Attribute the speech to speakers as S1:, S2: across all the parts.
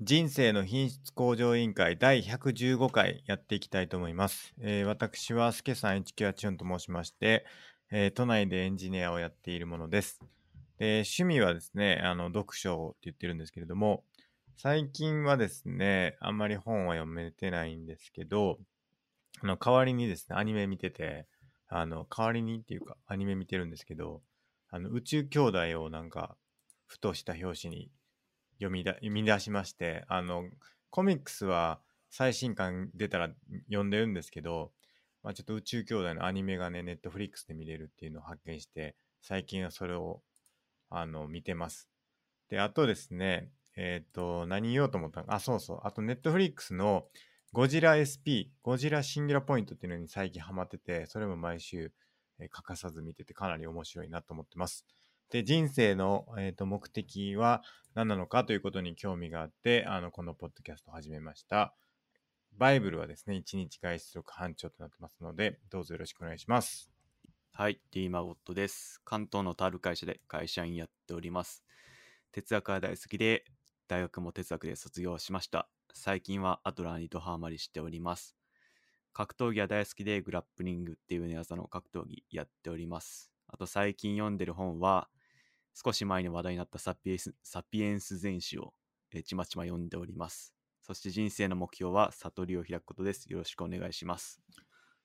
S1: 人生の品質向上委員会第115回やっていきたいと思います。えー私はすけさん1984と申しまして、えー都内でエンジニアをやっているものです。で趣味はですね、あの読書って言ってるんですけれども、最近はですね、あんまり本は読めてないんですけど、あの代わりにですね、アニメ見てて、あの代わりにっていうか、アニメ見てるんですけど、あの宇宙兄弟をなんか、ふとした表紙に読みだ読み出しましてあのコミックスは最新刊出たら読んでるんですけど、まあ、ちょっと宇宙兄弟のアニメがねネットフリックスで見れるっていうのを発見して最近はそれをあの見てますであとですねえっ、と何言おうと思ったのあそうそうあとネットフリックスのゴジラ SP ゴジラシンギュラポイントっていうのに最近ハマっててそれも毎週えー欠かさず見ててかなり面白いなと思ってますで人生の、えー、と目的は何なのかということに興味があってあのこのポッドキャストを始めましたバイブルはですね1日外出力班長となってますのでどうぞよろしくお願いします
S2: はい、D マゴットです。関東のタール会社で会社員やっております。哲学は大好きで、大学も哲学で卒業しました。最近はアトラーにドハマりしております。格闘技は大好きで、グラップリングっていう寝技の格闘技やっております。あと最近読んでる本は、少し前に話題になったサピエスサピエンス全史をえーちまちま読んでおります。そして人生の目標は悟りを開くことです。よろしくお願いします。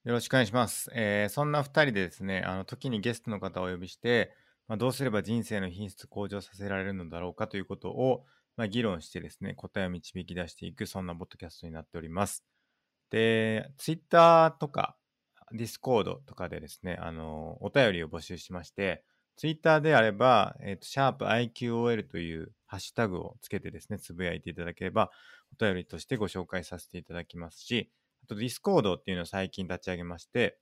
S1: よろしくお願いします。えーそんな2人でですね、あの時にゲストの方をお呼びして、まあ、どうすれば人生の品質向上させられるのだろうかということを、まあ、議論してですね、答えを導き出していく、そんなポッドキャストになっております。で、Twitter とか Discord とかでですね、あのお便りを募集しまして、Twitter であれば、えっ、と、シャープ i q o l というハッシュタグをつけてですね、つぶやいていただければ、お便りとしてご紹介させていただきますし、あと Discord っていうのを最近立ち上げまして、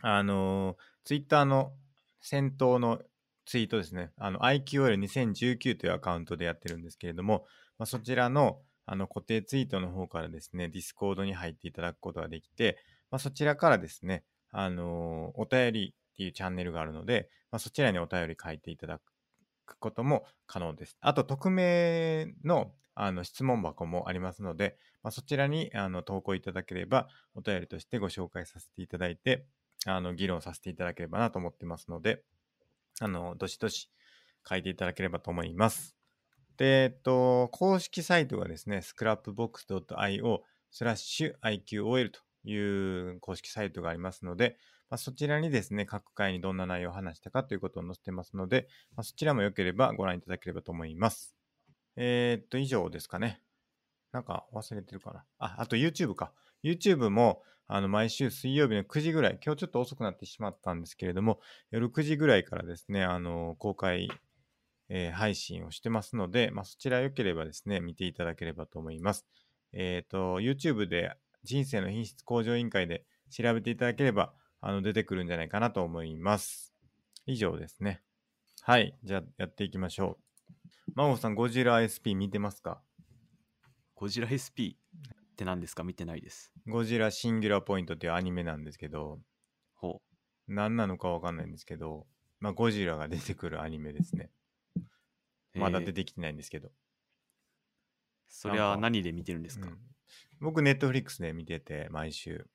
S1: あのー、Twitter の先頭のツイートですね、あの IQL2019 というアカウントでやってるんですけれども、まあ、そちらのあの固定ツイートの方からですね、Discord に入っていただくことができて、まあ、そちらからですね、あのーお便りっていうチャンネルがあるので、まあ、そちらにお便り書いていただくことも可能です。あと、匿名のあの質問箱もありますので、まあ、そちらにあの投稿いただければ、お便りとしてご紹介させていただいて、あの議論させていただければなと思ってますので、あの、どしどし書いていただければと思います。で、えっと、公式サイトがですね、scrapbox.io スラッシュ IQOL という公式サイトがありますので、まあ、そちらにですね、各回にどんな内容を話したかということを載せてますので、まあ、そちらも良ければご覧いただければと思います。えーっと、以上ですかね。なんか忘れてるかな。あ、あと YouTube か。YouTube も、あの、毎週水曜日の9時ぐらい、今日ちょっと遅くなってしまったんですけれども、夜9時ぐらいからですね、あの、公開、えー配信をしてますので、まあ、そちら良ければですね、見ていただければと思います。えっ、と、YouTube で人生の品質向上委員会で調べていただければ、あの、出てくるんじゃないかなと思います。以上ですね。はい。じゃあ、やっていきましょう。マゴさん、ゴジラ SP 見てますか
S2: ゴジラ SP って何ですか見てないです。
S1: ゴジラシンギュラーポイントっていうアニメなんですけど、
S2: ほう。
S1: 何なのかわかんないんですけど、まあ、ゴジラが出てくるアニメですね。まだ
S2: えー
S1: 出てきてないんですけど。
S2: それは
S1: なんか
S2: 何で見てるんですか、
S1: うん僕、ネットフリックスで見てて、毎週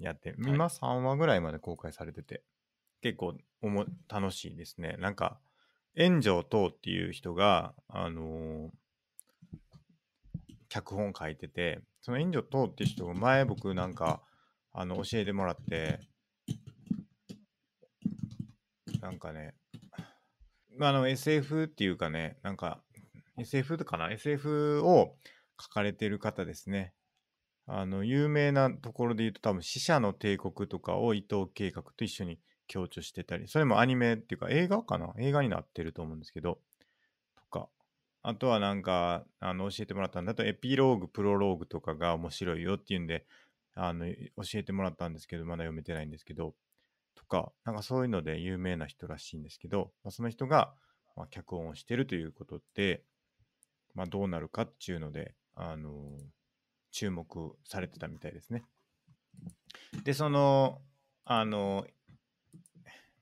S1: やって、今3話ぐらいまで公開されてて、結構おも楽しいですね。なんか、炎上等っていう人が、あのー脚本書いてて、その炎上等っていう人が前僕なんか、あの、教えてもらって、なんかね、まあ、あの SF っていうかね、なんか SF かな ?SF を書かれてる方ですね。あの、有名なところで言うと多分死者の帝国とかを伊藤計画と一緒に強調してたり、それもアニメっていうか映画かな映画になってると思うんですけど、とか。あとはなんか、あの、教えてもらったんだと、エピローグ、プロローグとかが面白いよっていうんで、あの、教えてもらったんですけど、まだ読めてないんですけど、とか、なんかそういうので有名な人らしいんですけど、まあ、その人が、まあ、脚本をしてるということで、まあ、どうなるかっていうので、あのー注目されてたみたいですね。で、その、あのー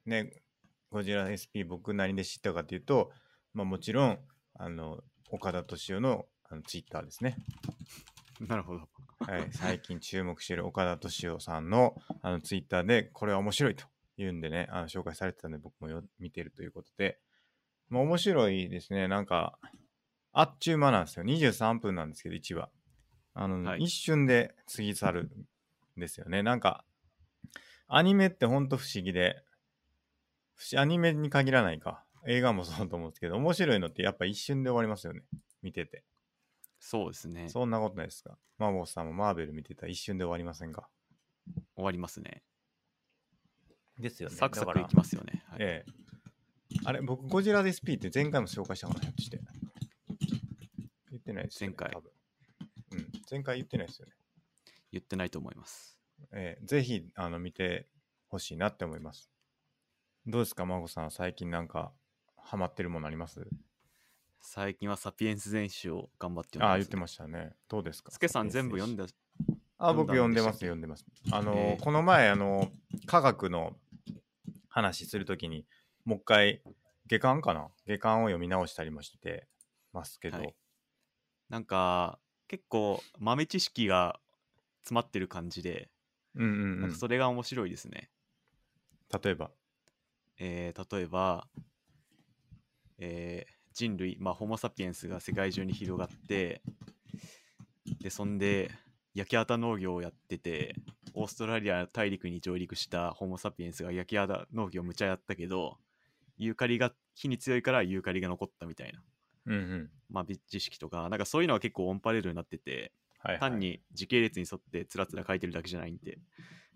S1: ね、ゴジラ SP 僕何で知ったかというと、まあ、もちろん、あの、岡田斗司夫のあのツイッターですね。
S2: なるほど。
S1: はい、最近注目している岡田敏夫さんのあのツイッターで、これは面白いというんでね、あの紹介されてたんで、僕もよ見てるということで、まあ、面白いですね、なんか、あっちゅう間なんですよ、23分なんですけど、1話。あの、
S2: はい
S1: 一瞬で過ぎ去るんですよね、なんか、アニメってほんと不思議で、不思アニメに限らないか、映画もそうだと思うんですけど、面白いのってやっぱ一瞬で終わりますよね、見てて。
S2: そうですね。終
S1: そんなことないですか。マーボーさんもマーベル見てたら一瞬で終わりませんか。
S2: わりますね。
S1: ですよ
S2: サクサクいき
S1: ま
S2: ますよね。はい
S1: ええ。あれ、僕、ゴジラで SP って前回も紹介したかな、ひょっとして。言ってないですよ、ね。
S2: 前回
S1: 多分うん、前回言ってないですよね。
S2: 言ってないと思います。
S1: ええ、ぜひ、あの、見てほしいなって思います。どうですか、マーゴさんは最近なんか、ハマってるものあります
S2: 最近はサピエンス全集を頑張って読んで
S1: ああ、言って
S2: ま
S1: ましたね。どうですか
S2: す。スケさん全部読ん
S1: で
S2: で、
S1: あ、
S2: 読ん
S1: 僕
S2: だ
S1: 読
S2: ん
S1: ん
S2: で
S1: で
S2: した
S1: ま
S2: っ
S1: す、
S2: け
S1: 読んでます。あの、
S2: ええ
S1: この前、あの、科学の話するときに、もう一回、下巻かな下巻を読み直したりもしてますけど、
S2: はいなんか結構豆知識が詰まってる感じで、
S1: うんうんう
S2: なん
S1: ん
S2: かそれが面白いですね。
S1: 例えば、
S2: えー例えば、えー人類、まあ、ホモ・サピエンスが世界中に広がってでそんで焼き畑農業をやっててオーストラリア大陸に上陸したホモ・サピエンスが焼き畑農業むちゃやったけどユーカリが火に強いからユーカリが残ったみたいな、
S1: うんうん。
S2: まあ、び知識とかなんかそういうのは結構オンパレードになってて
S1: はいはい、
S2: 単に時系列に沿ってつらつら書いてるだけじゃないんで、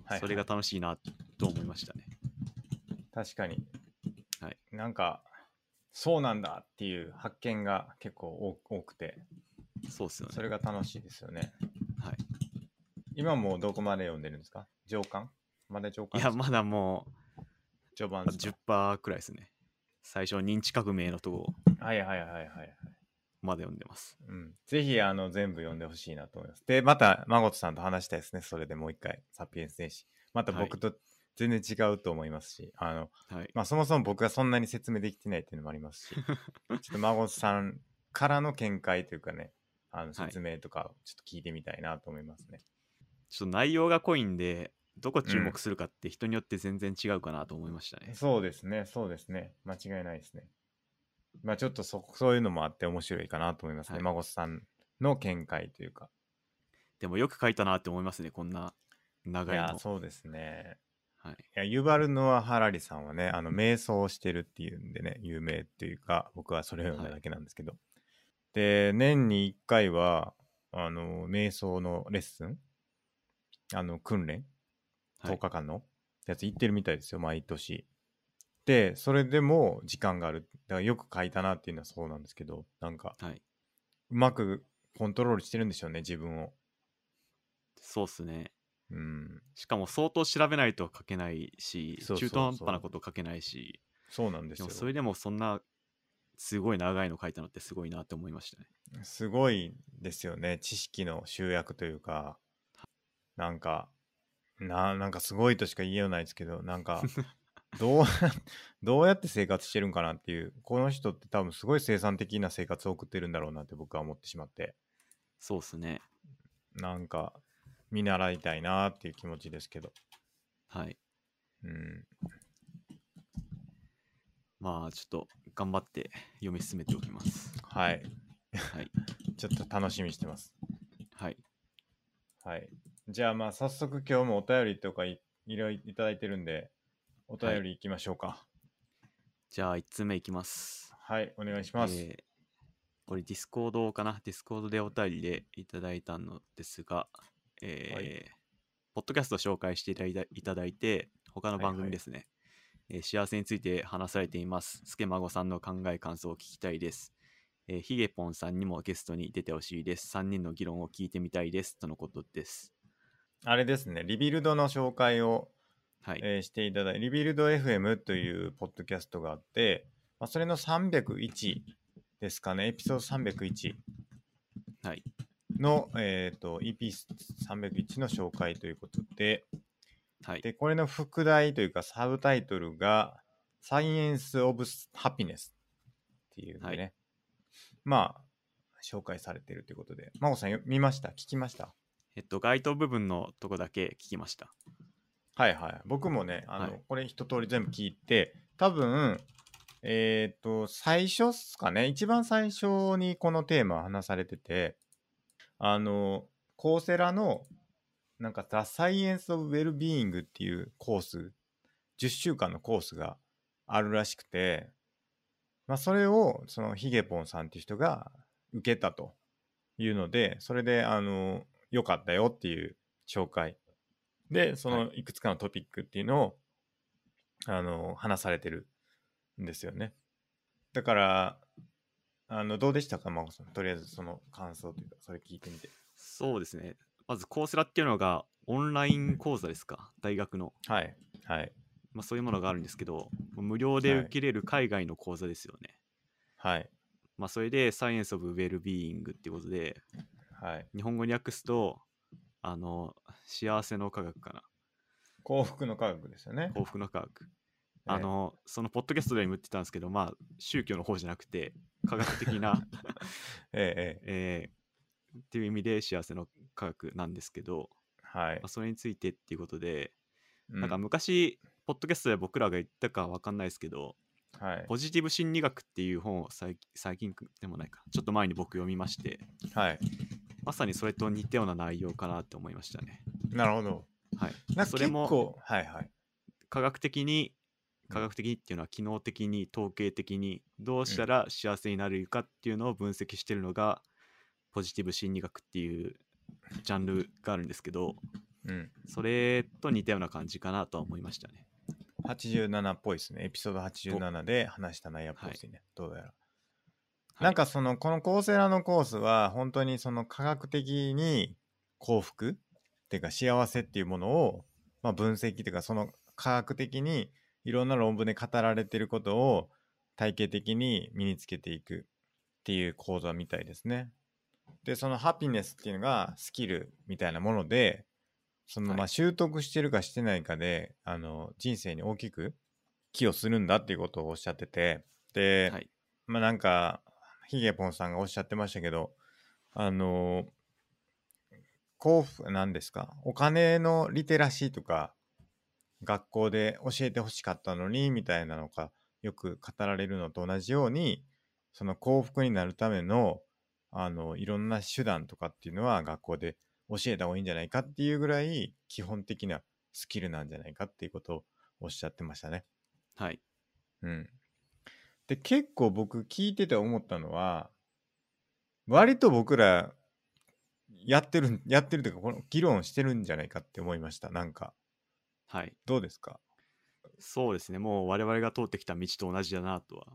S1: はいはい
S2: それが楽しいなと思いましたね。
S1: 確かに、
S2: はい
S1: なんか、そうなんだっていう発見が結構多多くて、
S2: そうっすよね
S1: それが楽しいですよね。
S2: はい
S1: 今もうどこまで読んでるんですか上巻まだ上
S2: い
S1: 巻
S2: や、まだも
S1: 序盤
S2: う
S1: ですか
S2: 10%くらいですね。最初、認知革命のとこ
S1: はいはいはいはいはい。
S2: まで読ん でます。
S1: うん、ぜひあの全部読んでほしいなと思います。で、また、まごとさんと話したいですね。それでもう一回、サピエンス戦士。また
S2: はい
S1: 僕と全然違うと思いますし、あの、
S2: はい。
S1: まあ、そもそも僕がそんなに説明できてないっていうのもあります し、ちょっとまごとさんからの見解というかね、あの
S2: はい
S1: 説明とかちょっと聞いてみたいなと思いますね。
S2: ちょっと内容が濃いんで、どこ注目するかって人によって全然違うかなと思いましたね。
S1: そうですね、そうですね。間違いないですね。まあ、ちょっとそそういうのもあって面白いかなと思いますね。
S2: はい
S1: まごとさんの見解というか。
S2: でもよく書いたなって思いますね、こんない長いの。
S1: や、そうですね。
S2: はい、
S1: いや、ユバルノア・ハラリさんはね、あの、瞑想をしてるっていうんでね、有名っていうか、僕はそれを読んだだけなんですけど。で、年に1回は、あの、瞑想のレッスンあの、訓練
S2: は
S1: ?10
S2: い。
S1: 日間のやつ行ってるみたいですよ、毎年。で、それでも時間がある。だからよく書いたなっていうのはそうなんですけど、なんか、
S2: はい、
S1: うまくコントロールしてるんでしょうね、自分を。
S2: そうっすね。
S1: うん。
S2: しかも相当調べないと書けないし、
S1: そうそうそう
S2: 中途半端なこと書けないし、
S1: そうなんです
S2: で
S1: よ。
S2: もそれでもそんなすごい長いの書いたのってすごいなって思いましたね。
S1: すごいですよね知識の集約というかなんかななんかすごいとしか言いようないですけどなん かどうどうやって生活してるんかなっていうこの人って多分すごい生産的な生活を送ってるんだろうなって僕は思ってしまって
S2: そうっすね。
S1: なんか見習いたいなっていう気持ちですけど
S2: はい。
S1: うん
S2: まあちょっと頑張って読み進めておきます。
S1: はい
S2: はい。
S1: ちょっと楽しみにしてます
S2: はい。
S1: はい。じゃあまあ早速今日もお便りとかいいろいろいただいてるんでお便り行きましょうか
S2: じゃあ1つ目いきます。
S1: はい、お願いします、
S2: えーこれディスコードかなディスコードでお便りでいただいたのですが、えー
S1: はい
S2: ポッドキャスト紹介していただいたいただいて、他の
S1: は
S2: 番
S1: いは
S2: 組
S1: い
S2: ですね、えー幸せについて話されています。スケマゴさんの考え、感想を聞きたいです。えーヒゲポンさんにもゲストに出てほしいです。3人の議論を聞いてみたいです。とのことです。
S1: あれですね、リビルドの紹介を、
S2: はい。
S1: えーしていただいて、リビルド FM というポッドキャストがあって、まあ、それの301ですかね、エピソード301
S2: はい。
S1: の、えっ、と、EP301 の紹介ということで、
S2: はい。
S1: で、これの副題というかサブタイトルが、サイエンス・オブ・ハピネスっていうね、
S2: はい
S1: まあ、紹介されているということで、真帆さんよ見ました聞きました
S2: えっと、該当部分のとこだけ聞きました。
S1: はいはい。僕もね、あの、
S2: はい
S1: これ一通り全部聞いて、多分、えっ、と、最初っすかね、一番最初にこのテーマは話されてて、あの、コーセラの、なんか、The Science of Wellbeing っていうコース、10週間のコースがあるらしくて、まあ、それを、その、ヒゲポンさんっていう人が受けたというので、それで、あの、良かったよっていう紹介で、そのいくつかのトピックっていうのを、あの、話されてるんですよね。だから、あの、どうでしたか、真帆さん。とりあえずその感想というか、それ聞いてみて。
S2: そうですね。まず、コースラっていうのが、オンライン講座ですか、大学の。
S1: はい。はい。
S2: まあ、そういうものがあるんですけど、無料で受けれる海外の講座ですよね。
S1: はい。
S2: まあ、それで、サイエンス・オブ・ウェルビーイングっていうことで、
S1: はい。
S2: 日本語に訳すと、あの、幸せの科学か
S1: 幸福の科学ですよね
S2: な、。幸福の科学。
S1: ええ
S2: あの、そのポッドキャストでも言ってたんですけど、まあ、宗教の方じゃなくて、科学的な、
S1: ええ、ええ。
S2: えーっていう意味で幸せの科学なんですけど、
S1: はい
S2: まあ、。それについてっていうことで、
S1: な
S2: なんか昔、ポッドキャストで僕らが言ったかわかんないですけど、
S1: はい。
S2: ポジティブ心理学っていう本を最近最近でもないか、ちょっと前に僕読みまして、
S1: はい。
S2: まさにそれと似たような内容かなって思いましたね。
S1: なるほど。
S2: はい。
S1: なんか
S2: それ
S1: 結
S2: も
S1: 構、はいはい。
S2: 科学的に、科学的にっていうのは機能的に、統計的に、どうしたら幸せになれるかっていうのを分析してるのが、ポジティブ心理学っていうジャンルがあるんですけど、
S1: うん。
S2: それと似たような感じかなとは思いましたね。
S1: 87っぽいですね。エピソード87で話した内容っぽいですね。どうやら。
S2: はい
S1: なんかそのこのコーセラのコースは本当にその科学的に幸福っていうか幸せっていうものを、まあ、分析っていうかその科学的にいろんな論文で語られてることを体系的に身につけていくっていう講座みたいですね。でそのハピネスっていうのがスキルみたいなものでその
S2: はい
S1: まあ習得してるかしてないかで、あの人生に大きく寄与するんだっていうことをおっしゃっててで、
S2: はい。
S1: まあなんか、ヒゲポンさんがおっしゃってましたけど、あの、幸福、なんですか、お金のリテラシーとか、学校で教えてほしかったのに、みたいなのがよく語られるのと同じように、その幸福になるための、あの、いろんな手段とかっていうのは学校で教えた方がいいんじゃないかっていうぐらい基本的なスキルなんじゃないかっていうことをおっしゃってましたね。
S2: はい。
S1: うん。で、結構僕聞いてて思ったのは、割と僕ら、やってる、やってるというか、この議論してるんじゃないかって思いました。なんか、
S2: はい。
S1: どうですか
S2: そうですね。もう我々が通ってきた道と同じだなとは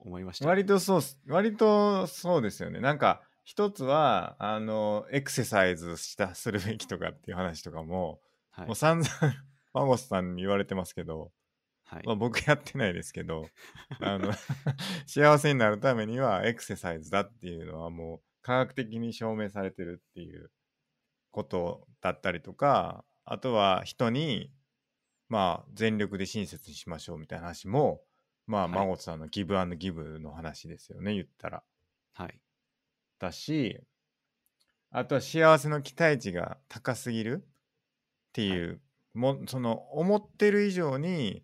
S2: 思いましたね、
S1: 割とそうっす、割とそうですよね。なんか、一つは、あの、エクササイズした、するべきとかっていう話とかも、
S2: はい
S1: もう。散々、マゴスさんに言われてますけど、
S2: はい
S1: まあ、僕やってないですけどあ の幸せになるためにはエクササイズだっていうのはもう科学的に証明されてるっていうことだったりとかあとは人にまあ全力で親切にしましょうみたいな話もまあ
S2: はい
S1: 孫さんのギブアンドギブの話ですよね言ったら。
S2: はい。
S1: だしあとは幸せの期待値が高すぎるっていう、もその思ってる以上に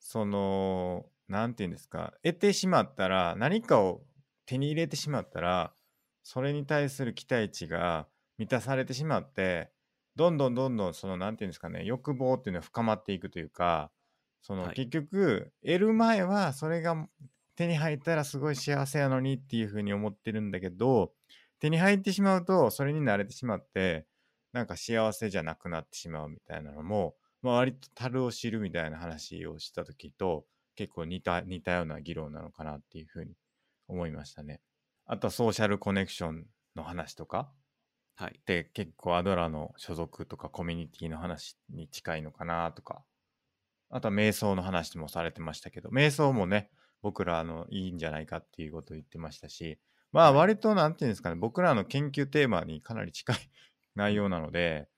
S1: その何て言うんですか得てしまったら何かを手に入れてしまったらそれに対する期待値が満たされてしまってどんどんどんどんその何て言うんですかね欲望っていうのは深まっていくというかその
S2: はい
S1: 結局得る前はそれが手に入ったらすごい幸せやのにっていうふうに思ってるんだけど手に入ってしまうとそれに慣れてしまってなんか幸せじゃなくなってしまうみたいなのも、まあ、割と樽を知るみたいな話をした時と結構似た似たような議論なのかなっていうふうに思いましたね。あとはソーシャルコネクションの話とか
S2: はい
S1: っ。て結構アドラーの所属とかコミュニティの話に近いのかなとかあとは瞑想の話もされてましたけど瞑想もね僕らあのいいんじゃないかっていうことを言ってましたしまあ割となんていうんですかね僕らの研究テーマにかなり近い 内容なので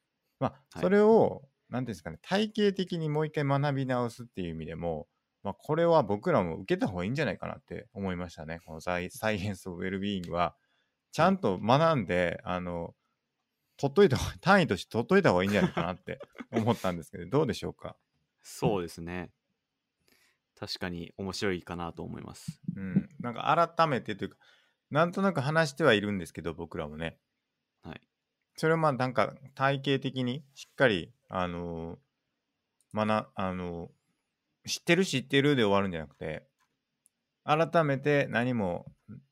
S1: ま
S2: は
S1: あ
S2: い
S1: それをなんていうんですかね体系的にもう一回学び直すっていう意味でもまあこれは僕らも受けた方がいいんじゃないかなって思いましたねこのサイサイエンス・オブ・ウェルビーイングはちゃんと学んで、あの、取っといた方が単位として取っといた方がいいんじゃないかなって思ったんですけど、どうでしょうか。
S2: そうですね。 確かに面白いかなと思います。
S1: うん。なんか改めてというか、なんとなく話してはいるんですけど、僕らもね。
S2: はい。
S1: それをまあ、なんか体系的にしっかり、あのまな、あの知ってる知ってるで終わるんじゃなくて、改めて何も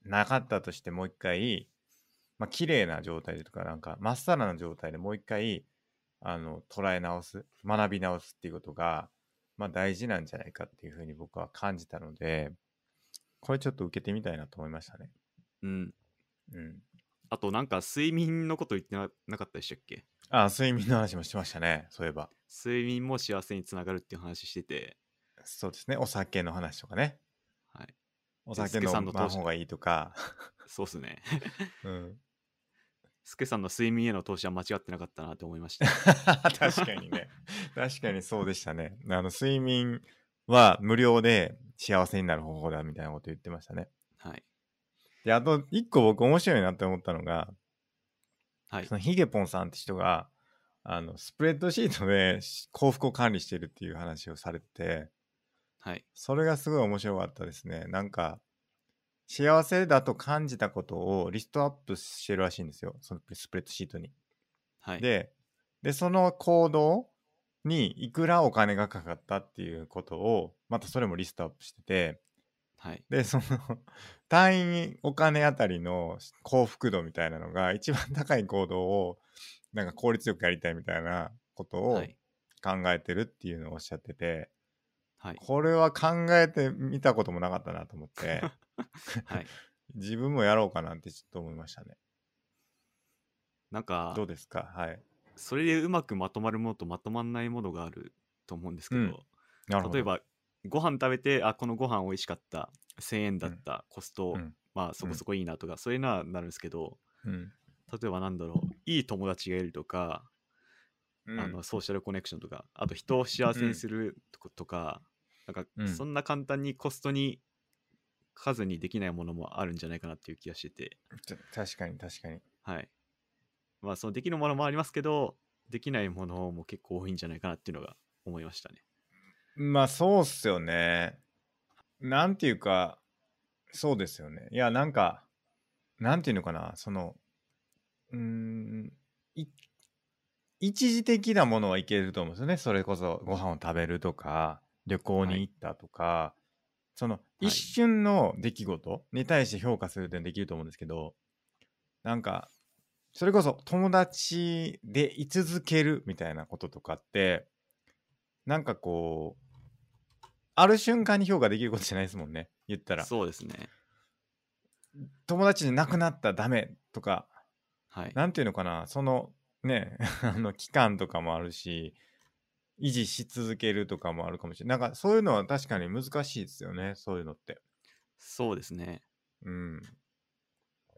S1: なかったとしてもう一回、まあ、綺麗な状態でとか、なんか、まっさらな状態でもう一回、あの、捉え直す、学び直すっていうことが、まあ、大事なんじゃないかっていうふうに僕は感じたので、これちょっと受けてみたいなと思いましたね。
S2: うん。
S1: うん。
S2: あと、なんか睡眠のこと言ってななかったでしたっけ
S1: あ、睡眠の話もしてましたね。そういえば。
S2: 睡眠も幸せにつながるっていう話してて、
S1: そうですね。お酒の話とかね。
S2: はい。
S1: お
S2: で
S1: 酒
S2: スケ
S1: 飲
S2: さん
S1: ま
S2: の
S1: な
S2: 投資
S1: 方がいいとか。
S2: そうっすね。
S1: うん。
S2: スケさんの睡眠への投資は間違ってなかったなと思いました。
S1: 確かにね。確かにそうでしたね。あの、睡眠は無料で幸せになる方法だみたいなこと言ってましたね。
S2: はい。
S1: で、あと、一個僕面白いなって思ったのが、
S2: はい
S1: そ。のヒゲポンさんって人が、あの、スプレッドシートでし幸福を管理してるっていう話をされてて、
S2: はい。
S1: それがすごい面白かったですね。なんか、幸せだと感じたことをリストアップしてるらしいんですよ。そのスプレッドシートに。
S2: はい。
S1: で、で、その行動にいくらお金がかかったっていうことを、またそれもリストアップしてて、
S2: はい。
S1: で、その 単位お金あたりの幸福度みたいなのが一番高い行動をなんか効率よくやりたいみたいなことを
S2: はい。
S1: 考えてるっていうのをおっしゃってて、
S2: はい。
S1: これは考えてみたこともなかったなと思って
S2: はい。
S1: 自分もやろうかなってちょっと思いましたね。
S2: なん か
S1: ど、うですかはい。
S2: それでうまくまとまるものとまとまんないものがあると思うんですけど、
S1: うんなるほど。
S2: 例えばご飯食べてあこのご飯美味しかった1000円だった、コスト、
S1: うん
S2: まあそこそこいいなとか、そういうのはなるんですけど
S1: うん、
S2: 例えばなんだろういい友達がいるとか、
S1: うん。
S2: あのソーシャルコネクションとかあと人を幸せにするとことか、なんか
S1: うん
S2: そんな簡単にコストに数にできないものもあるんじゃないかなっていう気がしてて
S1: ちょ確かに確かに。
S2: はいまあそのできるものもありますけどできないものも結構多いんじゃないかなっていうのが思いましたね
S1: まあそうっすよね。なんていうか、そうですよね。いや、なんか、なんていうのかな、その、うーん、い一時的なものはいけると思うんですよね。それこそご飯を食べるとか、旅行に行ったとか、その
S2: い
S1: 一瞬の出来事に対して評価するってできると思うんですけど、なんか、それこそ友達で居続けるみたいなこととかって、なんかこう、ある瞬間に評価できることじゃないですもんね。言ったら。
S2: そうですね
S1: 友達でなくなったらダメとか、
S2: はい
S1: なんていうのかな、そのね、 あの期間とかもあるし、維持し続けるとかもあるかもしれない。なんかそういうのは確かに難しいですよね、そういうのって。
S2: そうですね
S1: うん。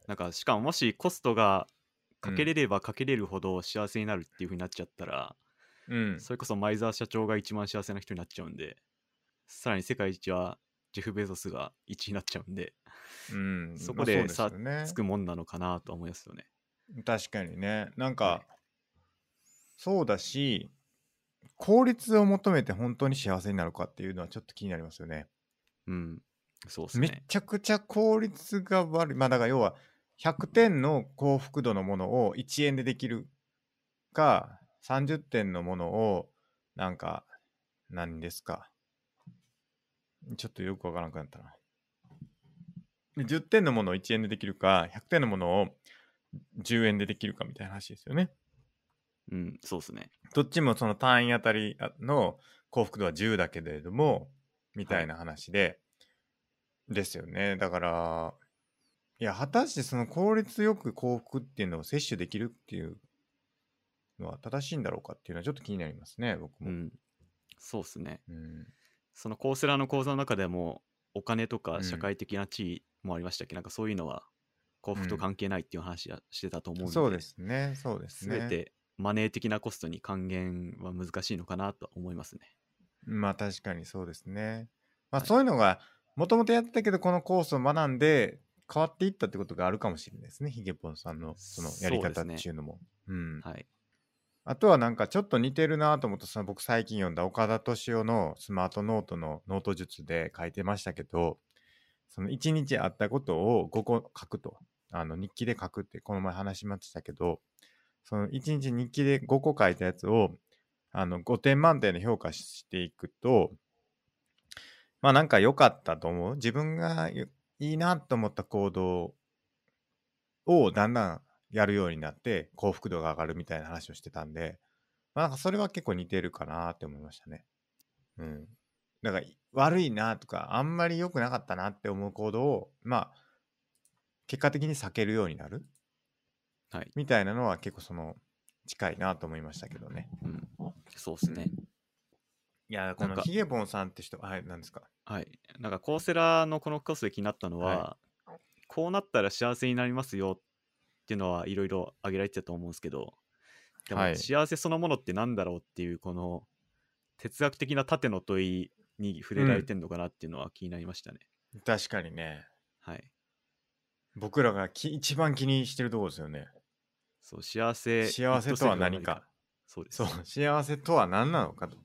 S2: なんかしかももしコストがかけれればかけれるほど幸せになるっていうふうになっちゃったら、
S1: うん。
S2: それこそ前澤社長が一番幸せな人になっちゃうんでさらに世界一はジェフ・ベゾスが1位になっちゃうんで、
S1: うん、
S2: そこ
S1: まあ
S2: で
S1: うすよ
S2: 差
S1: ね
S2: つくもんなのかなとは思いますよね
S1: 確かにねなんか、
S2: はい
S1: そうだし効率を求めて本当に幸せになるかっていうのはちょっと気になりますよね
S2: うんそうです
S1: めっ
S2: ね
S1: ちゃくちゃ効率が悪いまあだから要は100点の幸福度のものを1円でできるか30点のものをなんか何ですかちょっとよくわからなくなったな10点のものを1円でできるか100点のものを10円でできるかみたいな話ですよね
S2: うんそうですね
S1: どっちもその単位あたりの幸福度は10だけれども、みたいな話で、ですよね。だから、いや、果たしてその効率よく幸福っていうのを摂取できるっていうのは正しいんだろうかっていうのはちょっと気になりますね、僕
S2: う
S1: も。
S2: んそうですね
S1: うん。
S2: そのコースラーの講座の中でもお金と
S1: う
S2: か
S1: ん
S2: 社会的な地位もありましたっけ、どなんかそういうのは幸福と関係ないっていう話はしてたと思うので、
S1: そうですね、そうです
S2: す
S1: ね。
S2: べてマネー的なコストに還元は難しいのかなと思いますね。
S1: まあ確かにそうですね。まあ
S2: はい
S1: そういうのが、もともとやってたけど、このコースを学んで、変わっていったってことがあるかもしれないですね、ヒゲポンさんのそのやり方っていうのも。うん
S2: はい。
S1: あとはなんかちょっと似てるなと思ったその僕最近読んだ岡田敏夫のスマートノートのノート術で書いてましたけどその1日あったことを5個書くとあの日記で書くってこの前話しましたけどその1日日記で5個書いたやつをあの5点満点で評価していくとまあなんか良かったと思う自分がいいなと思った行動をだんだんやるようになって幸福度が上がるみたいな話をしてたんで、まあ、なんかそれは結構似てるかなって思いましたね。うん。だからい悪いなとかあんまり良くなかったなって思う行動をまあ結果的に避けるようになる
S2: はい。
S1: みたいなのは結構その近いなと思いましたけどね。
S2: うん。そうですね。
S1: いやこ
S2: なん
S1: の
S2: か
S1: ヒゲボンさんって人はい何ですか
S2: はい。なんかコーセラのこのコースで気になったのは、こうなったら幸せになりますよっていうのはいろいろ挙げられてたと思うんですけど、でも
S1: はい
S2: 幸せそのものってなんだろうっていうこの哲学的な縦の問いに触れられてんのかなっていうのは気になりましたね。
S1: 確かにね
S2: はい。
S1: 僕らがき一番気にしてるところですよね。
S2: そう幸せ
S1: 幸せとは何か。
S2: そうです。
S1: そう、 幸せとは何なのかと。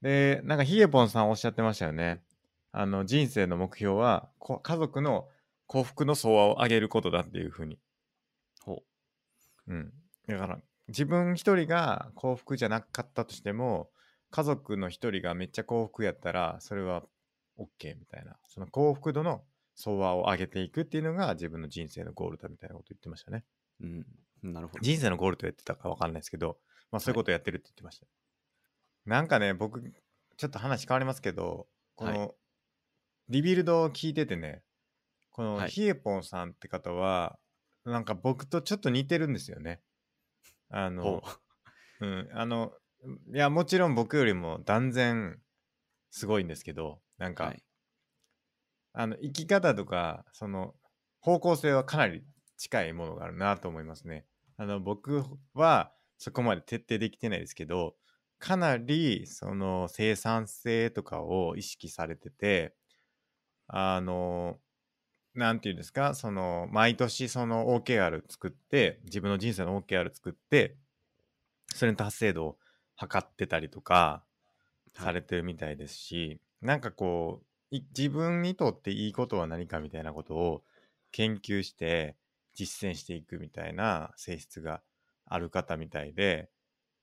S1: で、なんかヒゲポンさんおっしゃってましたよね。あの、人生の目標は、こ家族の幸福の総和を上げることだっていうふうに。
S2: ほう
S1: うん。だから、自分一人が幸福じゃなかったとしても、家族の一人がめっちゃ幸福やったら、それは OK みたいな。その幸福度の総和を上げていくっていうのが自分の人生のゴールだみたいなこと言ってましたね。
S2: うん、なるほど。
S1: 人生のゴールとやってたかわかんないですけど、まあそういうことをやってるって言ってました。なんかね、僕、ちょっと話変わりますけど、こ
S2: は
S1: の、リビルドを聞いててね、この
S2: はい
S1: ヒエポンさんって方は、なんか僕とちょっと似てるんですよね。あ
S2: ほ
S1: の、
S2: う
S1: うん、あの、いや、もちろん僕よりも断然すごいんですけど、なんか、
S2: はい。
S1: あの、生き方とか、その、方向性はかなり近いものがあるなと思いますね。あの、僕はそこまで徹底できてないですけど、かなり、その、生産性とかを意識されてて、あの、なんていうんですか、その、毎年その OKR 作って、自分の人生の OKR 作って、それの達成度を測ってたりとか、
S2: は
S1: さ
S2: い
S1: れてるみたいですし、なんかこうい自分にとっていいことは何かみたいなことを研究して実践していくみたいな性質がある方みたいで、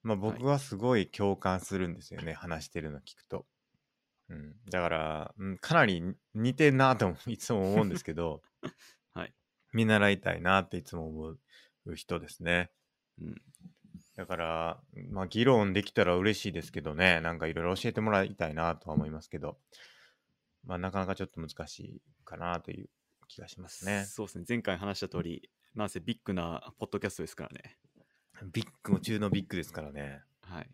S1: まあ、
S2: はい
S1: 僕はすごい共感するんですよね、話してるの聞くと。うん、だから、うん、かなり似てんなとも いつも思うんですけど、
S2: はい
S1: 見習いたいなっていつも思う人ですね。
S2: うん。
S1: だから、まあ、議論できたら嬉しいですけどね、なんかいろいろ教えてもらいたいなとは思いますけど、まあ、なかなかちょっと難しいかなという気がしますね。
S2: そうですね。前回話した通り、なんせビッグなポッドキャストですからね。
S1: ビッグも中のビッグですからね、
S2: はい。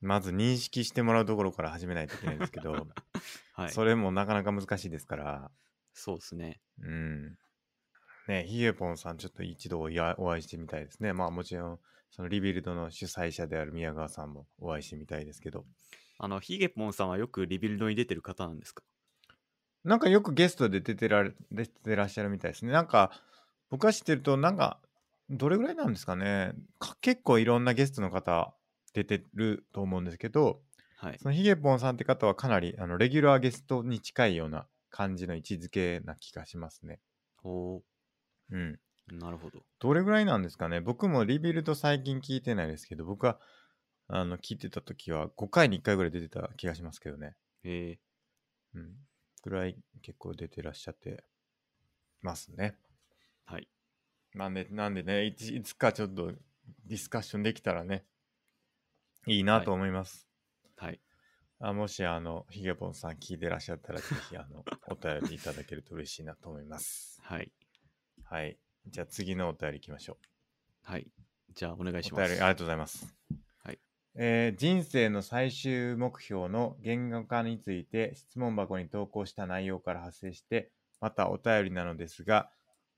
S1: まず認識してもらうところから始めないといけないんですけ ど、
S2: はい。
S1: それもなかなか難しいですから、
S2: そうですね。
S1: うん。ね、ヒゲポンさん、ちょっと一度おやお会いしてみたいですね。まあもちろん、そのリビルドの主催者である宮川さんもお会いしてみたいですけど、
S2: あの、ヒゲポンさんはよくリビルドに出てる方なんですか
S1: なんかよくゲストで出てられ出てらっしゃるみたいですね。なんか僕が知ってるとなんかどれぐらいなんですかねか結構いろんなゲストの方出てると思うんですけど
S2: はい。
S1: そのヒゲポンさんって方はかなりあのレギュラーゲストに近いような感じの位置づけな気がしますね。
S2: ほ
S1: うん。
S2: う。なるほど。
S1: どれぐらいなんですかね僕もリビルド最近聞いてないですけど僕はあの聞いてた時は5回に1回ぐらい出てた気がしますけどね。
S2: え
S1: うん。ぐらい結構出てらっしゃってますね。
S2: ー、はい。
S1: なんで、なんでね、いついつかちょっとディスカッションできたらね、いいなと思います。
S2: はい。
S1: あもし、あの、ヒゲポンさん聞いてらっしゃったら、ぜひ、あの、お便りいただけると嬉しいなと思います。
S2: はい。
S1: はい。じゃあ次のお便り行きましょ
S2: はい。じゃあ、お願
S1: う。
S2: いし
S1: お
S2: ま
S1: 便りあり
S2: す。
S1: がとうございます。
S2: はい。
S1: えー人生の最終目標の言語化について質問箱に投稿した内容から派生して、またお便りなのですが、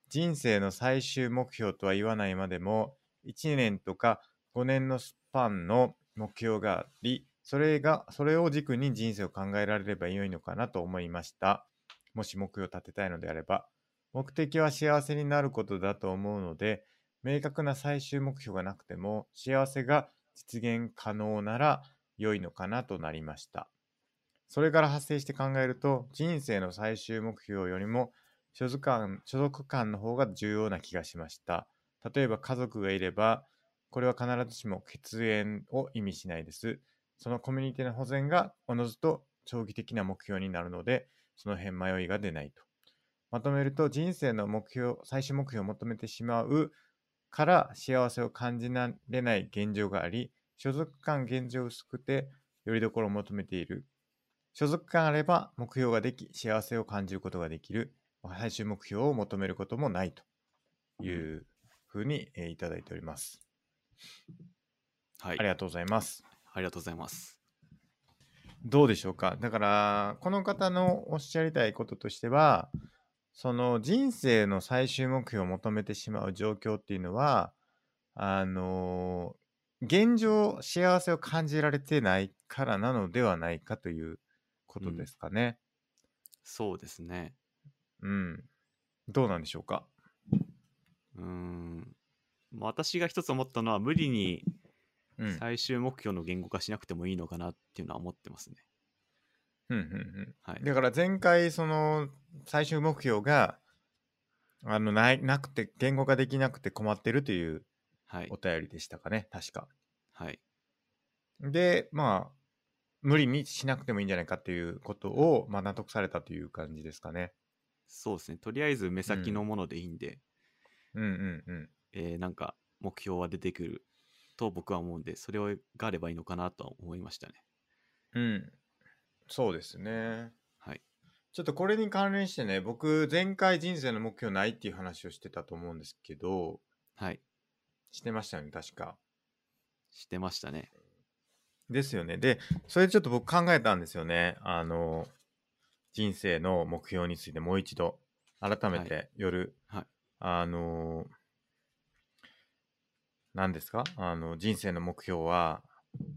S1: 人生の最終目標とは言わないまでも、1年とか5年のスパンの目標があり、それが、それを軸に人生を考えられれば良いのかなと思いました。もし目標を立てたいのであれば、目的は幸せになることだと思うので、明確な最終目標がなくても、幸せが実現可能なら良いのかなとなりました。それから発生して考えると、人生の最終目標よりも所属感、所属感の方が重要な気がしました。例えば家族がいれば、これは必ずしも血縁を意味しないです。そのコミュニティの保全がおのずと長期的な目標になるので、その辺迷いが出ないと。まとめると、人生の目標、最終目標を求めてしまうから幸せを感じられない現状があり、所属感現状薄くて、よりどころを求めている。所属感あれば目標ができ、幸せを感じることができる。最終目標を求めることもないというふうに、えーいただいております。
S2: はい。
S1: ありがとうございます。
S2: ありがとうございます。
S1: どうでしょうかだから、この方のおっしゃりたいこととしては、その人生の最終目標を求めてしまう状況っていうのは、あの現状幸せを感じられてないからなのではないかということですかね。
S2: そうですね。
S1: うん。どうなんでしょうか
S2: うーん。まあ私が一つ思ったのは、無理に
S1: うん。うん、
S2: 最終目標の言語化しなくてもいいのかなっていうのは思ってますね。
S1: うん、うん。
S2: はい。
S1: だから前回その最終目標があのないなくて言語化できなくて困ってるという
S2: はい
S1: お。便りでしたかね確か。
S2: はい。
S1: でまあ無理にしなくてもいいんじゃないかっていうことを、まあ、納得されたという感じですかね。
S2: そうですね。とりあえず目先のものでいいんで、
S1: うんうんうん。
S2: えーなんか目標は出てくると僕は思うんで、それがあればいいのかなとは思いましたね。
S1: うん。そうですね。
S2: はい。
S1: ちょっとこれに関連してね僕前回人生の目標ないっていう話をしてたと思うんですけど
S2: はい。
S1: してましたよね確か。
S2: してましたね。
S1: ですよね。で、それでちょっと僕考えたんですよね。あの、人生の目標についてもう一度、改めて夜、
S2: はい
S1: あの、何ですかあの、人生の目標は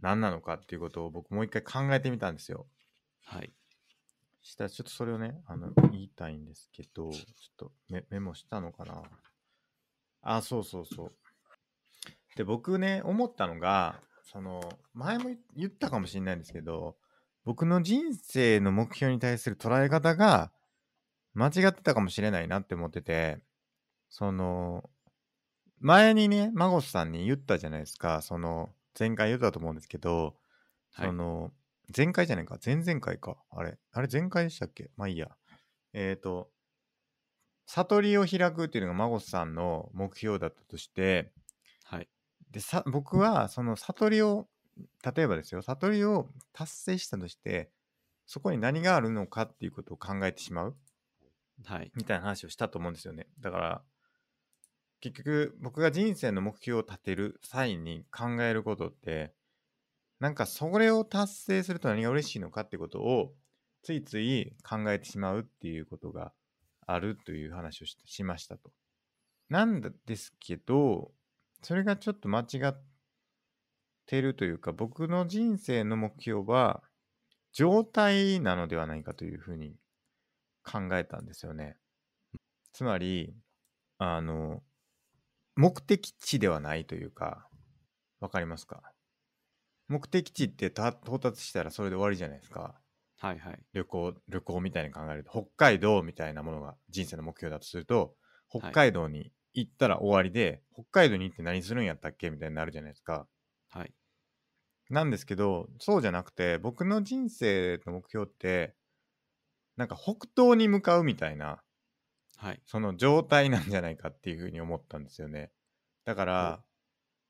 S1: 何なのかっていうことを僕もう一回考えてみたんですよ。
S2: はい。
S1: したらちょっとそれをね、あの、言いたいんですけど、ちょっとメメモしたのかなあ、そうそうそう。で、僕ね、思ったのが、その、前も言言ったかもしれないんですけど、僕の人生の目標に対する捉え方が間違ってたかもしれないなって思ってて、その、前にね、マゴスさんに言ったじゃないですか、その、前回言ったと思うんですけど、
S2: はい
S1: そ。の、前回じゃないか、前々回か。あれ、あれ前回でしたっけまあいいや。えっ、と、悟りを開くっていうのがマゴスさんの目標だったとして、
S2: はい。
S1: でさ僕はその悟りを、例えばですよ、悟りを達成したとして、そこに何があるのかっていうことを考えてしまう
S2: はい。
S1: みたいな話をしたと思うんですよね。だから、結局僕が人生の目標を立てる際に考えることって、なんかそれを達成すると何が嬉しいのかってことをついつい考えてしまうっていうことがあるという話をししましたと。なんですけど、それがちょっと間違ってるというか、僕の人生の目標は状態なのではないかというふうに考えたんですよね。つまり、あの、目的地ではないというか、わかりますか目的地ってた到達したらそれで終わりじゃないですか。
S2: はい。はい。
S1: 旅行、旅行みたいに考えると、北海道みたいなものが人生の目標だとすると、北海道に行ったら終わりで、北海道に行って何するんやったっけみたいになるじゃないですか。
S2: はい。
S1: なんですけど、そうじゃなくて、僕の人生の目標って、なんか北東に向かうみたいな、
S2: はい。
S1: その状態なんじゃないかっていうふうに思ったんですよね。だから、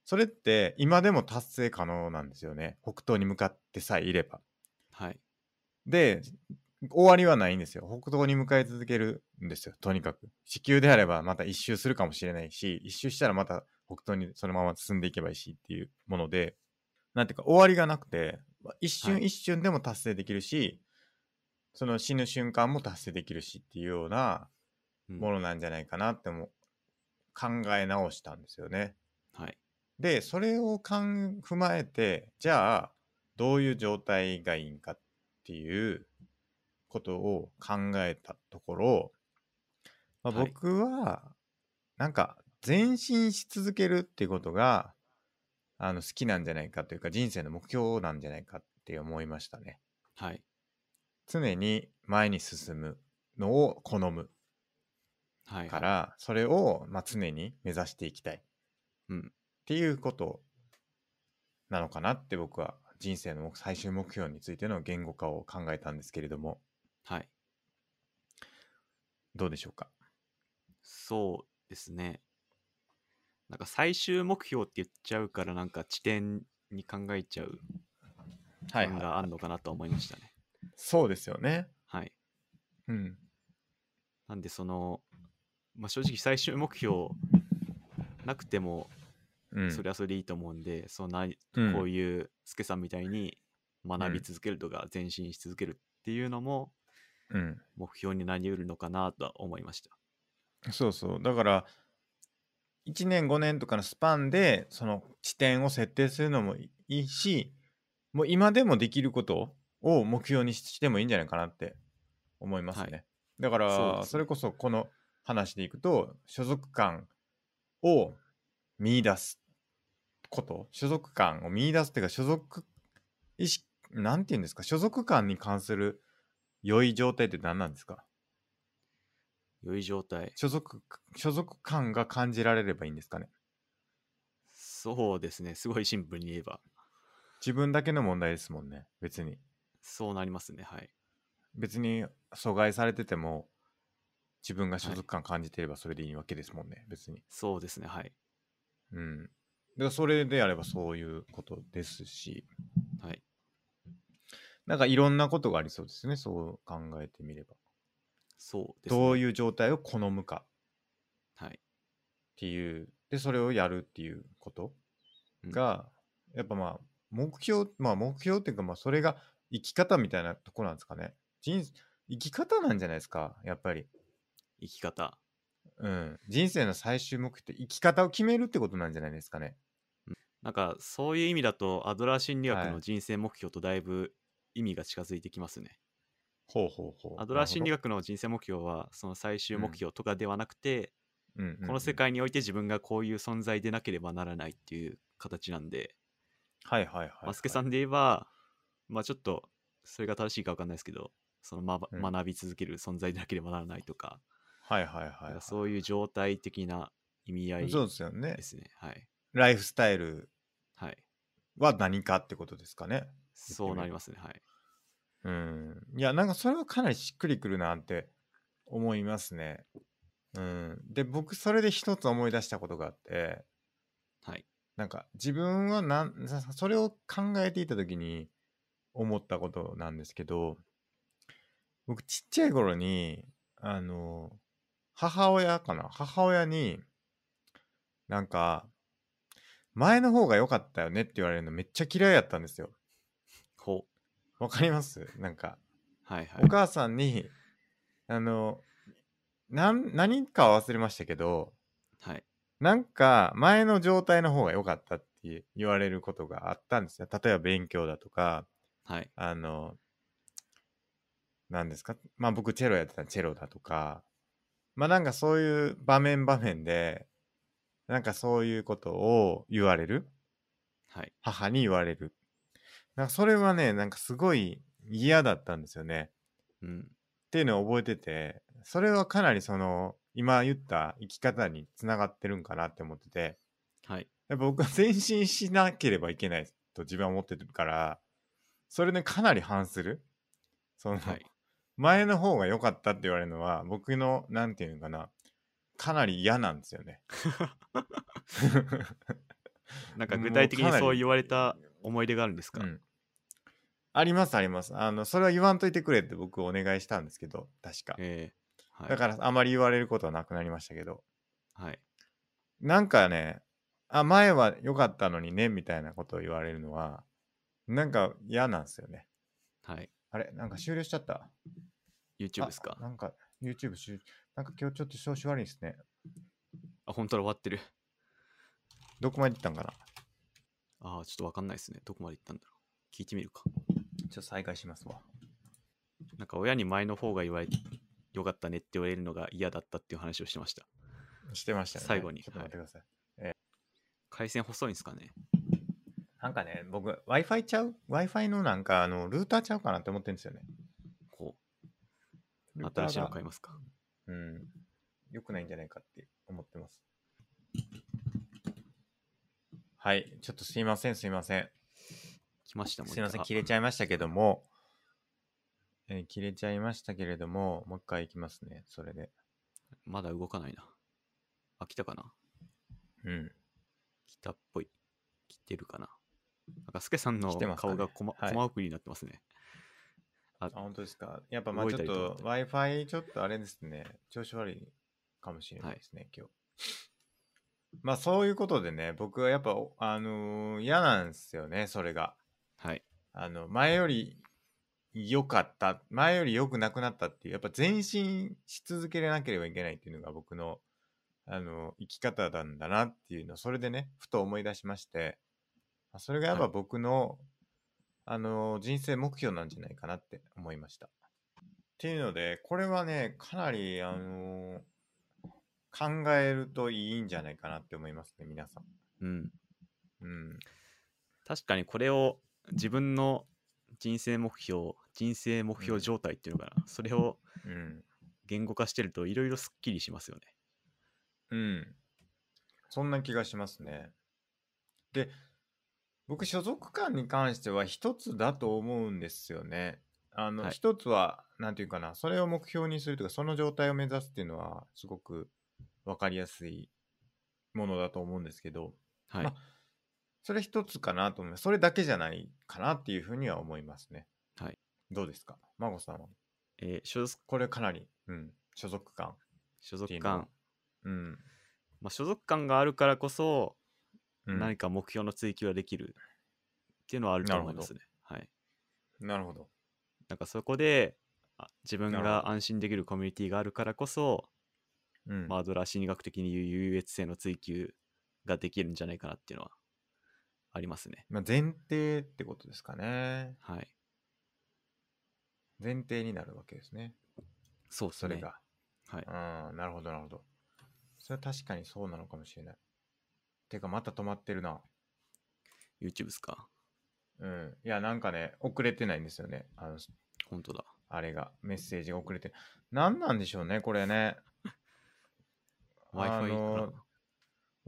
S1: それって今でも達成可能なんですよね。北東に向かってさえいれば。
S2: はい。
S1: で、終わりはないんですよ。北東に向かい続けるんですよ。とにかく。地球であればまた一周するかもしれないし、一周したらまた北東にそのまま進んでいけばいいしっていうもので、なんていうか終わりがなくて、一
S2: は
S1: 瞬
S2: い
S1: 一瞬でも達成できるし、その死ぬ瞬間も達成できるしっていうような
S2: うん
S1: ものなんじゃないかなっても考え直したんですよね。
S2: はい。
S1: で、それをかん踏まえて、じゃあ、どういう状態がいいんかっていうことを考えたところ、まあ、
S2: はい
S1: 僕は、なんか、前進し続けるっていうことが、あの、好きなんじゃないかというか、人生の目標なんじゃないかって思いましたね。
S2: はい。
S1: 常に前に進むのを好む
S2: はい。
S1: か
S2: はい
S1: ら、それを、まあ、常に目指していきたいっ
S2: うん。
S1: ていうことなのかなって僕は人生の最終目標についての言語化を考えたんですけれども、
S2: はい。
S1: どうでしょうか
S2: そうですね。なんか最終目標って言っちゃうから、なんか地点に考えちゃう感があるのかなとは思いましたね。
S1: そうですよね。
S2: はい。
S1: うん。
S2: なんで、その、まあ、正直最終目標なくても、
S1: うん、
S2: それはそれでいいと思うんで、そんな、
S1: うん
S2: こういう、スケさんみたいに学び続けるとか、前進し続けるっていうのも、
S1: うん、
S2: 目標になりうるのかなとは思いました。
S1: そうそうだから1年5年とかのスパンでその地点を設定するのもいいしもう今でもできることを目標にしてもいいんじゃないかなって思いますね、だ
S2: は
S1: か
S2: そうです
S1: ら
S2: ね
S1: それこそこの話でいくと所属感を見出すこと所属感を見出すっていうか所属意識なんて言うんですか所属感に関する良い状態って何なんですか
S2: 良い状態。
S1: 所属所属感が感じられればいいんですかね
S2: そうですね。すごいシンプルに言えば、
S1: 自分だけの問題ですもんね別に
S2: そうなりますね。はい。
S1: 別に阻害されてても自分が所属感感じてればそれでいいわけですもんね、別に
S2: そうですね。はい。
S1: うんだからそれであればそういうことですし
S2: はい。
S1: なんかいろんなことがありそうですねそう考えてみれば、
S2: そうですね。
S1: どういう状態を好むか
S2: はい。
S1: っていうでそれをやるっていうこと
S2: うん
S1: が、やっぱまあ目標まあ目標っていうかまあそれが生き方みたいなとこなんですかね人生き方なんじゃないですかやっぱり、
S2: 生き方。
S1: うん、人生の最終目標って生き方を決めるってことなんじゃないですかね
S2: なんか、そういう意味だと、アドラー心理学
S1: は
S2: の
S1: い
S2: 人生目標とだいぶ意味が近づいてきますね。
S1: ほうほうほう
S2: アドラー心理
S1: が、
S2: 学の人生目標は、その最終目標とかではなくて、
S1: うんうんうん
S2: この世界において自分がこういう存在でなければならないっていう形なんで、
S1: はいはいはい、はい、
S2: マスケさんで言えば、まあちょっとそれが正しいか分かんないですけど、そのまば、
S1: うん
S2: 学び続ける存在でなければならないとか、
S1: はいはいはい、
S2: なん
S1: はい、
S2: かそういう状態的な意味合い
S1: そう
S2: で
S1: ですよね
S2: すね。はい。
S1: ライフスタイル
S2: はい。
S1: は何かってことですかね
S2: そうなりますね。はい。
S1: うん。いや、なんかそれはかなりしっくりくるなって思いますね。うん。で、僕、それで一つ思い出したことがあって、
S2: はい。
S1: なんか自分はなん、さそれを考えていた時に思ったことなんですけど、僕、ちっちゃい頃に、あの、母親かな母親に、なんか、前の方が良かったよねって言われるのめっちゃ嫌いやったんですよ。
S2: ほう。
S1: わかりますなんか、
S2: はいはい
S1: お。母さんに、あの、なん、何かは忘れましたけど、
S2: はい。
S1: なんか前の状態の方が良かったって言われることがあったんですよ。例えば勉強だとか、
S2: はい。
S1: あの、何ですかまあ僕チェロやってたんでチェロだとか、まあなんかそういう場面場面で、なんかそういうことを言われる
S2: はい。
S1: 母に言われる。なんかそれはね、なんかすごい嫌だったんですよね。
S2: うん。
S1: っていうのを覚えててそれはかなりその今言った生き方につながってるんかなって思ってて
S2: はい。
S1: やっぱ僕は前進しなければいけないと自分は思ってるからそれでかなり反するその、
S2: はい。
S1: 前の方が良かったって言われるのは僕のなんていうのかなかなり嫌なんですよね。
S2: なんか具体的に
S1: もうかな
S2: そう
S1: り
S2: 言われた思い出があるんですか、
S1: うんありますあります。あのそれは言わんといてくれって僕お願いしたんですけど確か。
S2: ええはい。
S1: だからあまり言われることはなくなりましたけど。
S2: はい。
S1: なんかね、あ、前は良かったのにね、みたいなことを言われるのは、なんか嫌なんですよね。
S2: はい。
S1: あれなんか終了しちゃった。
S2: YouTube ですか
S1: あなんか YouTube 終なんか今日ちょっと調子悪いですね。
S2: あ、本当だ、終わってる。
S1: どこまで行ったんかな
S2: ああ、ちょっとわかんないですね。どこまで行ったんだろう。聞いてみるか。
S1: ちょっと再開しますわ。
S2: なんか親に前の方が言われよかったねって言われるのが嫌だったっていう話をしてました。
S1: してましたね。
S2: 最後に
S1: ちょっと待ってください。
S2: 回線細いんですかね
S1: なんかね、僕、Wi-Fi ちゃう ?Wi-Fi のなんか、あの、ルーターちゃうかなって思ってるんですよね。
S2: こう
S1: ルー、ターが
S2: 新しいの買いますか。
S1: うん。良くないんじゃないかって思ってます。はい。ちょっとすいません、すいません。
S2: 来ましたもん
S1: すいません、切
S2: れ
S1: れちゃいましたけども、えー切れちゃいましたけれども、もう一回いきますね、それで。
S2: まだ動かないな。あ、来たかな
S1: うん。
S2: 来たっぽい。来てるかななんか、スケさんの
S1: 来てますか
S2: 顔
S1: ね
S2: がこま、
S1: はい
S2: 細送りになってますね。
S1: あ、本当ですか。やっぱまあ
S2: 動
S1: ち
S2: い
S1: ょ
S2: た
S1: っ
S2: り
S1: と
S2: と
S1: Wi-Fi ちょっとあれですね、調子悪いかもしれないですね、今日。まあそういうことでね、僕はやっぱ、おあのー嫌なんですよね、それが。
S2: はい。
S1: あの、前より良かった、前より良くなくなったっていう、やっぱ前進し続けれなければいけないっていうのが僕の、あの、生き方なんだなっていうのを、それでね、ふと思い出しまして、まあそれがやっぱ
S2: はい
S1: 僕の、あの、人生目標なんじゃないかなって思いました。っていうので、これはね、かなり、あの、考えるといいんじゃないかなって思いますね、皆さん。
S2: うん。
S1: うん。
S2: 確かにこれを自分の人生目標、人生目
S1: う
S2: 標
S1: ん
S2: 状態っていうのかな。それを
S1: うん。
S2: 言語化してるといろいろすっきりしますよね。
S1: うん。そんな気がしますね。で、僕、所属感に関しては一つだと思うんですよね。あの、
S2: はい
S1: 一つは、なんていうかな、それを目標にするとか、その状態を目指すっていうのは、すごく分かりやすいものだと思うんですけど、
S2: はい。
S1: まそれ一つかなと思います。それだけじゃないかなっていうふうには思いますね。
S2: はい。
S1: どうですか孫さんは。
S2: えー所属
S1: これかなり、うん、所属感
S2: 所
S1: ってい
S2: 属
S1: うのは
S2: 感。
S1: うん。
S2: まあ、所属感があるからこそ、
S1: うん、
S2: 何か目標の追求ができるっていうのはあると思いますね。はい。
S1: なるほど。
S2: なんかそこで、あ自分
S1: なるほ
S2: が安心できるコミュニティがあるからこそ、
S1: うん。
S2: まあ、アドラー心理学的に言う優越性の追求ができるんじゃないかなっていうのはありますね。
S1: まあ、前提ってことですかね。
S2: はい。
S1: 前提になるわけですね。
S2: そうです
S1: そ
S2: ね。
S1: れが。
S2: はい。
S1: うん、なるほど、なるほど。それは確かにそうなのかもしれない。てか、また止まってるな。
S2: YouTube ですか。
S1: うん。いや、なんかね、遅れてないんですよね。あの、
S2: 本当だ。
S1: あれが、メッセージが遅れて。なんなんでしょうね、これね。
S2: Wi-Fi
S1: あ
S2: か
S1: の
S2: な。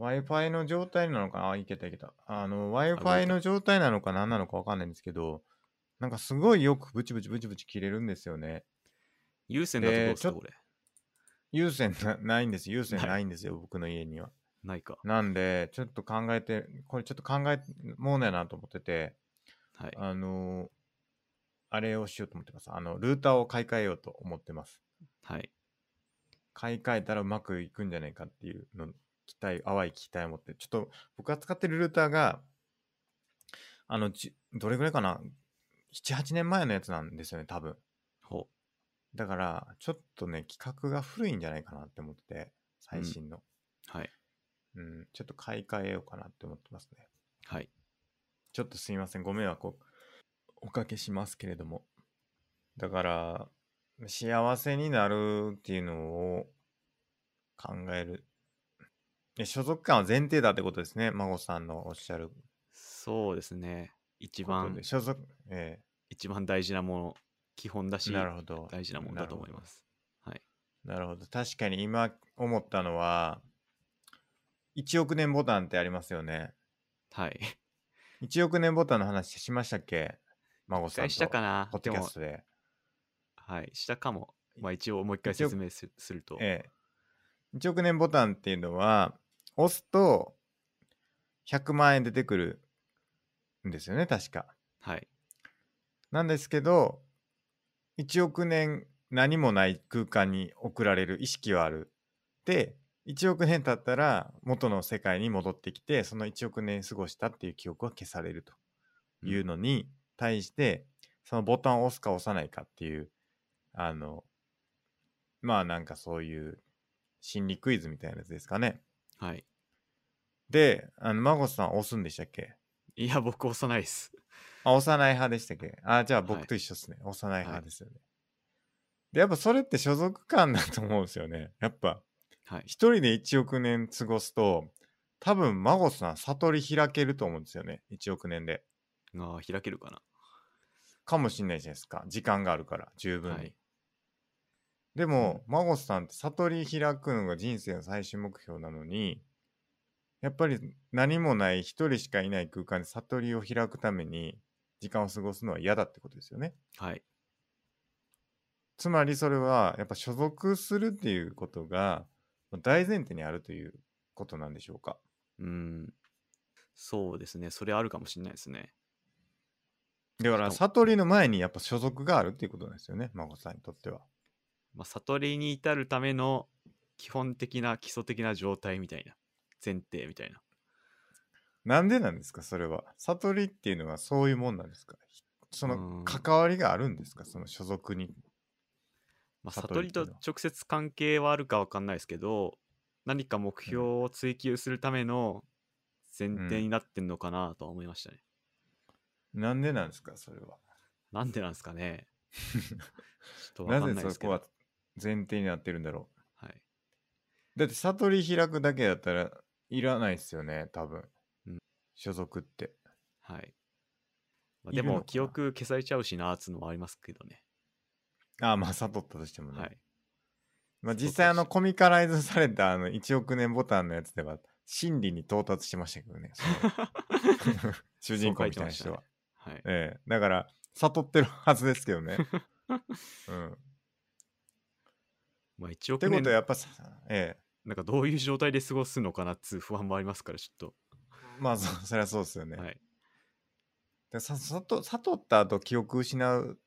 S1: Wi-Fi の状態なのかなあ、いけたいけた。あの、
S2: 動い
S1: Wi-Fi
S2: た
S1: の状態なのか何なのかわかんないんですけど、なんかすごいよくブチブチブチブチ切れるんですよね。
S2: 有線だとどうですか、
S1: でちょ
S2: これ。
S1: 有線なないんです。有線
S2: ない
S1: ないんですよ、僕の家には。
S2: ないか。
S1: なんで、ちょっと考えて、これちょっと考えもうねなと思ってて、
S2: はい。
S1: あのーあれをしようと思ってます。あの、ルーターを買い替えようと思ってます。
S2: はい。
S1: 買い替えたらうまくいくんじゃないかっていうの、期待、淡い期待を持って、ちょっと僕が使ってるルーターが、あの、じどれぐらいかな ?7、8年前のやつなんですよね、多分。
S2: ほ
S1: だから、ちょっとね、規格が古いんじゃないかなって思ってて、最新の。
S2: う。はい。
S1: うん、ちょっと買い替えようかなって思ってますね。
S2: はい。
S1: ちょっとすいません、ご迷惑をおかけしますけれども。だから、幸せになるっていうのを考える。え所属感は前提だってことですね、孫さんのおっしゃる
S2: そうですね。一
S1: こと
S2: 番
S1: で。、所属、え
S2: 一番大事なもの、基本だ
S1: え
S2: し、
S1: なるほど。。
S2: 大事なものだと思いますす。はい。
S1: なるほど。確かに今思ったのは、1億年ボタンってありますよね。
S2: はい。
S1: 1億年ボタンの話しましたっけ孫
S2: 一
S1: さん
S2: 回
S1: と。
S2: したかな
S1: ポッ
S2: で
S1: ドキャ
S2: も
S1: ス、トで。
S2: はい。したかも。まあ一応もう一回
S1: 一応
S2: 説明すすると、
S1: ええ。1億年ボタンっていうのは、押すと100万円出てくるんですよね、確か。
S2: はい。
S1: なんですけど、1億年何もない空間に送られる意識はある。で、1億年経ったら元の世界に戻ってきて、その1億年過ごしたっていう記憶は消されると
S2: うん
S1: いうのに対して、そのボタンを押すか押さないかっていう、あの、まあなんかそういう心理クイズみたいなやつですかね。
S2: はい。
S1: で、あの、孫さん押すんでしたっけ
S2: いや、僕押さないです。
S1: あ、幼い派でしたっけあ、じゃあ
S2: はい
S1: 僕と一緒ですね。幼い
S2: は
S1: 派
S2: い
S1: ですよね。で、やっぱそれって所属感だと思うんですよね。やっぱ、
S2: はい。
S1: 一人で1億年過ごすと、多分、孫さん、悟り開けると思うんですよね。1億年で。
S2: ああ、開けるかな。
S1: かもしんないじゃないですか。時間があるから、十分に。
S2: はい
S1: でも、孫さんって悟り開くのが人生の最終目標なのに、やっぱり何もない一人しかいない空間で悟りを開くために時間を過ごすのは嫌だってことですよね。
S2: はい。
S1: つまりそれはやっぱ所属するっていうことがまあ大前提にあるということなんでしょうか。
S2: うん。そうですね。それあるかもしれないですね。
S1: だから悟りの前にやっぱ所属があるっていうことなんですよね、孫さんにとっては。
S2: まあ、悟りに至るための基本的な基礎的な状態みたいな。前提みたいな。
S1: なんでなんですか、それは。悟りっていうのはそういうもんなんですかひそ
S2: うん
S1: の関わりがあるんですか、その所属に。
S2: まあ、悟
S1: 悟
S2: り
S1: りってい
S2: と
S1: うのは
S2: 直接関係はあるかわかんないですけど何か目標を追求するための前提になってんのかなとは思いましたね、
S1: なんでなんですか、それは。
S2: なんでなんです かねちょっとわ
S1: な
S2: かん
S1: ぜ
S2: ないです
S1: そ
S2: け
S1: こ
S2: ど
S1: は前提になってるんだろ
S2: はい、
S1: う。だって悟り開くだけだったらいらないですよね、多分。
S2: うん
S1: 所属って。
S2: はいまあ、
S1: い
S2: で
S1: るのか
S2: も
S1: な
S2: 記憶消されちゃうしなーっつうのもありますけどね
S1: ああ、まあ悟ったとしてもね。
S2: はい
S1: まあ、
S2: そうそう
S1: 実際あのコミカライズされたあの1億年ボタンのやつでは真理に到達しましたけどねそ の主人公みたいな人は、
S2: はい
S1: ええだから悟ってるはずですけどね、うん、っ
S2: まあ一応
S1: てことは
S2: 年
S1: やっぱさえ
S2: なんかどういう状態で過ごすのかなっつう不安もありますからちょっ
S1: えまあそそりゃそうですよね、
S2: とはい
S1: でさ悟悟った後記憶失う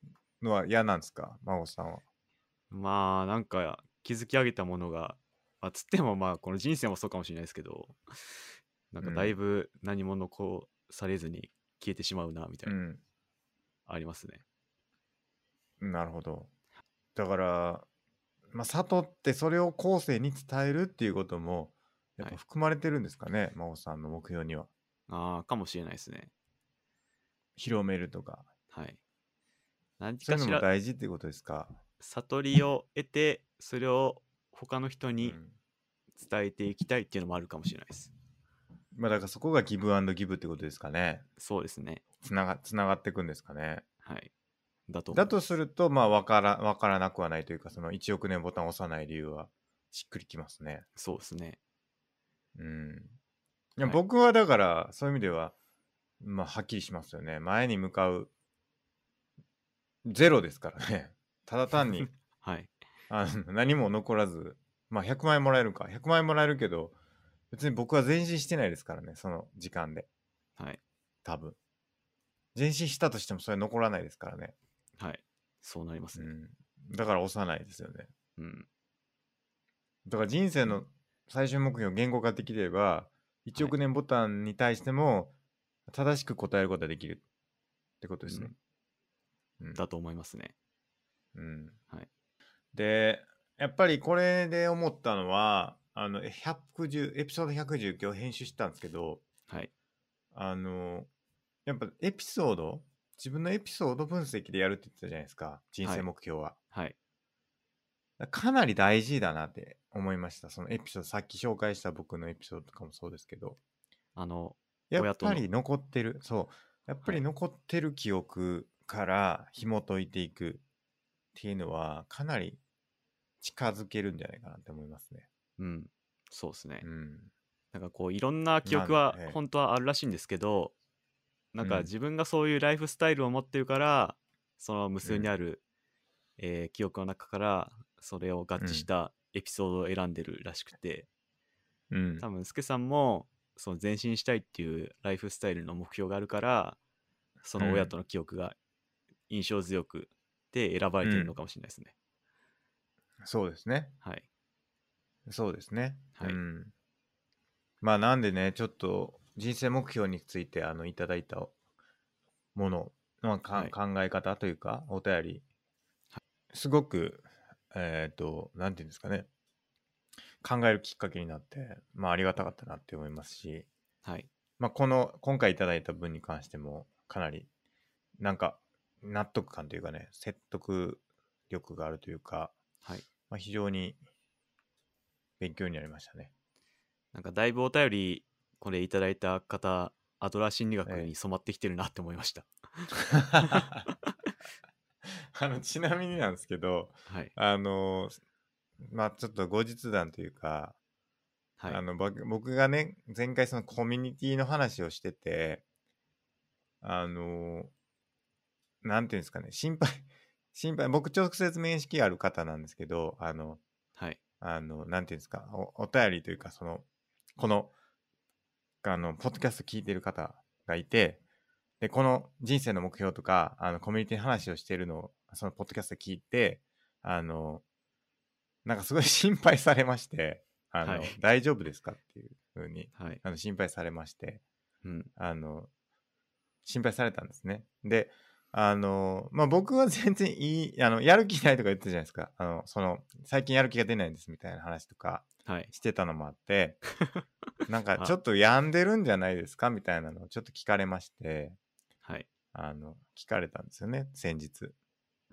S1: のは嫌なんですか孫さんは
S2: まあなんか築き上げたものが、まあ、つってもまあこの人生もそうかもしれないですけどなんか
S1: うん
S2: だいぶ何も残されずに消えてしまうなみた
S1: う
S2: いな、
S1: ん
S2: ありますね
S1: なるほどだから、まあ、悟ってそれを後世に伝えるっていうこともやっ
S2: はい
S1: ぱ含まれてるんですかね、孫さんの目標には
S2: ああかもしれないですね
S1: 広めるとか
S2: はい何
S1: そう
S2: か
S1: いう
S2: し
S1: のも
S2: ら
S1: 大事っていうことですか、
S2: 悟りを得てそれを他の人
S1: う
S2: に
S1: ん
S2: 伝えていきたいっていうのもあるかもしれないです、
S1: まあだからそこがギブアンドギブってことですかね
S2: そうですね
S1: つながつながっていくんですかね
S2: はいだと思い
S1: だ
S2: ます
S1: とするとまあ分から分からなくはないというかその1億年ボタンを押さない理由はしっくりきますね
S2: そうですね
S1: うんいや
S2: はい
S1: 僕はだからそういう意味ではまあはっきりしますよね前に向かうゼロですからね ただ単に
S2: はい
S1: あの何も残らず、まあ、100万円もらえるか100万円もらえるけど別に僕は前進してないですからねその時間で
S2: はい
S1: 多分前進したとしてもそれ残らないですからね、
S2: はいそうなります
S1: う
S2: ね
S1: ん、だから押さないですよね
S2: うん、
S1: だから人生の最終目標を言語化できれば1億年ボタンに対しても正しく答えることができるってことですね、うん
S2: だと思いますね
S1: うん
S2: はい
S1: でやっぱりこれで思ったのはあの110エピソード110今日編集したんですけど
S2: はい
S1: あのやっぱエピソード自分のエピソード分析でやるって言ってたじゃないですか人生目標は、
S2: はい
S1: だかなり大事だなって思いましたそのエピソードさっき紹介した僕のエピソードとかもそうですけど
S2: あの
S1: や
S2: 親
S1: っ
S2: との
S1: ぱり残ってるそうやっぱり
S2: はい
S1: 残ってる記憶から紐解いていくっていうのはかなり近づけるんじゃないかなって思いますね
S2: うん、そうですね
S1: う。ん
S2: なんかこういろんな記憶
S1: まあ
S2: は
S1: ええ
S2: 本当はあるらしいんですけど、なんか
S1: うん
S2: 自分がそういうライフスタイルを持ってるから、その無数にある、えー記憶の中からそれを合致したエピソードを選んでるらしくて、
S1: うん
S2: 多分スケさんもその前進したいっていうライフスタイルの目標があるから、その親との記憶が印象強くて選ばれてるのかもしれないですね。
S1: そうですね
S2: はい
S1: そうですね。
S2: はい
S1: うん。まあなんでね、ちょっと人生目標についてあのいただいたもの、まあか
S2: はい
S1: 考え方というか、お便り、すごく、えっ、と、なんていうんですかね、考えるきっかけになって、まあありがたかったなって思いますし、
S2: はい
S1: まあこの、今回いただいた分に関しても、かなり、なんか、納得感というかね、説得力があるというか、
S2: はい
S1: まあ、非常に勉強になりました ね。
S2: なんかだいぶお便りこれいただいた方アドラー心理学
S1: ええ
S2: に染まってきてるなって思いました、
S1: あのちなみになんですけど、
S2: はい
S1: あの、まあちょっと後日談というか、
S2: はい
S1: あのば僕がね、前回そのコミュニティの話をしてて、あの、なんていうんですかね、心配、 心配、僕直接面識ある方なんですけど、あの、
S2: はい
S1: あの、なんていうんですか、おお便りというか、その、この、あの、ポッドキャスト聞いてる方がいて、で、この人生の目標とか、あの、コミュニティの話をしてるのを、その、ポッドキャスト聞いて、あの、なんかすごい心配されまして、あの、
S2: はい
S1: 大丈夫ですかっていうふうに、
S2: はい
S1: あの、心配されまして、
S2: うん
S1: あの、心配されたんですね。で、あの、まあ、僕は 全然いい、あの、やる気ないとか言ってたじゃないですか。あの、その、最近やる気が出ないんですみたいな話とか
S2: はい
S1: してたのもあ って、なんか
S2: はい
S1: ちょっと病んでるんじゃないですかみたいなのをちょっと聞かれまして、
S2: はい
S1: あの、聞かれたんですよね、先日。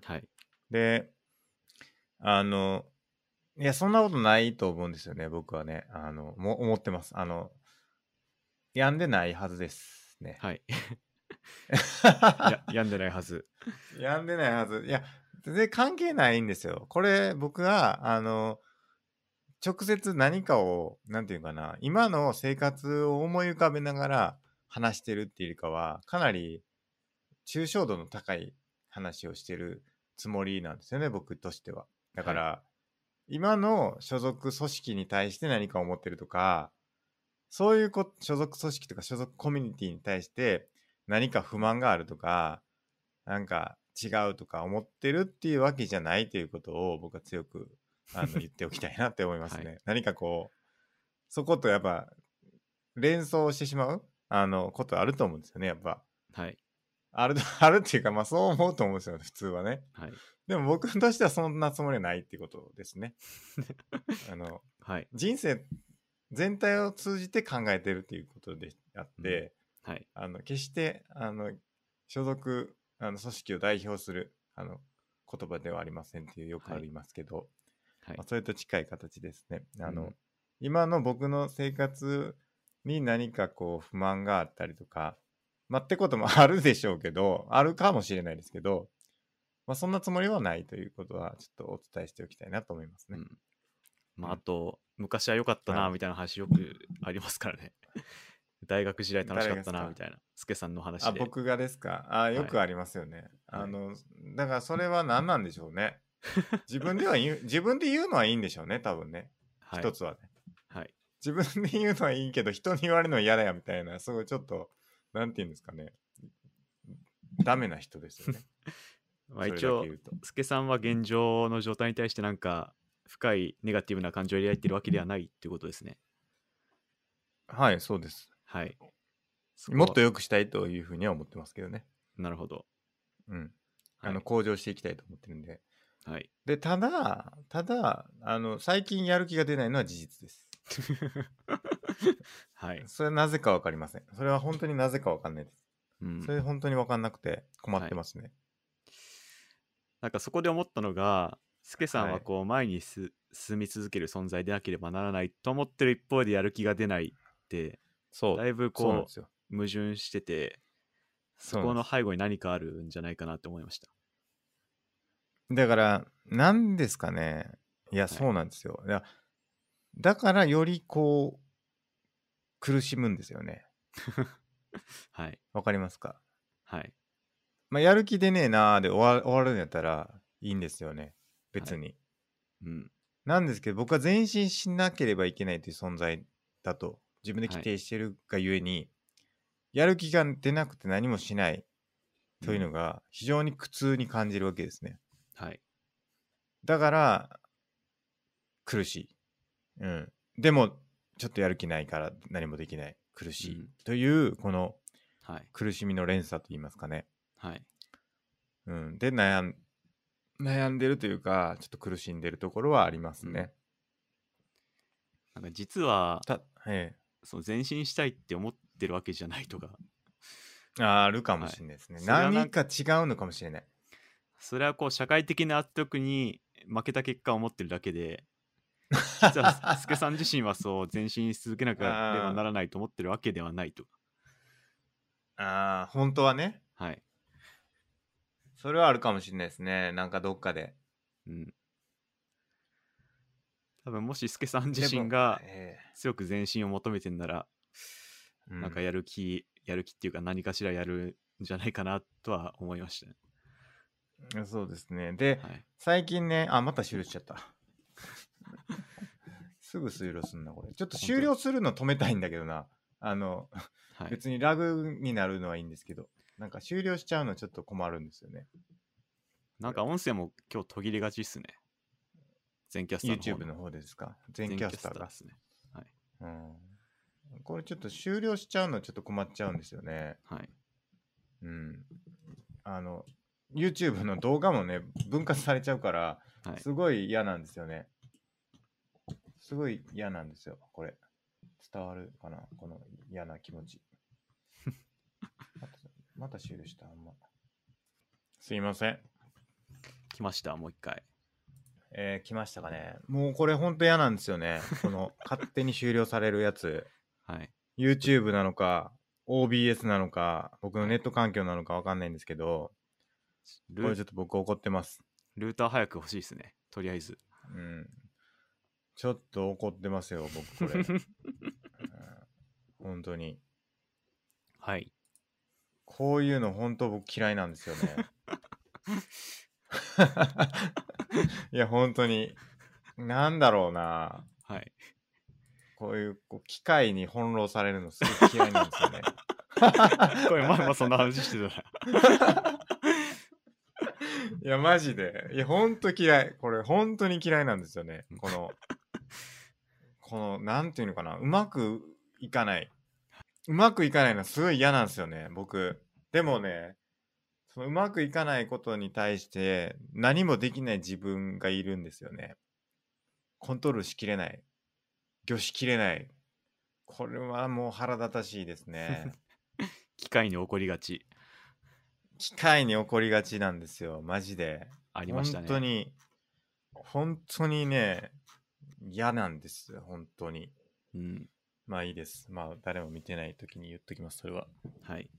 S2: はい
S1: で、あの、いや、そんなことないと思うんですよね、僕はね。あの、も思ってます。あの、病んでないはずですね。
S2: はいや病んでないはず
S1: 病んでないはず。いや、全然関係ないんですよ。これ、僕は、あの、直接何かを、なんていうかな、今の生活を思い浮かべながら話してるっていうよりかは、かなり抽象度の高い話をしてるつもりなんですよね、僕としては。だから、今の所属組織に対して何か思ってるとか、そういうこ所属組織とか所属コミュニティに対して何か不満があるとか、なんか違うとか思ってるっていうわけじゃないということを僕は強くあの言っておきたいなって思い ますね。
S2: は
S1: 何かこう、そことやっぱ連想してしまうあのことあると思うんですよね、やっぱ。
S2: はい
S1: ある、あるっていうか、まあそう思うと思うんですよ、普通はね。
S2: はい
S1: でも僕としてはそんなつもりはないっていうことです ね。あの、
S2: はい
S1: 人生全体を通じて考えてるっていうことであって、
S2: はい
S1: あの決してあの所属あの組織を代表するあの言葉ではありませんっていうよくあ
S2: はい
S1: りますけど、
S2: はい
S1: まあ、それと近い形ですね。あの、
S2: うん
S1: 今の僕の生活に何かこう不満があったりとか、まあ、ってこともあるでしょうけど、あるかもしれないですけど、まあ、そんなつもりはないということはちょっとお伝えしておきたいなと思います
S2: う
S1: ね。
S2: んまあ、
S1: う
S2: あ
S1: ん
S2: と、昔は良かったな、
S1: はい
S2: みたいな話よくありますからね。 大学時代楽しかった
S1: 誰が
S2: な、
S1: で
S2: み
S1: す
S2: たいな。スケさんの話で。
S1: あ、僕がですかあ、
S2: い
S1: よくありますよね。
S2: はい
S1: あの、だからそれは何なんでしょうね。自分では言う、自分で言うのはいいんでしょうね、多分ね。
S2: はい、
S1: 一つはね。
S2: はい。
S1: 自分で言うのはいいけど、人に言われるのは嫌だよみたいな、すごいちょっと、なんて言うんですかね。ダメな人ですよね。
S2: まあ、
S1: それだ
S2: 一
S1: け
S2: 応
S1: 言、うと
S2: スケさんは現状の状態に対して、なんか、深いネガティブな感情を抱いてるわけではないっていうことですね。
S1: はい、そうです。
S2: はい。そこは
S1: もっと良くしたいというふうには思ってますけどね。
S2: なるほど。
S1: うん。
S2: はい
S1: あの、向上していきたいと思ってるんで。
S2: はい。
S1: で、ただ、ただ、あの、最近やる気が出ないのは事実です。
S2: はい。
S1: それはなぜかわかりません。それは本当になぜかわかんないです。
S2: うん
S1: それ本当にわかんなくて困ってますね。
S2: なんかそこで思ったのが、スケさん
S1: は
S2: はいこう前にす、進み続ける存在でなければならないと思ってる一方でやる気が出ないって、
S1: そ
S2: だいぶ
S1: そうなん
S2: こ
S1: ですよ。
S2: う矛盾してて、そ
S1: そうな
S2: こ
S1: ん
S2: の
S1: で
S2: 背後に何かあるんじゃないかなと思いました。
S1: すだから、なんですかね。いや、
S2: い
S1: そうなんですよ。いやだから、よりこう、苦しむんですよね。
S2: はい。
S1: わかりますか
S2: はい。
S1: まあ、やる気でねえなーで終わ終わるんやったらいいんですよね。別に。
S2: うん。
S1: なんですけど、僕は前進しなければいけないという存在だと、自分で規定してるがゆえに、やる気が出なくて何もしないというのが非常に苦痛に感じるわけですね。
S2: はい。
S1: だから、苦しい。うん。でも、ちょっとやる気ないから何もできない。苦しい。
S2: うん
S1: という、この
S2: はい。
S1: 苦しみの連鎖といいますかね。
S2: はい。
S1: うん。で、悩ん、悩んでるというか、ちょっと苦しんでるところはありますね。
S2: なんか実は、
S1: た、え
S2: その前進したいって思ってるわけじゃないとか、
S1: え。あるかもしれないですね。
S2: それはなん
S1: 何か違うのかもしれない。
S2: それはこう社会的な圧力に負けた結果を持ってるだ けで実は助さん自身はそう前進し続けなければならないと思ってるわけではないと
S1: ああ、本当はね。
S2: はい、
S1: それはあるかもしれないですね。なんかどっかで。
S2: うん、多分もし助さん
S1: で
S2: 自
S1: も
S2: 身が
S1: え
S2: 強く前進を求めてんなら、
S1: えうん
S2: なんかやる気やる気っていうか何かしらやるんじゃないかなとは思いましたね、
S1: そうですね。で、
S2: はい、
S1: 最近ね、あ、また終了しちゃった。 すぐ終了すんな、これ。ちょっと終了するの止めたいんだけどな。あの、
S2: はい、
S1: 別にラグになるのはいいんですけど、なんか終了しちゃうのちょっと困るんですよね。
S2: なんか音声も今日途切れがちっすね全キャスターの方
S1: YouTube の方ですか全キ
S2: 全キ
S1: ャ
S2: ャ
S1: ス
S2: ス
S1: タ
S2: タ
S1: ー
S2: ー
S1: が
S2: で。すね
S1: うん。これちょっと終了しちゃうのちょっと困っちゃうんですよね。
S2: はい
S1: うん。あの、YouTube の動画もね、分割されちゃうから、
S2: はい
S1: すごい嫌なんですよね。すごい嫌なんですよ、これ。伝わるかなこの嫌な気持 ち。またまた終了した、あんま。すいません。
S2: 来ましたもう一回
S1: えー来ましたかね。もうこれほんと嫌なんですよ ね。この勝手に終了されるやつ。
S2: はい、
S1: YouTube なのか、OBS なのか、僕のネット環境なのかわかんないんですけど、こ
S2: ル
S1: れ
S2: ー
S1: ちょっと僕怒ってます。
S2: ルーター早く欲しいですねとりあえず
S1: うん。ちょっと怒ってますよ、僕これ。うん本当に。
S2: はい
S1: こういうの本当僕嫌いなんですよね。いや本当になんだろうな
S2: はい
S1: こういうこう機械に翻弄されるのすごい嫌いなんですよね。
S2: これ前もそんな話してたな
S1: いやマジでいや本当嫌いこれ本当に嫌いなんですよねこのこのなんていうのかなうまくいかないうまくいかないのはすごい嫌なんですよね僕でもねそのうまくいかないことに対して何もできない自分がいるんですよねコントロールしきれない御しきれないこれはもう腹立たしいですね
S2: 機械に起こりがち
S1: 機械に起こりがちなんですよマジで
S2: ありましたね
S1: 本当に、本当にね、嫌なんですよ、本当に。
S2: うん
S1: まあいいです。まあ誰も見てない時に言っときます、それは。
S2: はい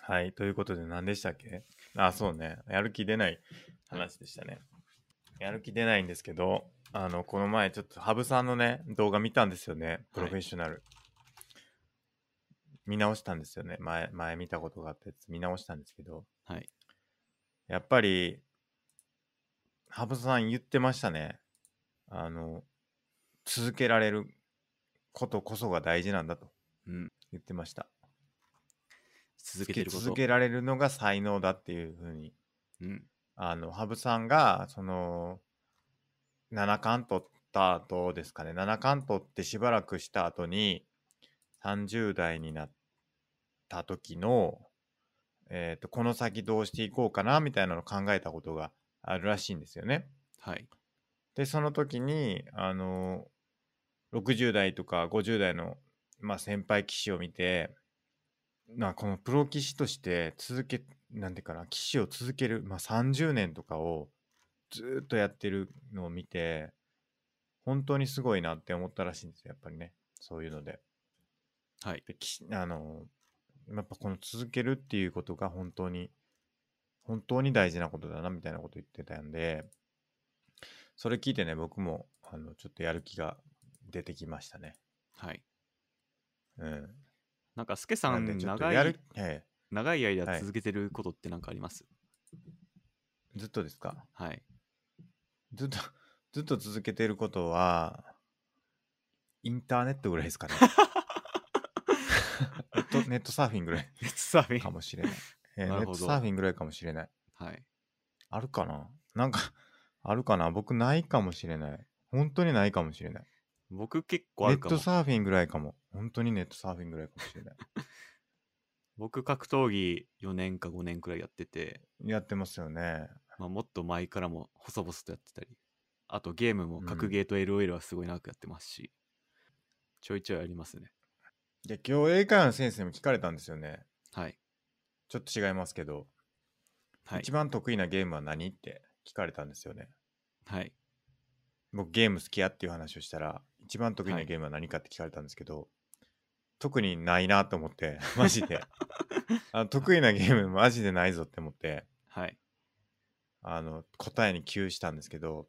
S1: はい、ということで何でしたっけあ、そうね。やる気出ない話でしたね。やる気出ないんですけど、あの、この前ちょっと羽生さんのね、動画見たんですよね。プロフェッショナル。見直したんですよね。前、前見たことがあったやつ見直したんですけど、
S2: はい
S1: やっぱり、羽生さん言ってましたね。あの、続けられることこそが大事なんだと
S2: うん
S1: 言ってました。
S2: 続けてること
S1: 続けられるのが才能だっていうふうに、
S2: うん
S1: あの、羽生さんが、その、七冠取った後ですかね、七冠取ってしばらくした後に、30代になった時の、えっ、と、この先どうしていこうかな、みたいなのを考えたことがあるらしいんですよね。
S2: はい
S1: でその時にあの60代とか50代の、まあ、先輩棋士を見て、まあ、このプロ棋士として続けなんていうかな棋士を続ける、まあ、30年とかをずーっとやってるのを見て本当にすごいなって思ったらしいんですよやっぱりねそういうので。
S2: はい
S1: できあのやっぱこの続けるっていうことが本当に本当に大事なことだなみたいなこと言ってたんでそれ聞いてね僕もあのちょっとやる気が出てきましたね
S2: はい
S1: うん
S2: なんかスケさ
S1: なん
S2: ん
S1: でちょっと
S2: 長
S1: やる
S2: い
S1: え
S2: 長い
S1: はい
S2: 間続けてることって何かあります
S1: えずっとですか
S2: はい
S1: ずっとずっと続けてることはインターネットぐらい ですかねネットネット サーフィンぐらい
S2: ネットサーフィ
S1: か
S2: ン
S1: もしれない、ええ
S2: な
S1: ネッ
S2: るほど
S1: トサーフィンぐらいかもしれない
S2: はい
S1: あるかななんか、 あるかな僕ないかもしれない。本当にないかもしれない。
S2: 僕結構あ
S1: ネ
S2: る
S1: ッ
S2: かも
S1: トサーフィンぐらいかも。本当にネットサーフィンぐらいかもしれない。
S2: 僕格闘技4年か5年くらいやってて、
S1: やってますよね。
S2: まあ、もっと前からも細々とやってたりあとゲームも
S1: うん
S2: 格ゲーと LOL はすごい長くやってますし、ちょいちょいありますね
S1: で、今日英会話の先生にも聞かれたんですよね。
S2: はい
S1: ちょっと違いますけど、
S2: はい
S1: 一。番得意なゲームは何って聞かれたんですよね。
S2: はい。
S1: 僕ゲーム好きやっていう話をしたら、一番得意なゲームは何かって聞かれたんですけど、特にないなと思って、マジ で。あの得意なゲームマジでないぞって思って、
S2: はい。
S1: あの、答えに窮したんですけど、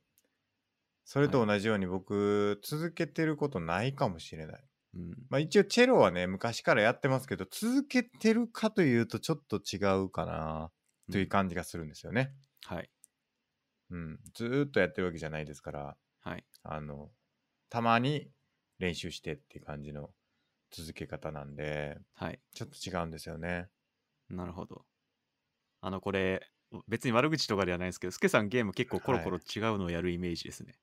S1: それと同じように僕、続けてることないかもしれない。
S2: うん。
S1: まあ一応チェロはね、昔からやってますけど、続けてるかというとちょっと違うかなという感じがするんですよね。
S2: はい。
S1: うん。ずーっとやってるわけじゃないですから、
S2: はい。
S1: あの、たまに練習してっていう感じの続け方なんで、
S2: はい。
S1: ちょっと違うんですよね。
S2: なるほど。あの、これ、別に悪口とかではないですけど、スケさんゲーム結構コロコロ
S1: は
S2: 違うのをやるイメージですね。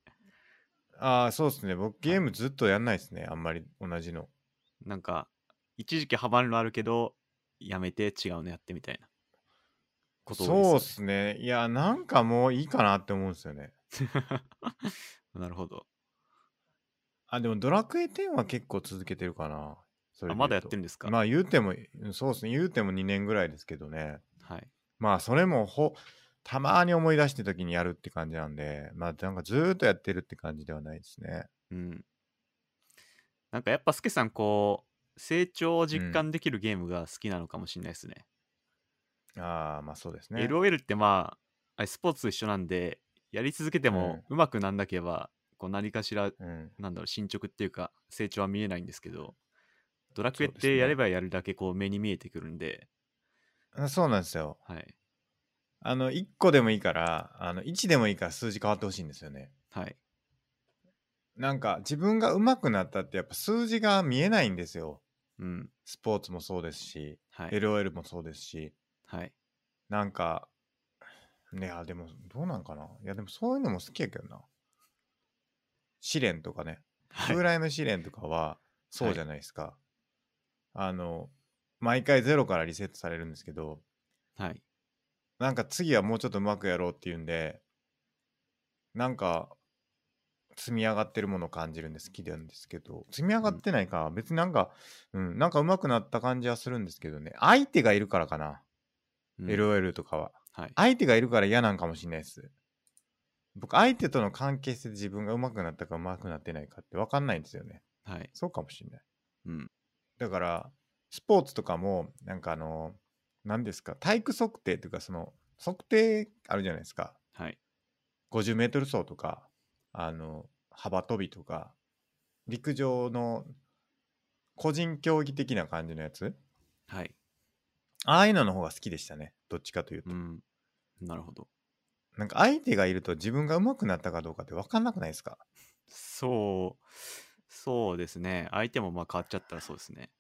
S1: ああ、そうですね。僕ゲームずっとやんないですね。あんまり同じの。
S2: なんか、一時期ハマるのあるけど、やめて違うのやってみたいな。こと
S1: そう
S2: 多い
S1: で
S2: です
S1: すね。いや、なんかもういいかなって思うんですよね。
S2: なるほど。
S1: あ、でもドラクエ10は結構続けてるかな。そで言
S2: あ
S1: うと
S2: まだやってるんですか、
S1: まあ言うても、うんそうですね。言うても2年ぐらいですけどね。
S2: はい。
S1: まあそれもほ、たまに思い出して時にやるって感じなんで、まあなんかずーっとやってるって感じではないですね。
S2: うん。なんかやっぱスケさん、こう、成長を
S1: う
S2: 実
S1: ん
S2: 感できるゲームが好きなのかもしれないですね。
S1: ああ、まあそうですね。
S2: LOL ってまああれスポーツと一緒なんでやり続けてもうまくなんなければ、こう何かしら
S1: うん。
S2: なんだろう進捗っていうか成長は見えないんですけどドラクエっ
S1: そうですね
S2: てやればやるだけこう目に見えてくるんで
S1: あそうなんですよ。
S2: はい
S1: あの、1個でもいいから、あの、1でもいいから数字変わってほしいんですよね。
S2: はい
S1: なんか自分が上手くなったってやっぱ数字が見えないんですよ。
S2: うん
S1: スポーツもそうですし、
S2: はい
S1: LOL もそうですし、
S2: はい
S1: なんか、ね、あ、でも、どうなんかな。いや、でもそういうのも好きやけどな。試練とかね、
S2: はい
S1: 風来の試練とかは、そうじゃないですか。あの、毎回ゼロからリセットされるんですけど、
S2: はい
S1: なんか次はもうちょっとうまくやろうっていうんで、なんか、積み上がってるものを感じるんで好きなんですけど、積み上がってないか、別になんか、うん、なんかうまくなった感じはするんですけどね、相手がいるからかな、
S2: うん
S1: LOL とかは。
S2: はい
S1: 相手がいるから嫌なんかもしれないです。僕、相手との関係性で自分が上手くなったか上手くなってないかって分かんないんですよね。
S2: はい
S1: そうかもしれない。
S2: うん
S1: だから、スポーツとかも、なんかあの、何ですか、体育測定というか、その、測定あるじゃないですか。
S2: はい
S1: 50メートル走とか、あの、幅跳びとか、陸上の個人競技的な感じのやつ
S2: はい
S1: ああいうのの方が好きでしたね。どっちかというと。
S2: うんなるほど
S1: なんか相手がいると自分が上手くなったかどうかって分かんなくないですか
S2: そうそうですね相手もまあ変わっちゃったらそうですね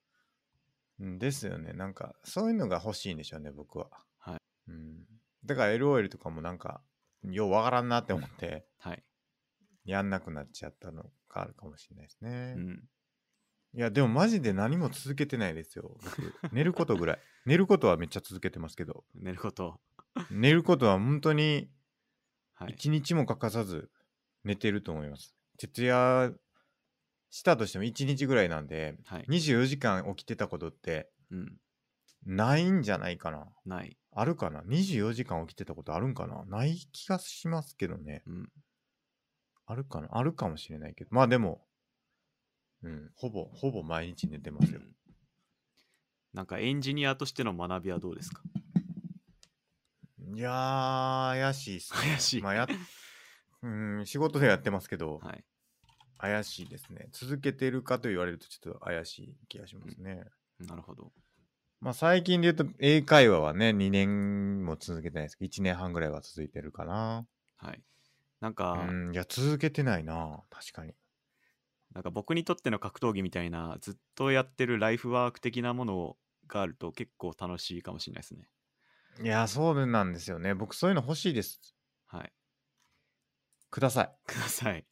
S1: うんですよね。なんか、そういうのが欲しいんでしょうね、僕は。
S2: はい。
S1: うん。だから LOL とかもなんか、ようわからんなって思って、
S2: はい
S1: やんなくなっちゃったのがあるかもしれないですね
S2: う。ん
S1: いや、でもマジで何も続けてないですよ。僕 寝ることぐらい。寝ることはめっちゃ続けてますけ ど、
S2: 寝ること
S1: 寝ることは本当に
S2: はい
S1: 一日も欠かさず寝てると思います。徹夜したとしても一日ぐらいなんで、
S2: はい
S1: 24時間起きてたことって
S2: うん
S1: ないんじゃないかな。
S2: ない
S1: あるかな ?24 時間起きてたことあるんかなない気がしますけどね。
S2: うん
S1: あるかなあるかもしれないけど。まあでも、うん、ほぼ、ほぼ毎日寝てますよ。
S2: うんなんかエンジニアとしての学びはどうですか
S1: いやー、怪しいっすね。
S2: 怪しい
S1: まあ や、うん、仕事でやってますけど、
S2: はい。
S1: 怪しいですね。続けてるかと言われるとちょっと怪しい気がしますね。
S2: なるほど。
S1: まあ最近で言うと、英会話はね、2年も続けてないですけど、1年半ぐらいは続いてるかな。
S2: はい。なんか、
S1: うん、いや、続けてないな確かに。
S2: なんか僕にとっての格闘技みたいな、ずっとやってるライフワーク的なものがあると結構楽しいかもしれないですね。
S1: いや、そうなんですよね。僕、そういうの欲しいです。
S2: はい。
S1: ください。
S2: ください。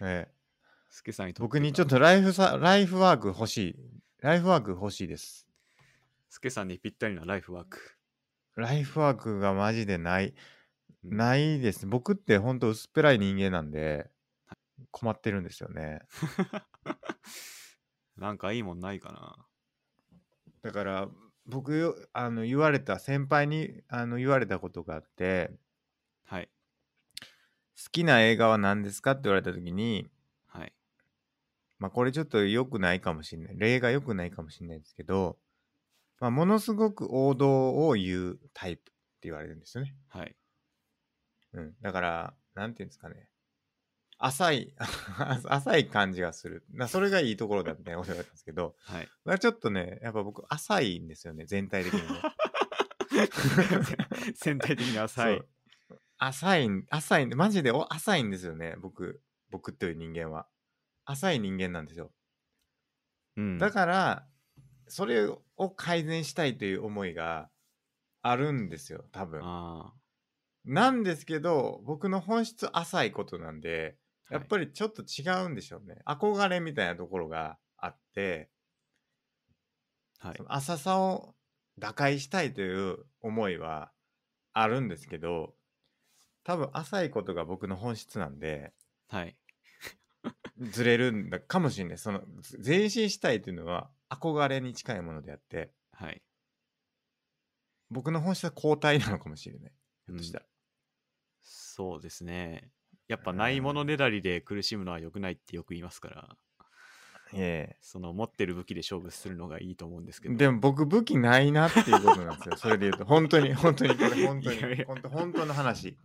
S1: ええ
S2: すけさんにとって
S1: 僕にちょっ
S2: と。
S1: とライフさ、ライフワーク欲しい。ライフワーク欲しいです。
S2: すけさんにぴったりなライフワーク。
S1: ライフワークがマジでない。
S2: うん
S1: ないです。僕ってほんと薄っぺらい人間なんで、困ってるんですよね。
S2: なんかいいもんないかな。
S1: だから、僕よあの言われた先輩にあの言われたことがあって
S2: はい。
S1: 好きな映画は何ですかって言われた時に
S2: はい。
S1: まあこれちょっと良くないかもしれない例が良くないかもしれないですけど、まあ、ものすごく王道を言うタイプって言われるんですよね。
S2: はい。
S1: うん、だからなんていうんですかね浅い 浅い感じがするなそれがいいところだ みたいなこと言われたんですけど
S2: はい。
S1: まあちょっとねやっぱ僕浅いんですよね全体的 にね。
S2: 全体的に浅
S1: そ。
S2: いう
S1: 浅いん浅いんでマジでお浅いんですよね僕僕という人間は浅い人間なんですよ
S2: うん
S1: だからそれを改善したいという思いがあるんですよ多分
S2: あ
S1: なんですけど僕の本質浅いことなんで
S2: ー
S1: やっぱりちょっと違うんでしょうね、憧れみたいなところがあって
S2: はい。
S1: その浅さを打開したいという思いはあるんですけど多分浅いことが僕の本質なんで
S2: はい。
S1: ずれるんだかもしれないそのず前進したいというのは憧れに近いものであって
S2: はい。
S1: 僕の本質は後退なのかもしれないひょっとしたら、
S2: そうですね。やっぱないものねだりで苦しむのは良くないってよく言いますから、
S1: え
S2: その持ってる武器で勝負するのがいいと思うんですけ
S1: え
S2: ど。
S1: でも僕武器ないなっていうことなんですよそれで言うと本 当に本当にこれ本当
S2: いやい
S1: に
S2: や
S1: 本当本当の話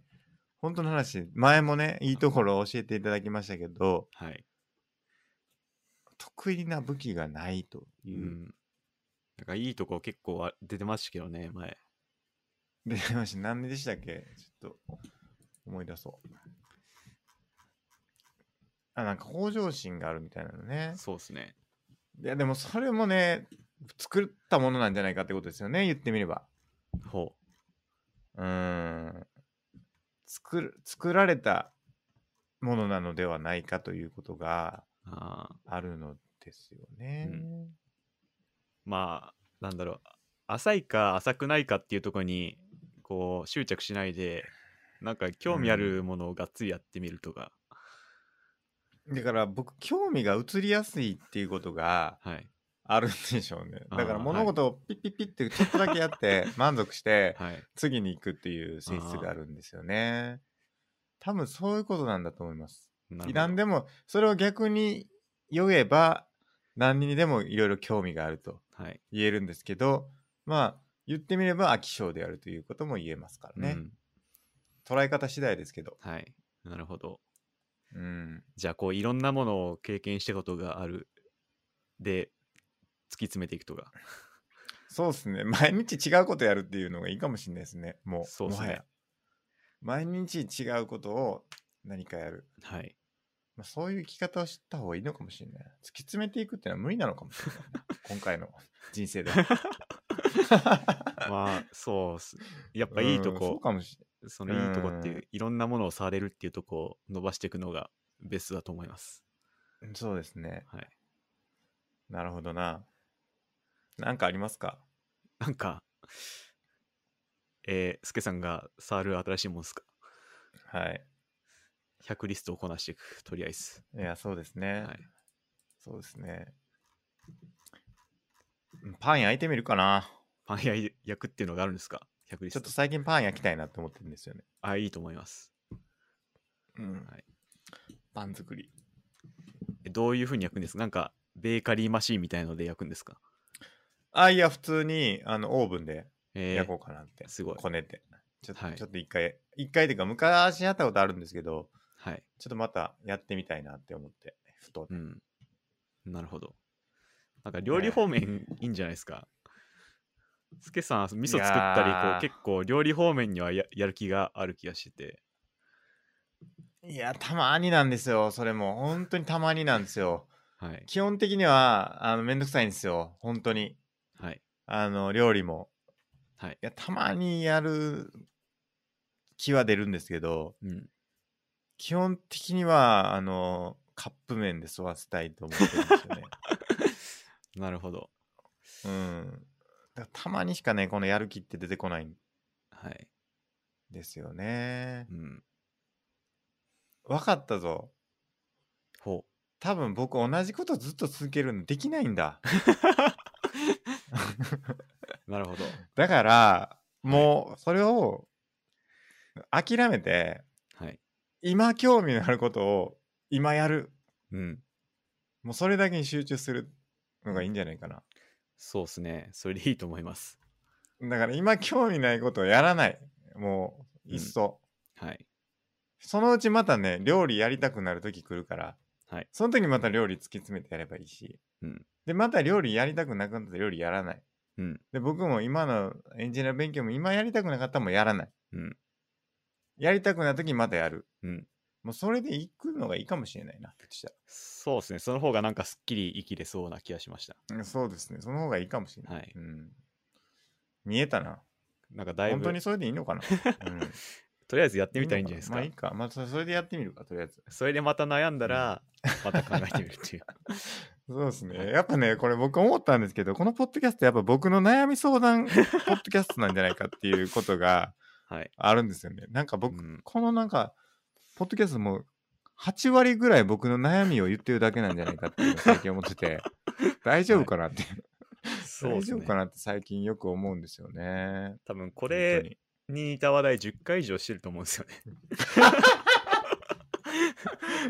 S1: 本当の話前もねいいところを教えていただきましたけど
S2: はい。
S1: 得意な武器がないと
S2: う。
S1: いうん
S2: だからいいとこ結構あ出てましたけどね、前。
S1: 出てました。何でしたっけちょっと思い出そう。あ、なんか向上心があるみたいなのね。
S2: そうですね。
S1: いや、でもそれもね、作ったものなんじゃないかってことですよね、言ってみれば。
S2: ほ
S1: うーん。作る、作られたものなのではないかということが
S2: う。あー
S1: あるのですよね。
S2: うまあ、なんだろう。浅いか浅くないかっていうところに、こう、執着しないで、なんか興味あるものをがっつりやってみるとか。
S1: だから僕、興味が移りやすいっていうことが、
S2: はい。
S1: あるんでしょうね。
S2: あー
S1: だから物事をピッピッピッってちょっとだけやって満足して
S2: はい。
S1: 次に行くっていう性質があるんですよね。多分そういうことなんだと思います。
S2: な
S1: 何でもそれを逆に言えば何にでもいろいろ興味があると
S2: はい。
S1: 言えるんですけどまあ言ってみれば飽き性であるということも言えますからね。
S2: うん
S1: 捉え方次第ですけど。
S2: はい。なるほど。
S1: うん。
S2: じゃあこういろんなものを経験したことがあるで突き詰めていくとか
S1: そうですね。毎日違うことやるっていうのがいいかもしれないですね。もう、
S2: そうっすね
S1: もはや。毎日違うことを何かやる。
S2: はい
S1: まあ、そういう生き方を知った方がいいのかもしれない。突き詰めていくってのは無理なのかもしれ ないな。今回の人生では。
S2: まあそうっすやっぱいいと
S1: うんそ
S2: こ
S1: うかもし
S2: そのいいとこっていううんいろんなものを触れるっていうとこを伸ばしていくのがベストだと思います
S1: そうですね。
S2: はい
S1: なるほどな。なんかありますか
S2: なんかえー、スケさんが触る新しいもんですか
S1: はい。
S2: 100リストをこなしていくとりあえず
S1: いや、そうですね。
S2: はい
S1: そうですね。パン焼いてみるかな。
S2: パン屋焼くっていうのがあるんですか100リ
S1: ちょっ
S2: スト
S1: と最近パン焼きたいなって思ってるんですよね。
S2: あいいと思います
S1: うん
S2: はい
S1: パン作り。
S2: えどういうふうに焼くんですかなんかベーカリーマシーンみたいので焼くんですか
S1: あ、いや、普通にあのオーブンで
S2: えー
S1: 焼こうかなって。
S2: すごい
S1: こねて。ちょっと、
S2: はい
S1: ちょっと一回、一回というか、昔やったことあるんですけど、
S2: はい
S1: ちょっとまたやってみたいなって思って、ふと。
S2: うん。なるほど。なんか料理方面いいんじゃないですか。スケさん、味噌作ったり
S1: い
S2: こ
S1: やー
S2: う、結構料理方面にはややる気がある気がしてて。
S1: いや、たまになんですよ、それも。本当にたまになんですよ。
S2: はい。
S1: 基本的には、あの、めんどくさいんですよ、本当に。
S2: はい。
S1: あの、料理も。
S2: はい。
S1: いや、たまにやる気は出るんですけど、
S2: うん。
S1: 基本的には、あの、カップ麺で育てたいと思ってるんですよね。
S2: なるほど。
S1: うん。だからたまにしかね、このやる気って出てこないん
S2: はい。
S1: ですよね
S2: う。ん。
S1: 分かったぞ。
S2: ほう。
S1: 多分僕同じことずっと続けるのできないんだ。
S2: なる
S1: だから、もう、それを諦めて、
S2: はい。
S1: 今興味のあることを今やる。うん。もうそれだけに集中するのがいいんじゃないかな。
S2: そうですね。それでいいと思います。
S1: だから今興味ないことをやらない。もう、いっそ。
S2: はい。
S1: そのうちまたね、料理やりたくなる時来るから、
S2: はい
S1: その時また料理突き詰めてやればいいし、
S2: うん
S1: で、また料理やりたくなくなったら料理やらない。
S2: うん。
S1: で、僕も今のエンジニア勉強も今やりたくなかったらもうやらない。
S2: うん
S1: やりたくな時にまたやる。
S2: うん。
S1: もうそれで行くのがいいかもしれないな、ひょっとしたら
S2: そうですね。その方がなんかすっきり生きれそうな気がしました。
S1: うんそうですね。その方がいいかもしれない。
S2: はい
S1: うん、見えたな。
S2: なんかだい
S1: 本
S2: ぶ、
S1: 当にそれでいいの かな、うん、やっ
S2: とりあえずやってみたらいいんじゃないですか。
S1: まあいいか。まあそそれでやってみるか、とりあえず。
S2: それでまた悩んだら、また考えてみるっていう。
S1: そうですね。やっぱね、これ僕思ったんですけど、このポッドキャストやっぱ僕の悩み相 談ポッドキャストなんじゃないかっていうことが
S2: はい。
S1: あるんですよね。なんか僕、
S2: うん
S1: このなんか、ポッドキャストも8割ぐらい僕の悩みを言ってるだけなんじゃないかっていうのを最近思ってて、大丈夫かなって、
S2: そう
S1: 大
S2: です
S1: 丈夫か
S2: ね。
S1: なって最近よく思うんですよね。
S2: 多分こ
S1: こ
S2: れ、に似た話題10回以上してると思うんですよね。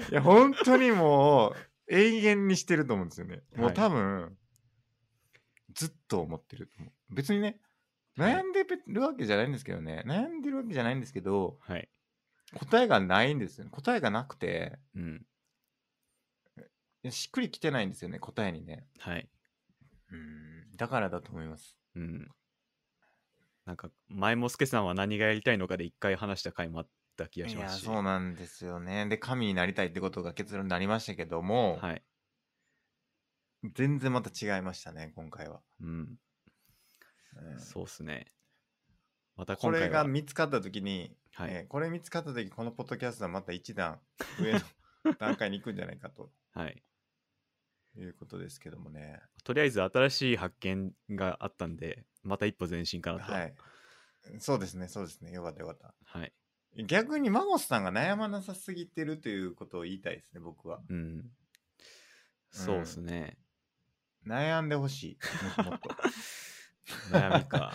S1: いや、本当にもう、永遠にしてると思うんですよね。も
S2: は
S1: う
S2: い
S1: 多分、ずっと思ってると思う。別にね、
S2: はい
S1: 悩んでるわけじゃないんですけどね、悩んでるわけじゃないんですけど、
S2: はい。
S1: 答えがないんですよね。答えがなくて、
S2: うん。
S1: しっくりきてないんですよね、答えにね。
S2: はい。
S1: うん、だからだと思います。
S2: うん。なんか、前もすけさんは何がやりたいのかで一回話した回もあった気が
S1: い
S2: しま
S1: や、
S2: すし。
S1: そうなんですよね。で、神になりたいってことが結論になりましたけども、
S2: はい。
S1: 全然また違いましたね、今回は。
S2: うん。
S1: うん
S2: そうですね。また
S1: こ
S2: 今回は
S1: れが見つかった時に、
S2: はい
S1: えーこれ見つかった時このポッドキャストはまた一段 上の段階に行くんじゃないかと
S2: はい。
S1: いうことですけどもね
S2: とりあえず新しい発見があったんで、また一歩前進かなと。
S1: はいそうですねそうですねよかったよかった
S2: はい。
S1: 逆にマゴスさんが悩まなさすぎてるということを言いたいですね僕は
S2: うん。そうですね。
S1: 悩んでほしいもっともっ と
S2: 悩み か。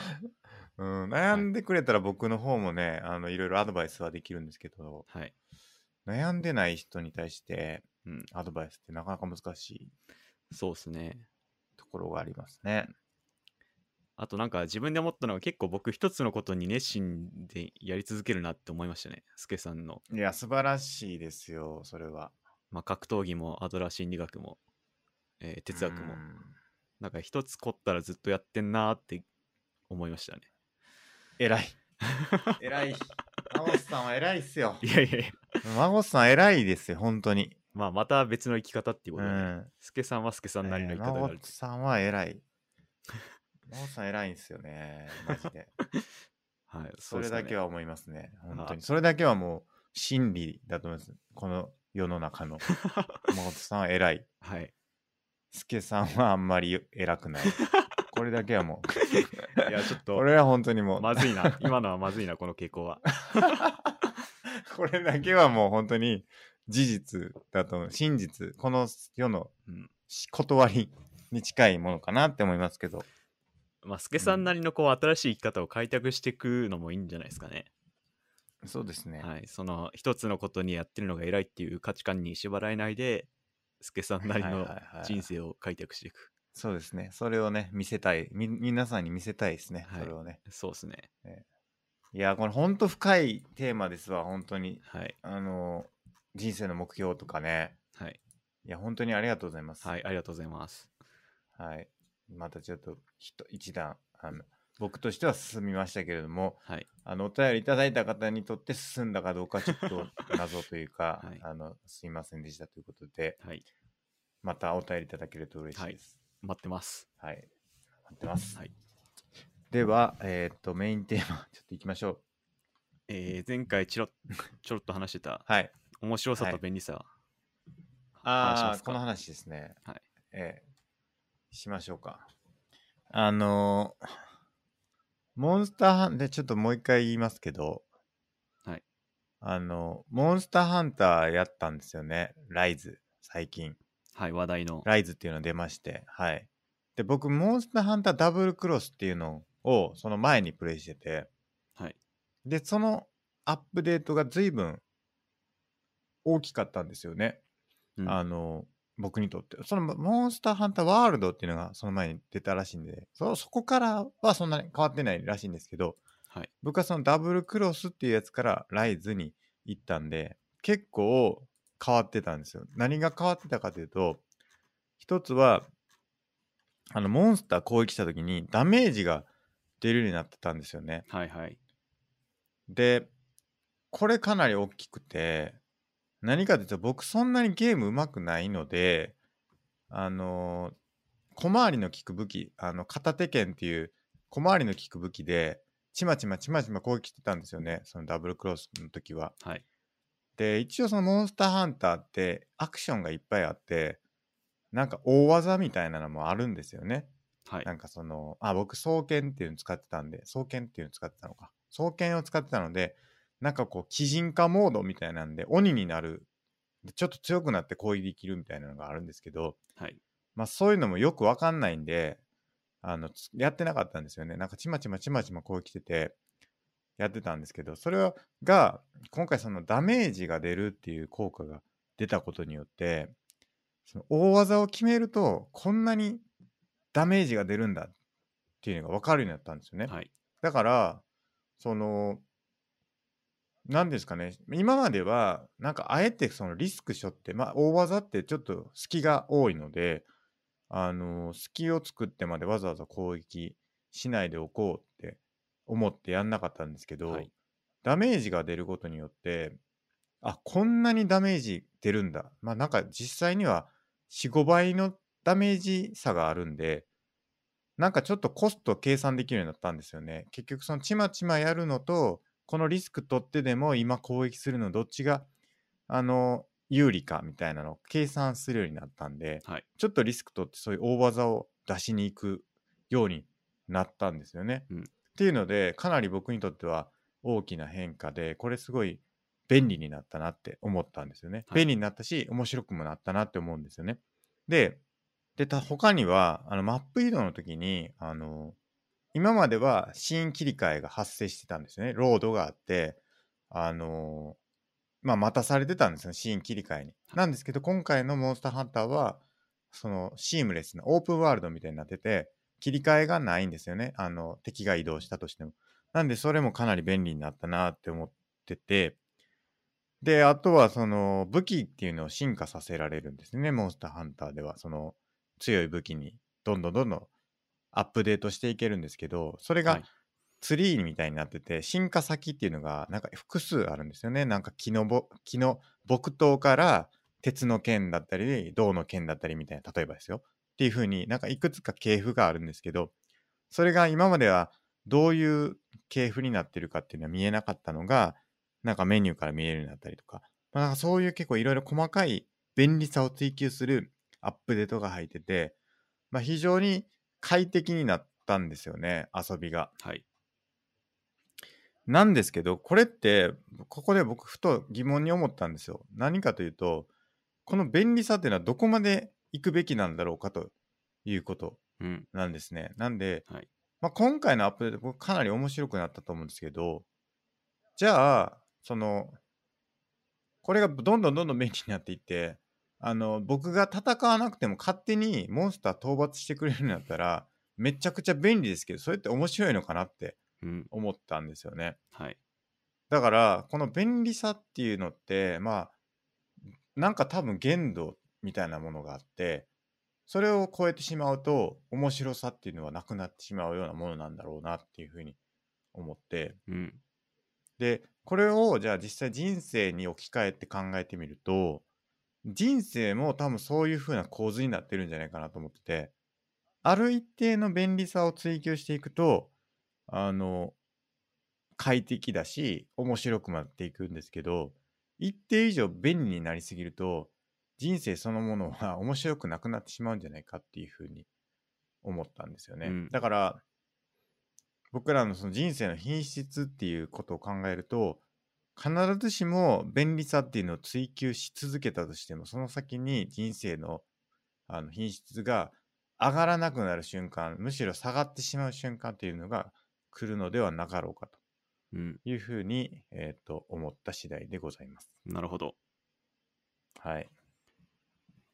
S1: うん、悩んでくれたら僕の方もねあのいろいろアドバイスはできるんですけど
S2: はい。
S1: 悩んでない人に対して
S2: うん。
S1: アドバイスってなかなか難しい
S2: そうですね。
S1: ところがありますね
S2: あとなんか自分で思ったのは結構僕一つのことに熱心でやり続けるなって思いましたね。スケさんの、
S1: いや素晴らしいですよそれは
S2: まあ、格闘技もアドラー心理学も、えー哲学も
S1: う。ん
S2: なんか一つ凝ったらずっとやってんなーって思いましたね。
S1: 偉い偉いマゴスさんは偉いっすよ
S2: いやいやいや。
S1: マゴスさん偉いですよ本当に
S2: まあまた別の生き方っていう
S1: う
S2: ことで、ね。
S1: ん
S2: スケさんはスケさんなりの生き
S1: マ
S2: 方があ
S1: ゴ
S2: ると。
S1: さんは偉いマゴスさん偉いんですよねマ ジで
S2: はい。
S1: それだけ
S2: は。
S1: は思いますね本当
S2: は
S1: にそれだけはもう真理だと思いますこの世の中のマゴスさんは偉い
S2: はい。
S1: スケさんはあんまり偉く ないこれだけはもう
S2: いや、ちょっ、
S1: ことれは本当にもう
S2: まずいな。今のはまずいな、この傾 向は。
S1: これだけはもう本当に事実だと思う真実この世の
S2: うん
S1: し断りに近いものかなって思いますけど
S2: まあ、スケさんなりのこう、新しい生き方を開拓していくのもいいんじゃないですかね。
S1: そうですね、
S2: はい。その、一つのことにやってるのが偉いっていう価値観に縛られないで、スケさんなり
S1: はい
S2: の
S1: はいはい
S2: 人生を開拓していく。
S1: そうですねそれをね見せたいみ皆さんに見せたいですね、
S2: はい
S1: それをね
S2: そうですね。
S1: いやこれ本当深いテーマですわ本当に
S2: はい。
S1: あの人生の目標とかね
S2: はい。
S1: いや本当にありがとうございます
S2: はい。ありがとうございます。
S1: はい、またちょっとひと一段あの僕としては進みましたけれども
S2: はい。
S1: あのお便りいただいた方にとって進んだかどうかちょ っと謎というか、
S2: はい
S1: あのすいませんでしたということで
S2: はい。
S1: またお便りいただけると嬉しいです。
S2: 待ってます。
S1: はい、待ってます。
S2: はい。
S1: では、えーっとメインテーマちょっといきましょう。
S2: えー、前回ちろ、ちょろっと話してた、
S1: はい。
S2: 面白さ
S1: は
S2: と
S1: い
S2: 便利さ。話し
S1: あ
S2: ま
S1: あ
S2: す
S1: こ
S2: か
S1: の話ですね。
S2: はい。
S1: えーしましょうか。あのーモンスターハンでちょっともう一回言いますけど、
S2: はい。
S1: あのモンスターハンターやったんですよね。ライズ最近。
S2: はい。話題の。
S1: ライズっていうの出まして、はい。で、僕、モンスターハンターダブルクロスっていうのををその前にプレイしてて、
S2: はい。
S1: で、そのアップデートが随分大きかったんですよね。
S2: うん
S1: あの、僕にとって。そのモンスターハンターワールドっていうのがその前に出たらしいんで、そそこからはそんなに変わってないらしいんですけど、
S2: はい。
S1: 僕はそのダブルクロスっていうやつからライズに行ったんで、結構変わってたんですよ。何が変わってたかというと、一つは、あの、モンスター攻撃した時にダメージが出るようになってたんですよね。
S2: はいはい。
S1: で、これかなり大きくて、何かというと僕そんなにゲームうまくないので、あの小回りの利く武器、あの、片手剣っていう小回りの利く武器で、ちまちまちまちま攻撃してたんですよね。そのダブルクロスの時は。
S2: はい。
S1: で、一応そのモンスターハンターってアクションがいっぱいあって、なんか大技みたいなのもあるんですよね。
S2: はい
S1: な。んかその、あ、僕、双剣っていうの使ってたんで、双剣っていうの使ってたのか。双剣を使ってたので、なんかこう、鬼人化モードみたいなんで、鬼になる。でちょっと強くなって攻撃できるみたいなのがあるんですけど、
S2: はい。
S1: まあそういうのもよくわかんないんで、あの、つやってなかったんですよね。なんかちまちまちまちま攻撃してて、やってたんですけど、それが、今回そのダメージが出るっていう効果が出たことによって、その大技を決めると、こんなにダメージが出るんだっていうのがわかるようになったんですよね。
S2: はい。
S1: だから、その、なんですかね、今までは、なんかあえてそのリスクしょって、まあ、大技ってちょっと隙が多いので、あの、隙を作ってまでわざわざ攻撃しないでおこうって思ってやんなかったんですけど、
S2: はい
S1: ダメージが出ることによって、あ、こんなにダメージ出るんだ。まあなんか実際には4、5倍のダメージ差があるんで、なんかちょっとコストを計算できるようになったんですよね。結局そのちまちまやるのと、このリスク取ってでも今攻撃するのどっちが、あの、有利かみたいなのを計算するようになったんで、
S2: はい
S1: ちょっとリスク取ってそういう大技を出しに行くようになったんですよね。
S2: うん
S1: っていうので、かなり僕にとっては大きな変化で、これすごい便利になったなって思ったんですよね。
S2: はい
S1: 便利になったし、面白くもなったなって思うんですよね。で、で、た他には、あの、マップ移動の時に、あの、今まではシーン切り替えが発生してたんですよね。ロードがあって、あのまあ、待たされてたんですよ、シーン切り替えに。なんですけど、今回のモンスターハンターは、そのシームレスなオープンワールドみたいになってて、切り替えがないんですよね。あの、敵が移動したとしても。なんで、それもかなり便利になったなって思ってて、で、あとは、その、武器っていうのを進化させられるんですね、モンスターハンターでは。その、強い武器に、どんどんどんどんアップデートしていけるんですけど、それ
S2: は
S1: が
S2: い
S1: ツリーみたいになってて、進化先っていうのが、なんか複数あるんですよね。なんか木のぼ、木の木刀から鉄の剣だったり、銅の剣だったりみたいな、例えばですよ。っていう風になんかいくつか系譜があるんですけど、それが今まではどういう系譜になってるかっていうのは見えなかったのが、なんかメニューから見えるようになったりとか、まあ、なんかそういう結構いろいろ細かい便利さを追求するアップデートが入ってて、まあ、非常に快適になったんですよね、遊びが。
S2: はい。
S1: なんですけど、これって、ここで僕、ふと疑問に思ったんですよ。何かというと、この便利さっていうのはどこまで行くべきなんだろうかということ
S2: うん。
S1: なんですね。なんで、
S2: はい
S1: まあ、今回のアップデート、僕かなり面白くなったと思うんですけど、じゃあ、その、これがどんどんどんどん便利になっていって、あの、僕が戦わなくても勝手にモンスター討伐してくれるんだったら、めちゃくちゃ便利ですけど、それって面白いのかなって
S2: うん。
S1: 思ったんですよね。
S2: はい。
S1: だから、この便利さっていうのって、まあ、なんか多分限度みたいなものがあって、それを超えてしまうと、面白さっていうのはなくなってしまうようなものなんだろうなっていうふうに思って、
S2: うん。
S1: で、これをじゃあ実際人生に置き換えて考えてみると、人生も多分そういう風な構図になってるんじゃないかなと思ってて、ある一定の便利さを追求していくと、あの、快適だし、面白くなっていくんですけど、一定以上便利になりすぎると、人生そのものは面白くなくなってしまうんじゃないかっていう風に思ったんですよね。
S2: うん
S1: だから、僕らのその人生の品質っていうことを考えると必ずしも便利さっていうのを追求し続けたとしてもその先に人生のあの品質が上がらなくなる瞬間、むしろ下がってしまう瞬間というのが来るのではなかろうかと
S2: うん。
S1: いうふうに、えー、と思った次第でございます。
S2: なるほど。
S1: はい。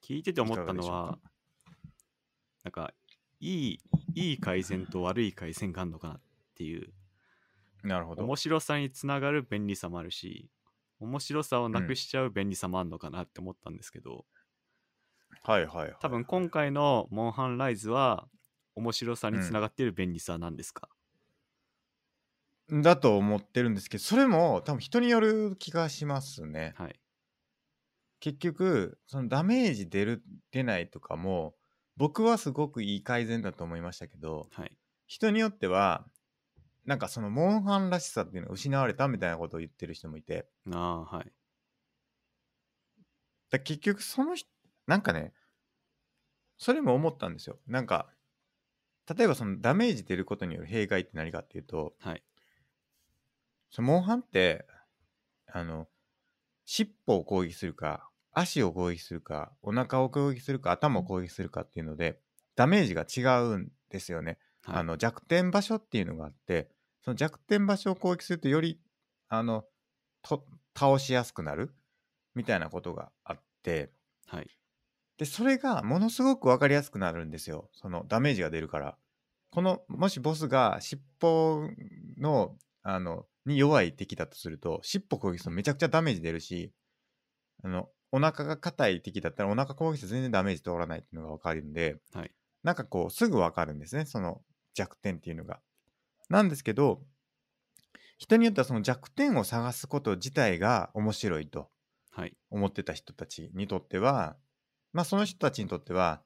S2: 聞いてて思ったの
S1: いかが
S2: は
S1: でしょう、か
S2: なんか、いい、いい改善と悪い改善があるのかなっていう、
S1: なるほど
S2: 面。白さにつながる便利さもあるし、面白さをなくしちゃう便利さもあるのかなって思ったんですけど、
S1: はいはいはい。
S2: 多分今回のモンハンライズは、面白さにつながっている便利さなんですか、
S1: だと思ってるんですけど、それも多分人による気がしますね。
S2: はい。
S1: 結局、そのダメージ出る、出ないとかも、僕はすごくいい改善だと思いましたけど、
S2: はい。
S1: 人によっては、なんかそのモンハンらしさっていうのが失われたみたいなことを言ってる人もいて、
S2: ああ、はい。
S1: だ結局その人、なんかね、それも思ったんですよ。なんか、例えばそのダメージ出ることによる弊害って何かっていうと、
S2: はい。
S1: そのモンハンって、あの、尻尾を攻撃するか、足を攻撃するか、お腹を攻撃するか、頭を攻撃するかっていうので、ダメージが違うんですよね。
S2: はい、
S1: あの弱点場所っていうのがあって、その弱点場所を攻撃すると、より、あの、と、倒しやすくなるみたいなことがあって、
S2: はい。
S1: で、それがものすごくわかりやすくなるんですよ。そのダメージが出るから。この、もしボスが尻尾の、あの、に弱い敵だとすると、尻尾攻撃するとめちゃくちゃダメージ出るし、あの、お腹が硬い敵だったらお腹攻撃して全然ダメージ通らないっていうのがわかるんで、
S2: はい
S1: なんかこう、すぐわかるんですね。その弱点っていうのが。なんですけど、人によってはその弱点を探すこと自体が面白いと。
S2: はい。
S1: 思ってた人たちにとっては、まあその人たちにとっては、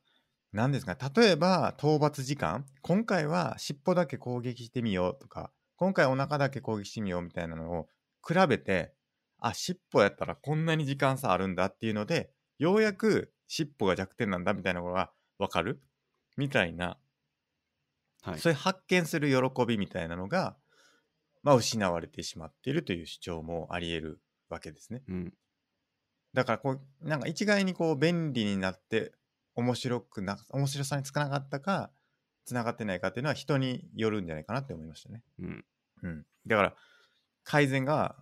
S1: 何ですか、例えば討伐時間、今回は尻尾だけ攻撃してみようとか、今回お腹だけ攻撃してみようみたいなのを比べて、あ、尻尾やったらこんなに時間差あるんだっていうので、ようやく尻尾が弱点なんだみたいなのがわかるみたいな、
S2: はい。
S1: そういう発見する喜びみたいなのが、まあ失われてしまっているという主張もあり得るわけですね。
S2: うん。
S1: だからこうなんか一概にこう便利になって面白くな面白さにつかなかったかつながってないかっていうのは人によるんじゃないかなって思いましたね。
S2: うん。
S1: うん、だから改善が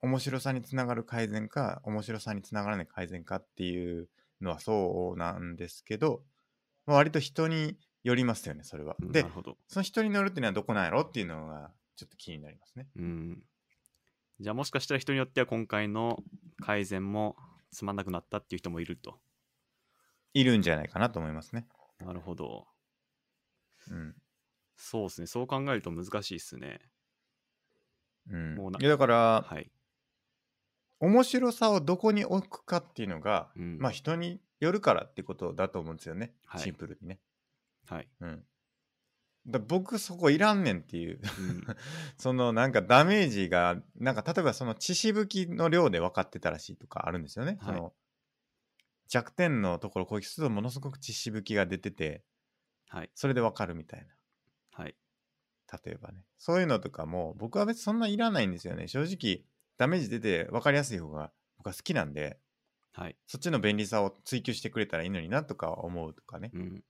S1: 面白さにつながる改善か面白さにつながらない改善かっていうのはそうなんですけど、まあ、割と人によりますよねそれは。
S2: な
S1: で
S2: るほど。
S1: その人によるっていうのはどこなんやろっていうのがちょっと気になりますね。
S2: うん。じゃあもしかしたら人によっては今回の改善もつまんなくなったっていう人もいると。
S1: いるんじゃないかなと思いますね。
S2: なるほど。
S1: うん
S2: そうですね。そう考えると難しいですね。
S1: うん、
S2: もうない
S1: やだから、
S2: はい。
S1: 面白さをどこに置くかっていうのが、
S2: うん
S1: まあ人によるからってことだと思うんですよね、
S2: はい
S1: シンプルにね。
S2: はい。
S1: うん、だ僕そこいらんねんっていう
S2: うん、
S1: そのなんかダメージがなんか例えばその血しぶきの量で分かってたらしいとかあるんですよね。
S2: はい
S1: その弱点のところを攻撃するとものすごく血しぶきが出てて
S2: はい。
S1: それで分かるみたいな
S2: はい。
S1: 例えばねそういうのとかも僕は別にそんないらないんですよね正直ダメージ出て分かりやすい方が僕は好きなんで。
S2: はい。
S1: そっちの便利さを追求してくれたらいいのになとか思うとかね。
S2: うん。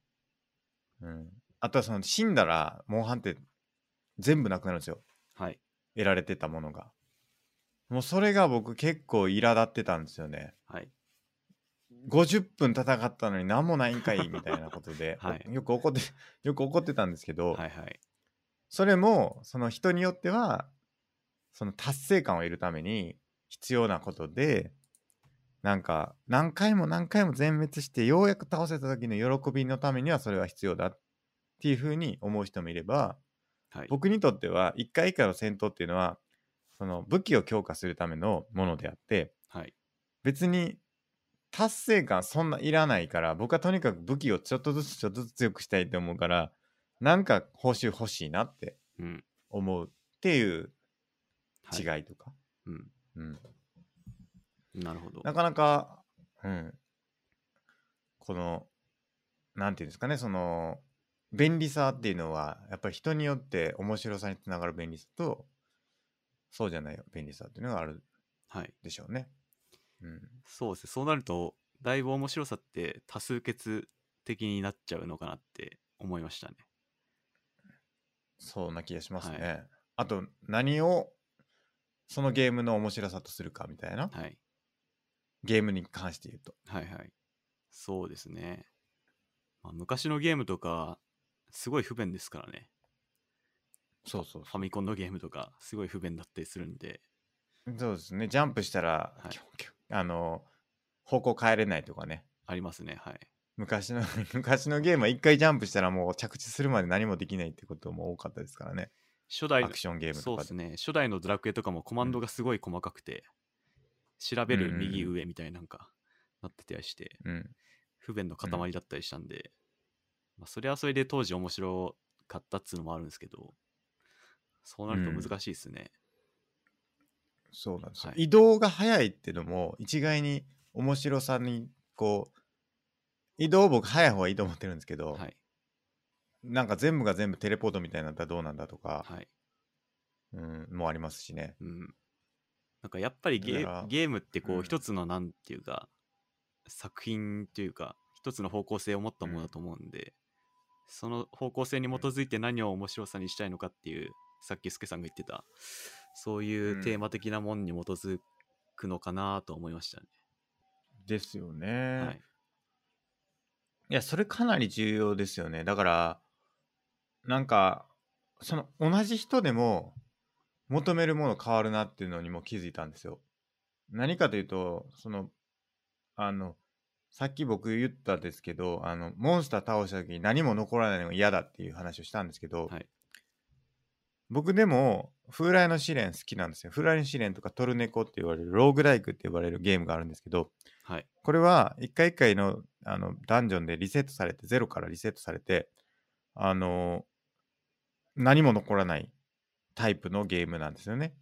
S1: うん。あとはその死んだら、モンハンって全部なくなるんですよ。
S2: はい。
S1: 得られてたものが。もうそれが僕結構苛立ってたんですよね。
S2: はい。
S1: 50分戦ったのに何もないんかいみたいなことで、
S2: はい
S1: よく怒って、よく怒ってたんですけど、
S2: はい。はい。
S1: それも、その人によっては、その達成感を得るために必要なことで、なんか、何回も何回も全滅して、ようやく倒せた時の喜びのためにはそれは必要だっていうふうに思う人もいれば、
S2: はい。
S1: 僕にとっては、一回一回の戦闘っていうのは、その武器を強化するためのものであって、
S2: はい。
S1: 別に達成感そんないらないから、僕はとにかく武器をちょっとずつちょっとずつ強くしたいと思うから、なんか報酬欲しいなって
S2: うん。
S1: 思うっていう
S2: はい。
S1: 違いとか、
S2: うん。
S1: うん、
S2: なるほど。
S1: なかなか、うん、このなんていうんですかねその便利さっていうのはやっぱり人によって面白さにつながる便利さとそうじゃない便利さっていうのがある
S2: はい。
S1: でしょうね。うん、
S2: そうですね。そうなると、だいぶ面白さって多数決的になっちゃうのかなって思いましたね。
S1: そうな気がしますね。
S2: は
S1: あと、何をそのゲームの面白さとするかみたいな、
S2: はい。
S1: ゲームに関して言うと。
S2: はいはい。そうですね。まあ、昔のゲームとか、すごい不便ですからね。
S1: そうそう
S2: ファミコンのゲームとか、すごい不便だったりするんで。
S1: そう。そうですね。ジャンプしたら、
S2: はい
S1: キョンキョンあの、方向変えれないとかね。
S2: ありますね。はい。
S1: 昔の 昔のゲームは一回ジャンプしたらもう着地するまで何もできないってことも多かったですからね。
S2: 初代
S1: ア
S2: の
S1: クションゲーム
S2: そ
S1: と
S2: う
S1: か
S2: で
S1: です
S2: ね。初代のドラクエとかもコマンドがすごい細かくて、調べ
S1: うん
S2: る
S1: うんうん
S2: 右上みたいなんか、なってたりして、
S1: うん。
S2: 不便の塊だったりしたんで、まあ、それはそれで当時面白かったっつうのもあるんですけど、そうなると
S1: うん
S2: 難しいですね。
S1: そうなんですよ。
S2: はい
S1: 移動が早いっていうのも一概に面白さにこう、移動僕早い方がいいと思ってるんですけど、
S2: はい。
S1: なんか全部が全部テレポートみたいになったらどうなんだとか、
S2: はい。
S1: うん、もありますしね。
S2: うん。なんかやっぱりゲ
S1: だから
S2: ーゲームってこ
S1: う
S2: うん一つのなんていうか、作品というか一つの方向性を持ったものだと思うんで、その方向性に基づいて何を面白さにしたいのかっていうさっきすけさんが言ってたそういうテーマ的なもんに基づくのかなと思いましたね。
S1: ですよね。、
S2: はいい、
S1: や、それかなり重要ですよね。だから、なんか、その同じ人でも求めるもの変わるなっていうのにも気づいたんですよ。何かというと、その、あの、さっき僕言ったんですけど、あの、モンスター倒した時に何も残らないのが嫌だっていう話をしたんですけど、
S2: はい
S1: 僕でも、風来の試練好きなんですよ。風来の試練とかトルネコって言われる、ローグライクって呼ばれるゲームがあるんですけど、
S2: はい
S1: これは一回一回のあのダンジョンでリセットされて、ゼロからリセットされて、あの何も残らないタイプのゲームなんですよね。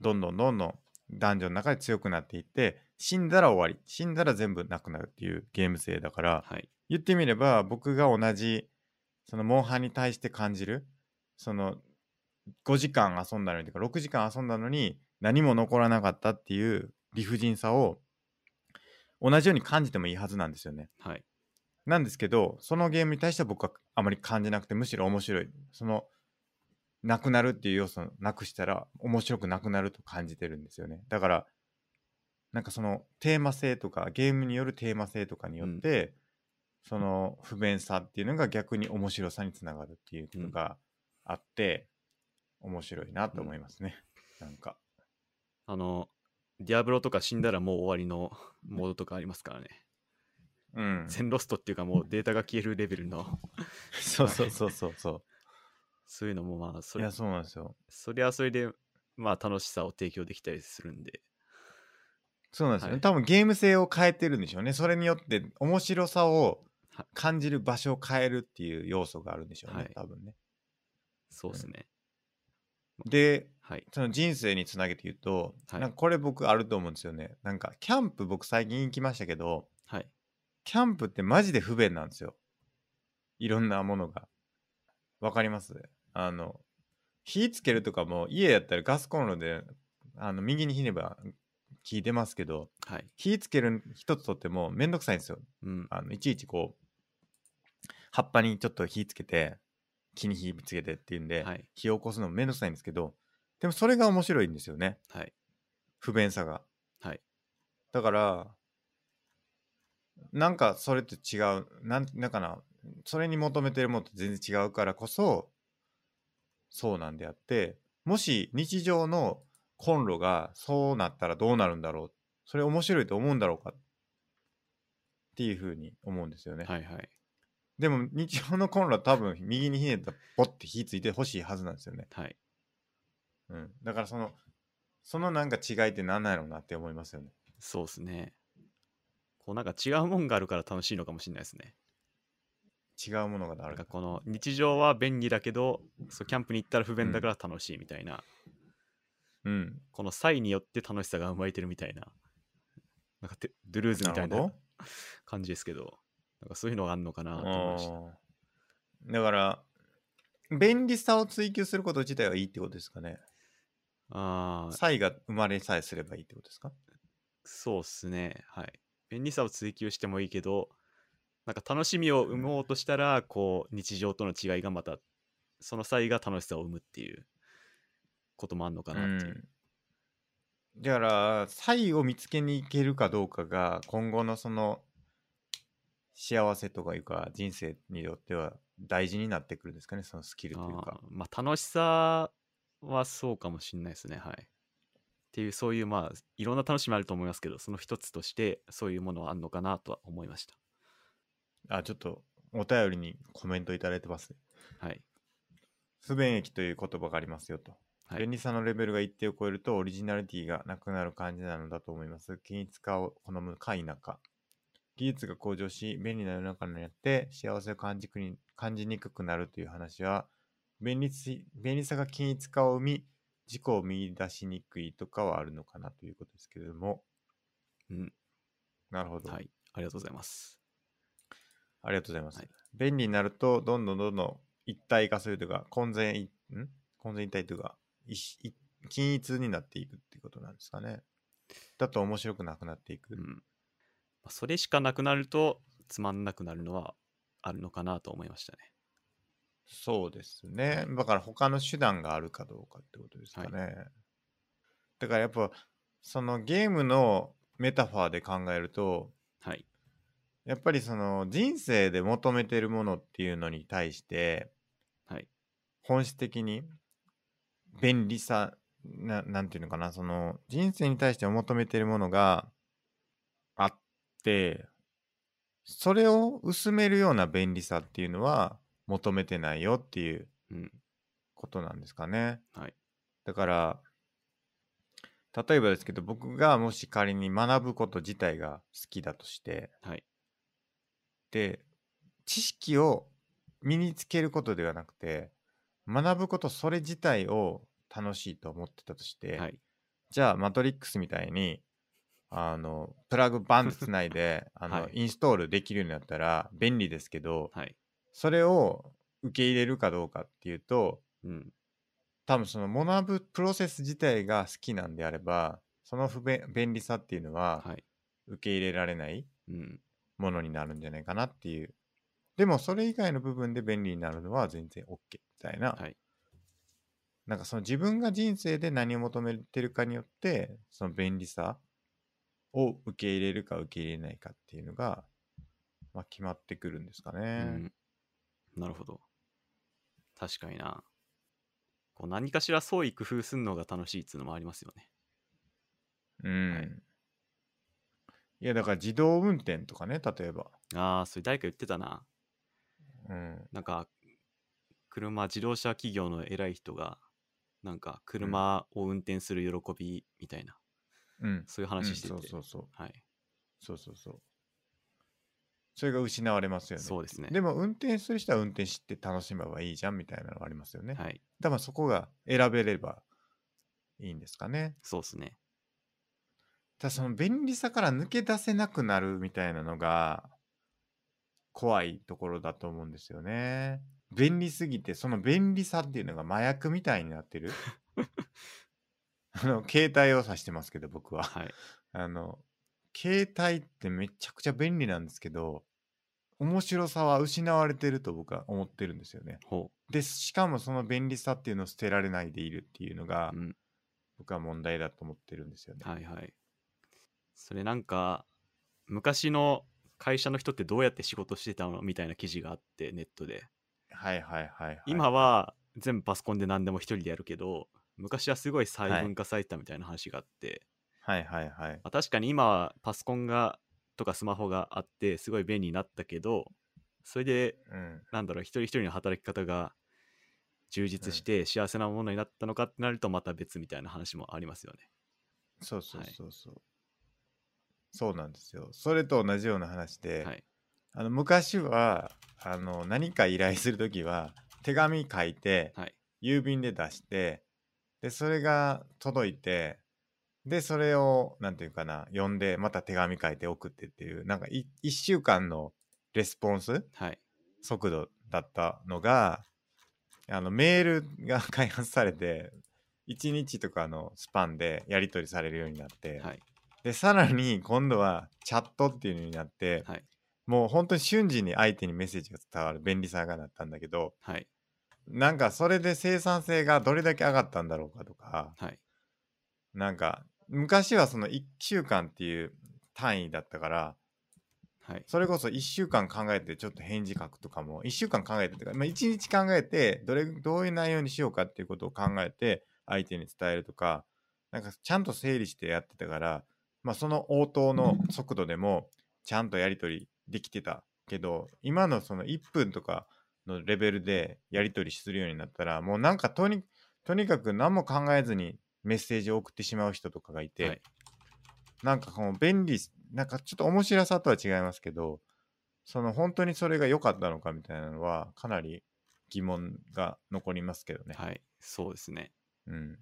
S1: どんどんどんどんダンジョンの中で強くなっていって、死んだら終わり、死んだら全部なくなるっていうゲーム性だから、
S2: はい
S1: 言ってみれば僕が同じそのモンハンに対して感じるその5時間遊んだのにとか6時間遊んだのに何も残らなかったっていう理不尽さを同じように感じてもいいはずなんですよね。
S2: はい
S1: なんですけどそのゲームに対しては僕はあまり感じなくてむしろ面白いそのなくなるっていう要素をなくしたら面白くなくなると感じてるんですよねだからなんかそのテーマ性とかゲームによるテーマ性とかによって、その不便さっていうのが逆に面白さにつながるっていうことがあって、面白いなと思いますね、なんか
S2: あのディアブロとか死んだらもう終わりのモードとかありますからね、
S1: うん
S2: 全ロストっていうかもうデータが消えるレベルの
S1: そうそうそうそう そ
S2: そういうのもまあそう
S1: い
S2: れ
S1: やそうなんですよ
S2: それはそれで、まあ、楽しさを提供できたりするんで、
S1: そうなんですよね、
S2: はい
S1: 多分ゲーム性を変えてるんでしょうねそれによって面白さを
S2: は
S1: 感じる場所を変えるっていう要素があるんでしょうね、
S2: はい
S1: 多分ね
S2: そうですね。
S1: で
S2: はい。
S1: その人生につなげて言うと、
S2: はい
S1: なんかこれ僕あると思うんですよねなんかキャンプ僕最近行きましたけど
S2: はい。
S1: キャンプってマジで不便なんですよいろんなものがわかりますあの火つけるとかも家やったらガスコンロであの右にひねば火出ますけど
S2: はい。
S1: 火つける一つとってもめんどくさいんですよ
S2: うん。
S1: あのいちいちこう葉っぱにちょっと火つけて木に火つけてっていうんで、
S2: はい。
S1: 火を起こすのもめんどくさいんですけどでもそれが面白いんですよね
S2: はい。
S1: 不便さが
S2: はい。
S1: だからなんかそれと違うなんなんかなそれに求めてるものと全然違うからこそそうなんであってもし日常のコンロがそうなったらどうなるんだろうそれ面白いと思うんだろうかっていうふうに思うんですよね、
S2: はい。はい。
S1: でも日常のコンロは多分右にひねったらポッて火ついてほしいはずなんですよね
S2: はい。
S1: うん、だからそのそのなんか違いって何なんやろうなって思いますよね。
S2: そうですね。こうなんか違うもんがあるから楽しいのかもしれないですね。
S1: 違うものがあ
S2: なん
S1: る
S2: かこの日常は便利だけど、そうキャンプに行ったら不便だから楽しいみたいな、
S1: うん。
S2: この際によって楽しさが生まれてるみたいな、なんかてドゥルーズみたい
S1: なる
S2: な
S1: ほ
S2: 感じですけど、なんかそういうのがあるのかなと思いました。
S1: あーだから便利さを追求すること自体はいいってことですかね。
S2: ああ、
S1: 差異が生まれさえすればいいってことですか
S2: そうっすね。はい。便利さを追求してもいいけど、なんか楽しみを生もうとしたら、こう、日常との違いがまた、その際が楽しさを生むっていうこともあんの
S1: う
S2: かなっていう。
S1: ん、だから差異を見つけに行けるかどうかが今後のその幸せとかいうか人生によっては大事になってくるんですかねそのスキルという
S2: あ
S1: か
S2: ーまあ、楽しさはそうかもしんないですね。はい。っていう、そういう、まあ、いろんな楽しみあると思いますけど、その一つとして、そういうものはあんのかなとは思いました。
S1: あちょっとお便りにコメントいただいてますね
S2: はい。
S1: 不便益という言葉がありますよと、
S2: はい
S1: 便利さのレベルが一定を超えるとオリジナリティがなくなる感じなのだと思います均一化を好むか否か技術が向上し便利な世の中になって幸せを感じくに感じにくくなるという話は便利し便利さが均一化を生み自己を見出しにくいとかはあるのかなということですけれども
S2: うん。
S1: なるほど、
S2: はい。ありがとうございます。
S1: ありがとうございます。
S2: はい
S1: 便利になると、どんどんどんどん一体化するというか、混然い、ん混然一体というか、一一均一になっていくっていうことなんですかね。だと面白くなくなっていく。
S2: うん。まあそれしかなくなると、つまんなくなるのはあるのかなと思いましたね。
S1: そうですね。だから他の手段があるかどうかってことですかね。だからやっぱ、そのゲームのメタファーで考えると、
S2: はい。
S1: やっぱりその人生で求めてるものっていうのに対して、
S2: はい。
S1: 本質的に便利さななんていうのかなその人生に対して求めてるものがあってそれを薄めるような便利さっていうのは求めてないよっていう
S2: うん。
S1: ことなんですかね。
S2: はい
S1: だから例えばですけど僕がもし仮に学ぶこと自体が好きだとして
S2: はい。
S1: で知識を身につけることではなくて学ぶことそれ自体を楽しいと思ってたとして、
S2: はい。
S1: じゃあマトリックスみたいにあのプラグバンってつないであの、
S2: はい
S1: インストールできるようになったら便利ですけど
S2: はい。
S1: それを受け入れるかどうかっていうと
S2: うん。
S1: 多分その学ぶプロセス自体が好きなんであればその不便便利さっていうのは
S2: はい。
S1: 受け入れられない
S2: うん。
S1: ものになるんじゃないかなっていう。でもそれ以外の部分で便利になるのは全然 OK みたいな、
S2: はい。
S1: なんかその自分が人生で何を求めてるかによってその便利さを受け入れるか受け入れないかっていうのが、まあ、決まってくるんですか
S2: う
S1: ね。
S2: ん。なるほど。確かにな。こう何かしら創意工夫するのが楽しいっていうのもありますよね。
S1: うん。
S2: はい
S1: い、やだから自動運転とかね例えば。
S2: ああ、それ誰か言ってたな。
S1: うん。
S2: なんか、車、自動車企業の偉い人が、なんか、車を運転する喜びみたいな、
S1: うん。
S2: そういう
S1: うん
S2: 話してて。
S1: そうそうそう。
S2: はい。
S1: そうそうそう。それが失われますよね。
S2: そうですね。
S1: でも運転する人は運転して楽しめばいいじゃんみたいなのがありますよね。
S2: はい。
S1: だからそこが選べればいいんですかね。
S2: そうですね。
S1: ただその便利さから抜け出せなくなるみたいなのが怖いところだと思うんですよね。便利すぎてその便利さっていうのが麻薬みたいになって る。あの携帯を指してますけど僕は。
S2: はい。
S1: あの携帯ってめちゃくちゃ便利なんですけど面白さは失われてると僕は思ってるんですよね。
S2: ほ
S1: でしかもその便利さっていうのを捨てられないでいるっていうのが
S2: う。うん。
S1: 僕は問題だと思ってるんですよね。
S2: はいはい。それなんか、昔の会社の人ってどうやって仕事してたのみたいな記事があって、ネットで。
S1: はいはいはい、はい。
S2: 今は全部パソコンで何でも一人でやるけど、昔はすごい細分化されてたみたいな話があって、
S1: はいはいはい。
S2: まあ、確かに今はパソコンがとかスマホがあってすごい便利になったけどそれで
S1: うん。
S2: なんだろう一人一人の働き方が充実して幸せなものになったのかってなるとまた別みたいな話もありますよね。
S1: そうそう
S2: はい
S1: そうそう。そうなんですよ。それと同じような話で、
S2: はい、
S1: あの昔はあの何か依頼するときは手紙書いて、
S2: はい、
S1: 郵便で出してでそれが届いてでそれをなんていうかな読んでまた手紙書いて送ってっていうなんか1週間のレスポンス
S2: はい、
S1: 速度だったのがあのメールが開発されて1日とかのスパンでやり取りされるようになって、
S2: はい、
S1: でさらに今度はチャットっていうのになって、
S2: はい
S1: もう本当に瞬時に相手にメッセージが伝わる便利さがなったんだけど
S2: はい。
S1: なんかそれで生産性がどれだけ上がったんだろうかとか
S2: はい。
S1: なんか昔はその1週間っていう単位だったから
S2: はい。
S1: それこそ1週間考えてちょっと返事書くとかも1週間考えてとか、まあ、1日考えてどれどういう内容にしようかっていうことを考えて相手に伝えるとかなんかちゃんと整理してやってたから、まあ、その応答の速度でもちゃんとやり取りできてたけど今のその1分とかのレベルでやり取りするようになったらもうなんかとにとにかく何も考えずにメッセージを送ってしまう人とかがいて、
S2: はい
S1: なんかこの便利なんかちょっと面白さとは違いますけどその本当にそれが良かったのかみたいなのはかなり疑問が残りますけどね。
S2: はい。そうですね。
S1: うんうん、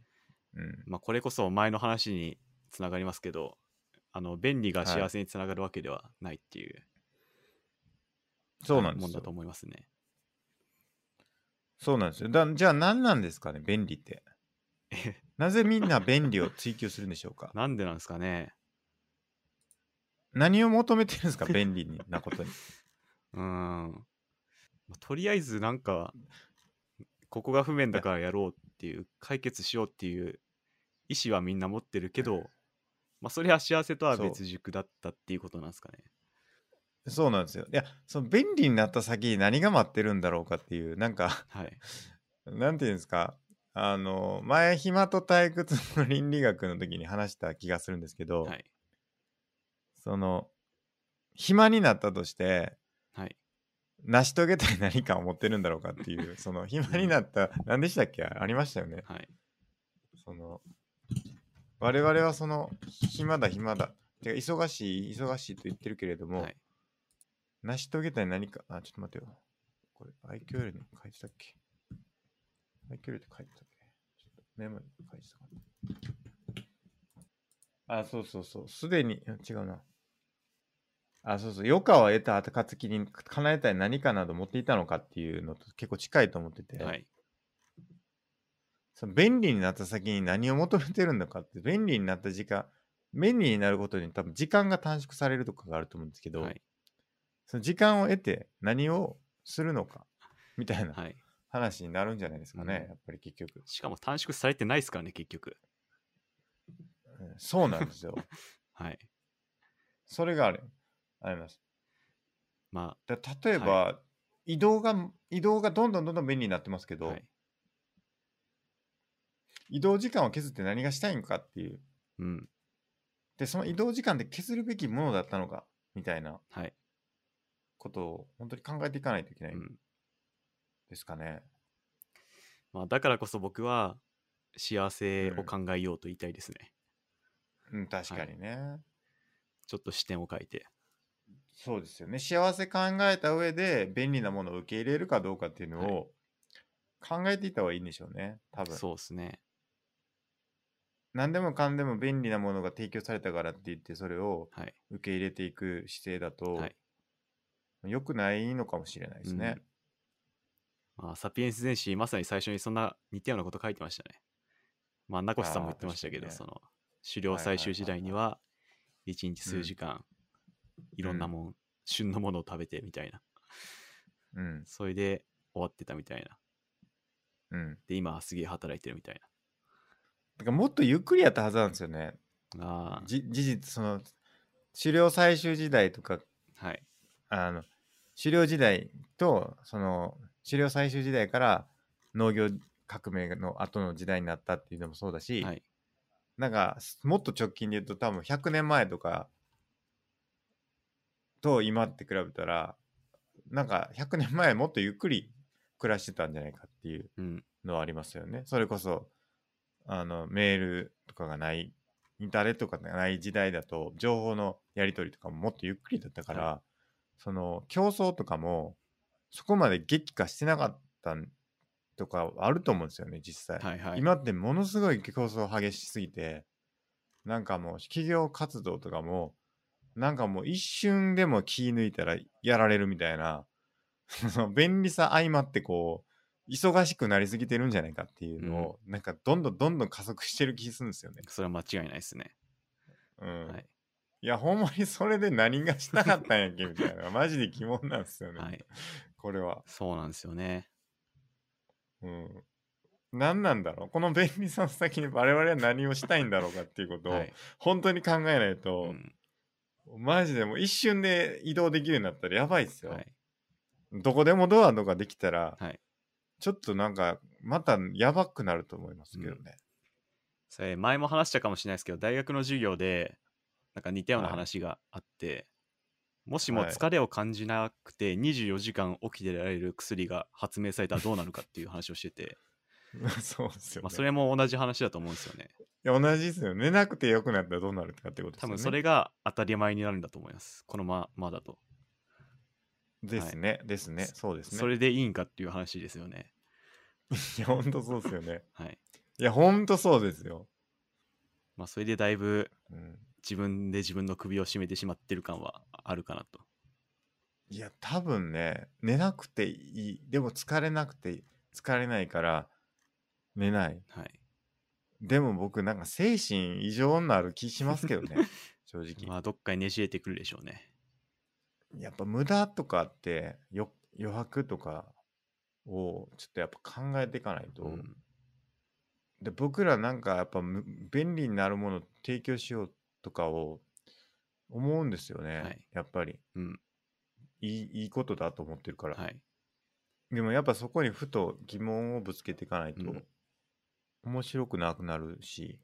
S2: まあ、これこそ前の話につながりますけど、あの、便利が
S1: はい
S2: 幸せにつながるわけではないっていう、
S1: そうなんで
S2: もん
S1: す
S2: だ
S1: よ
S2: と。思いますね。
S1: そうなんですよだじゃあ何なんですかね便利っ て。なぜみんな便利を追求するんでしょうか
S2: なんでなんですかね。
S1: 何を求めてるん ですか便利になことに。
S2: うーん。まあとりあえず、なんか、ここが不便だからやろうっていう、解決しようっていう意思はみんな持ってるけど、まあ、それは幸せとは
S1: そう
S2: 別軸だったっていうことなんですかね。
S1: そうなんですよ。いやその便利になった先に何が待ってるんだろうかっていうなんか
S2: はい。
S1: なんていうんですかあの前暇と退屈の倫理学の時に話した気がするんですけど、
S2: はい。
S1: その暇になったとして
S2: はい。
S1: 成し遂げたい何かを持ってるんだろうかっていう その暇になった何でしたっけありましたよね
S2: はい。
S1: その我々はその暇だ暇だてか忙しい忙しいと言ってるけれども、
S2: はい。
S1: 成し遂げたい何かあちょっと待ってよこれ IQL に書いてたっけ IQL って書いてたっけちょっとメモに書いてたかなあそうそうそうすでにいや違うなあそうそう余暇を得た暁に叶えたい何かなど持っていたのかっていうのと結構近いと思ってて、
S2: はい。
S1: その便利になった先に何を求めてるのかって便利になった時間便利になることに多分時間が短縮されるとかがあると思うんですけど、
S2: はい。
S1: その時間を得て何をするのかみたいな
S2: はい。
S1: 話になるんじゃないですかね、
S2: うん
S1: やっぱり結局、
S2: しかも短縮されてないですからね、結局。
S1: うんそうなん ですよ
S2: はい。
S1: それがあるあります
S2: ま
S1: だ例えば、移動が移動がどんどんどんどん便利になってますけ
S2: あ、
S1: ど、
S2: はい。
S1: 移動時間を削って何がしたいのかっていう
S2: うん。
S1: でその移動時間で削るべきものだったのかみたいな
S2: はい。
S1: ことを本当に考えていかないといけな
S2: う
S1: い
S2: ん。
S1: ですかね、
S2: まあ、だからこそ僕は幸せを考えようと言いたいですね。
S1: うん、確かにね、
S2: ちょっと視点を変えて。
S1: そうですよね幸せ考えた上で便利なものを受け入れるかどうかっていうのを考えていった方がいいんでしょうね多分
S2: そうですね。
S1: 何でもかんでも便利なものが提供されたからって言ってそれを
S2: はい。
S1: 受け入れていく姿勢だと、
S2: はい。
S1: 良くないのかもしれないですね、
S2: まあ、サピエンス全史、まさに最初にそんな似たようなこと書いてましたね。まあ、名越さんも言ってましたけど、
S1: あー
S2: そ
S1: 確
S2: の、狩猟採集時代には、一日数時間、いろんなもん、旬のものを食べてみたいな。
S1: うん
S2: それで終わってたみたいな。
S1: うん
S2: で、今はすげえ働いてるみたい
S1: だからもっとゆっくりやったはずなんですよね
S2: な。あ
S1: じ事実その狩猟採集時代とか
S2: あ、はい。
S1: あの狩猟時代とその狩猟採集時代から農業革命の後の時代になったっていうのもそうだし、
S2: はい。
S1: なんかすもっと直近で言うと多分100年前とかと今って比べたらなんか100年前もっとゆっくり暮らしてたんじゃないかっていう
S2: うん。
S1: のはありますよね。それこそあのメールとかがないインターネットとかがない時代だと情報のやり取りとかももっとゆっくりだったから、
S2: は
S1: その競争とかもそこまで激化してなかったんとかあると思うんですよね実際。
S2: はいはい。
S1: 今ってものすごい競争激しすぎてなんかもう企業活動とかもなんかもう一瞬でも気抜いたらやられるみたいなその便利さ相まってこう忙しくなりすぎてるんじゃないかっていうのを、なんかどんどんどんどん加速してる気するんですよね。
S2: それは間違いないですね。
S1: うん
S2: はい
S1: いや、ほんまにそれで何がしたかったんやっけみたいな。 マジで疑問なんですよね。
S2: はい。
S1: これは。
S2: そうなんですよね。
S1: うん。何なんだろうこの便利さの先に我々は何をしたいんだろうかっていうことを、
S2: はい。
S1: 本当に考えないうと、
S2: ん
S1: マジでもう一瞬で移動できるようになったらやばいっすよ。
S2: はい。
S1: どこでもドアとかできたら、
S2: はい
S1: ちょっとなんか、またやばくなると思いますけどね。
S2: それ前も話したかもしれないですけど、大学の授業で、なんか似たような話があって、もしも
S1: はい
S2: 疲れを感じなくて24時間起きてられる薬が発明されたらどうなるかっていう話を してて、
S1: そうですよ、ね
S2: まあ、それも同じ話だと思うんですよね。
S1: いや同じですよ。寝なくてよくなったらどうなるかってことです
S2: 多
S1: よね。
S2: 分それが当たり前になるんだと思います。このままだと。
S1: ですね、ですね。そうですね。
S2: それでいいんかっていう話ですよね。
S1: いや、ほんとそうですよね。
S2: はい。
S1: いや、ほんとそうですよ。
S2: まあ、それでだいぶ
S1: うん、
S2: 自分で自分の首を絞めてしまってる感はあるかなと。
S1: いや、多分ね、寝なくていい。でも疲れなくていい、疲れないから、寝ない。
S2: はい。
S1: でも僕、なんか精神異常になる気しますけどね。 正直。
S2: まあ、どっかにねじれてくるでしょうね。
S1: やっぱ無駄とかって、よ余白とかをちょっとやっぱ考えていかないと。
S2: うん
S1: で僕らなんかやっぱむ便利になるものを提供しようとかを思うんですよね、
S2: はい
S1: やっぱり
S2: うん。
S1: いいいいことだと思ってるから、
S2: はい。
S1: でもやっぱそこにふと疑問をぶつけていかないと
S2: うん
S1: 面白くなくなるし、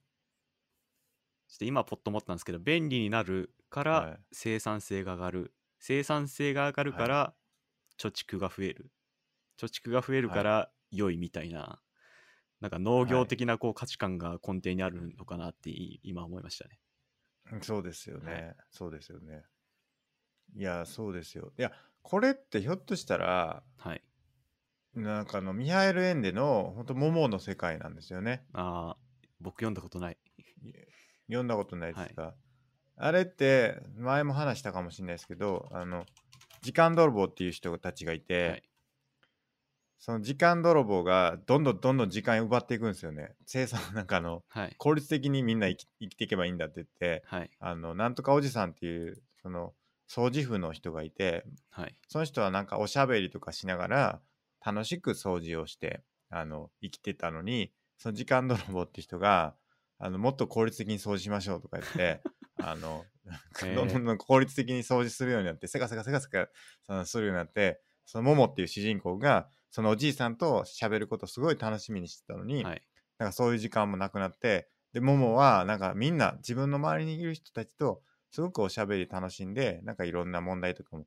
S2: ちょっと今、ポッと思ったんですけど、便利になるか
S1: は
S2: ら
S1: い
S2: 生産性が上がる。生産性が上がるから貯蓄が増える。貯蓄が増えるから良いみたいな、なんか農業的なこう価値観が根底にあるのかなってい今思いましたね。
S1: そうですよね、
S2: はい
S1: そうですよねいやそうですよいやこれってひょっとしたら
S2: はい。
S1: なんかあのミハエル・エンデの本当桃の世界なんですよね
S2: ああ、僕読んだことない。
S1: 読んだことないですか、あれって前も話したかもしれないですけどあの時間泥棒っていう人たちがいて、
S2: はい
S1: その時間泥棒がどんどんどんどん時間奪っていくんですよね生産なんかあの
S2: はい。
S1: 効率的にみんな生き生きていけばいいんだって言って
S2: はい。
S1: あのなんとかおじさんっていうその掃除婦の人がいて
S2: はい。
S1: その人はなんかおしゃべりとかしながら楽しく掃除をしてあの生きてたのにその時間泥棒って人があのもっと効率的に掃除しましょうとか言って あのなんか
S2: へえ
S1: どんどんどん効率的に掃除するようになってせかせかせかせかそのするようになってそのモモっていう主人公がそのおじいさんと喋ることをすごい楽しみにしてたのに、
S2: はい。
S1: なんかそういう時間もなくなってでモモはなんかみんな自分の周りにいる人たちとすごくおしゃべり楽しんでなんかいろんな問題とかも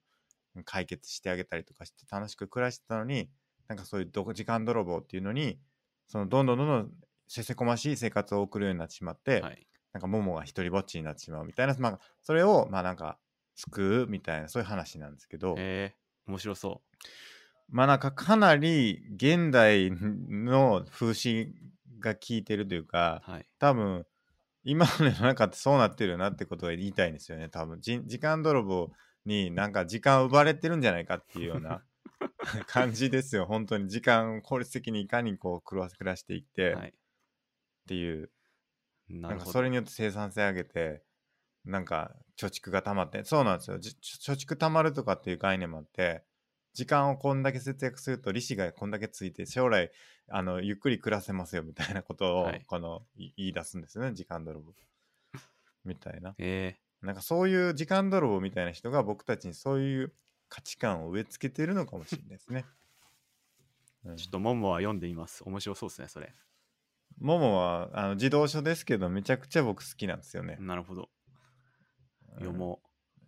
S1: 解決してあげたりとかして楽しく暮らしてたのになんかそういうど時間泥棒っていうのにそのどんどんどんどんせせこましい生活を送るようになってしまって、
S2: はい。
S1: なんかモモが一人ぼっちになってしまうみたいな、まあ、それをまあなんか救うみたいなそういう話なんですけど、
S2: えー、面白そ
S1: まあなんかかなり現代の風刺が効いてるというか、
S2: う。はい。
S1: 多分今の世の中ってそうなってるよなってことが言いたいんですよね多分じ時間泥棒になんか時間を奪われてるんじゃないかっていうよう な感じですよ本当に時間を効率的にいかにこう狂わせ暮らしていって
S2: はい。
S1: っていう、
S2: な
S1: なん
S2: る
S1: か
S2: ほ
S1: そ
S2: ど。
S1: れによって生産性上げてなんか貯蓄が溜まってそうなんですよじ貯貯蓄溜まるとかっていう概念もあって時間をこんだけ節約すると利子がこんだけついて将来あのゆっくり暮らせますよみたいなことを、
S2: はい
S1: このい言い出すんですよね時間泥棒みたいな
S2: え
S1: なんかそういう時間泥棒みたいな人が僕たちにそういう価値観を植え付けてるのかもしれないです ね、うん
S2: ー、ちょっとモンモは読んでみます。面白そうですね、それ。
S1: ももはあの自動書ですけどめちゃくちゃ僕好きなんですよね、
S2: なるほど。読
S1: うん
S2: も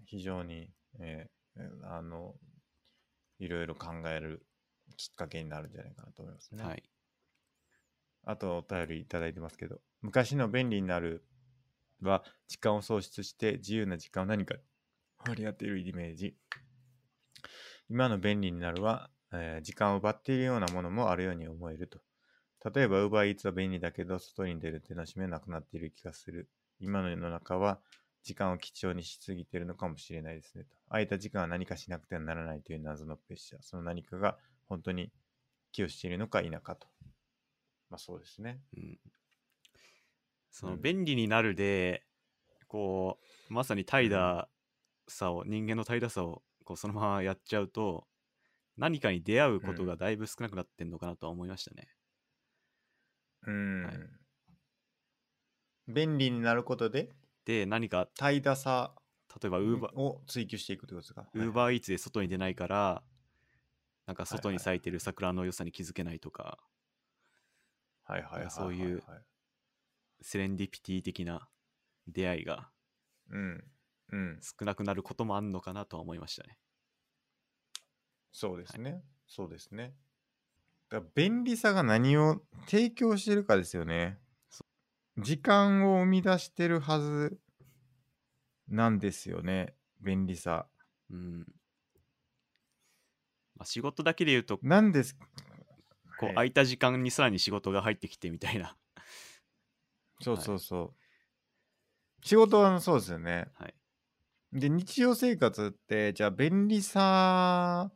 S1: 非常に、えーえーあのいろいろ考えるきっかけになるんじゃないかなと思います
S2: う。
S1: ね。
S2: はい。
S1: あとお便りいただいてますけど「昔の便利になる」は時間を喪失して自由な時間を何か割り当てるイメージ今の便利になるは、えー時間を奪っているようなものもあるように思えると例えば UberEats は便利だけど外に出る手のしめなくなっている気がする今の世の中は時間を貴重にしすぎているのかもしれないですねと空いた時間は何かしなくてはならないという謎のプレッシャーその何かが本当に寄与しているのか否かとまあそうですね
S2: うん、そうの
S1: ん
S2: 便利になるで、こうまさに怠惰さを、人間の怠惰さをこうそのままやっちゃうと何かに出会うことがだいぶ少なくなってんのかなとは思いましたね、
S1: うん、
S2: はい
S1: 便利になることで
S2: で何か
S1: 怠惰さ
S2: 例えばウーバー
S1: を追求していくということですか
S2: ウー
S1: ー
S2: バーイーツで外に出ないからなんか外に咲いてる桜の良さに気づけないとか、
S1: はいはいはいはいはい
S2: そういうセレンディピティ的な出会いが
S1: うんうん
S2: 少なくなることもあんのかなとは思いましたね
S1: そうですね、そうですねだから便利さが何を提供してるかですよね時間を生み出してるはずなんですよね便利さ
S2: うん、まあ、仕事だけで言うと
S1: なんです
S2: こう
S1: はい
S2: 空いた時間にさらに仕事が入ってきてみたいな
S1: そう
S2: はい
S1: そうそう、仕事はそうですよね
S2: はい
S1: で日常生活ってじゃあ便利さ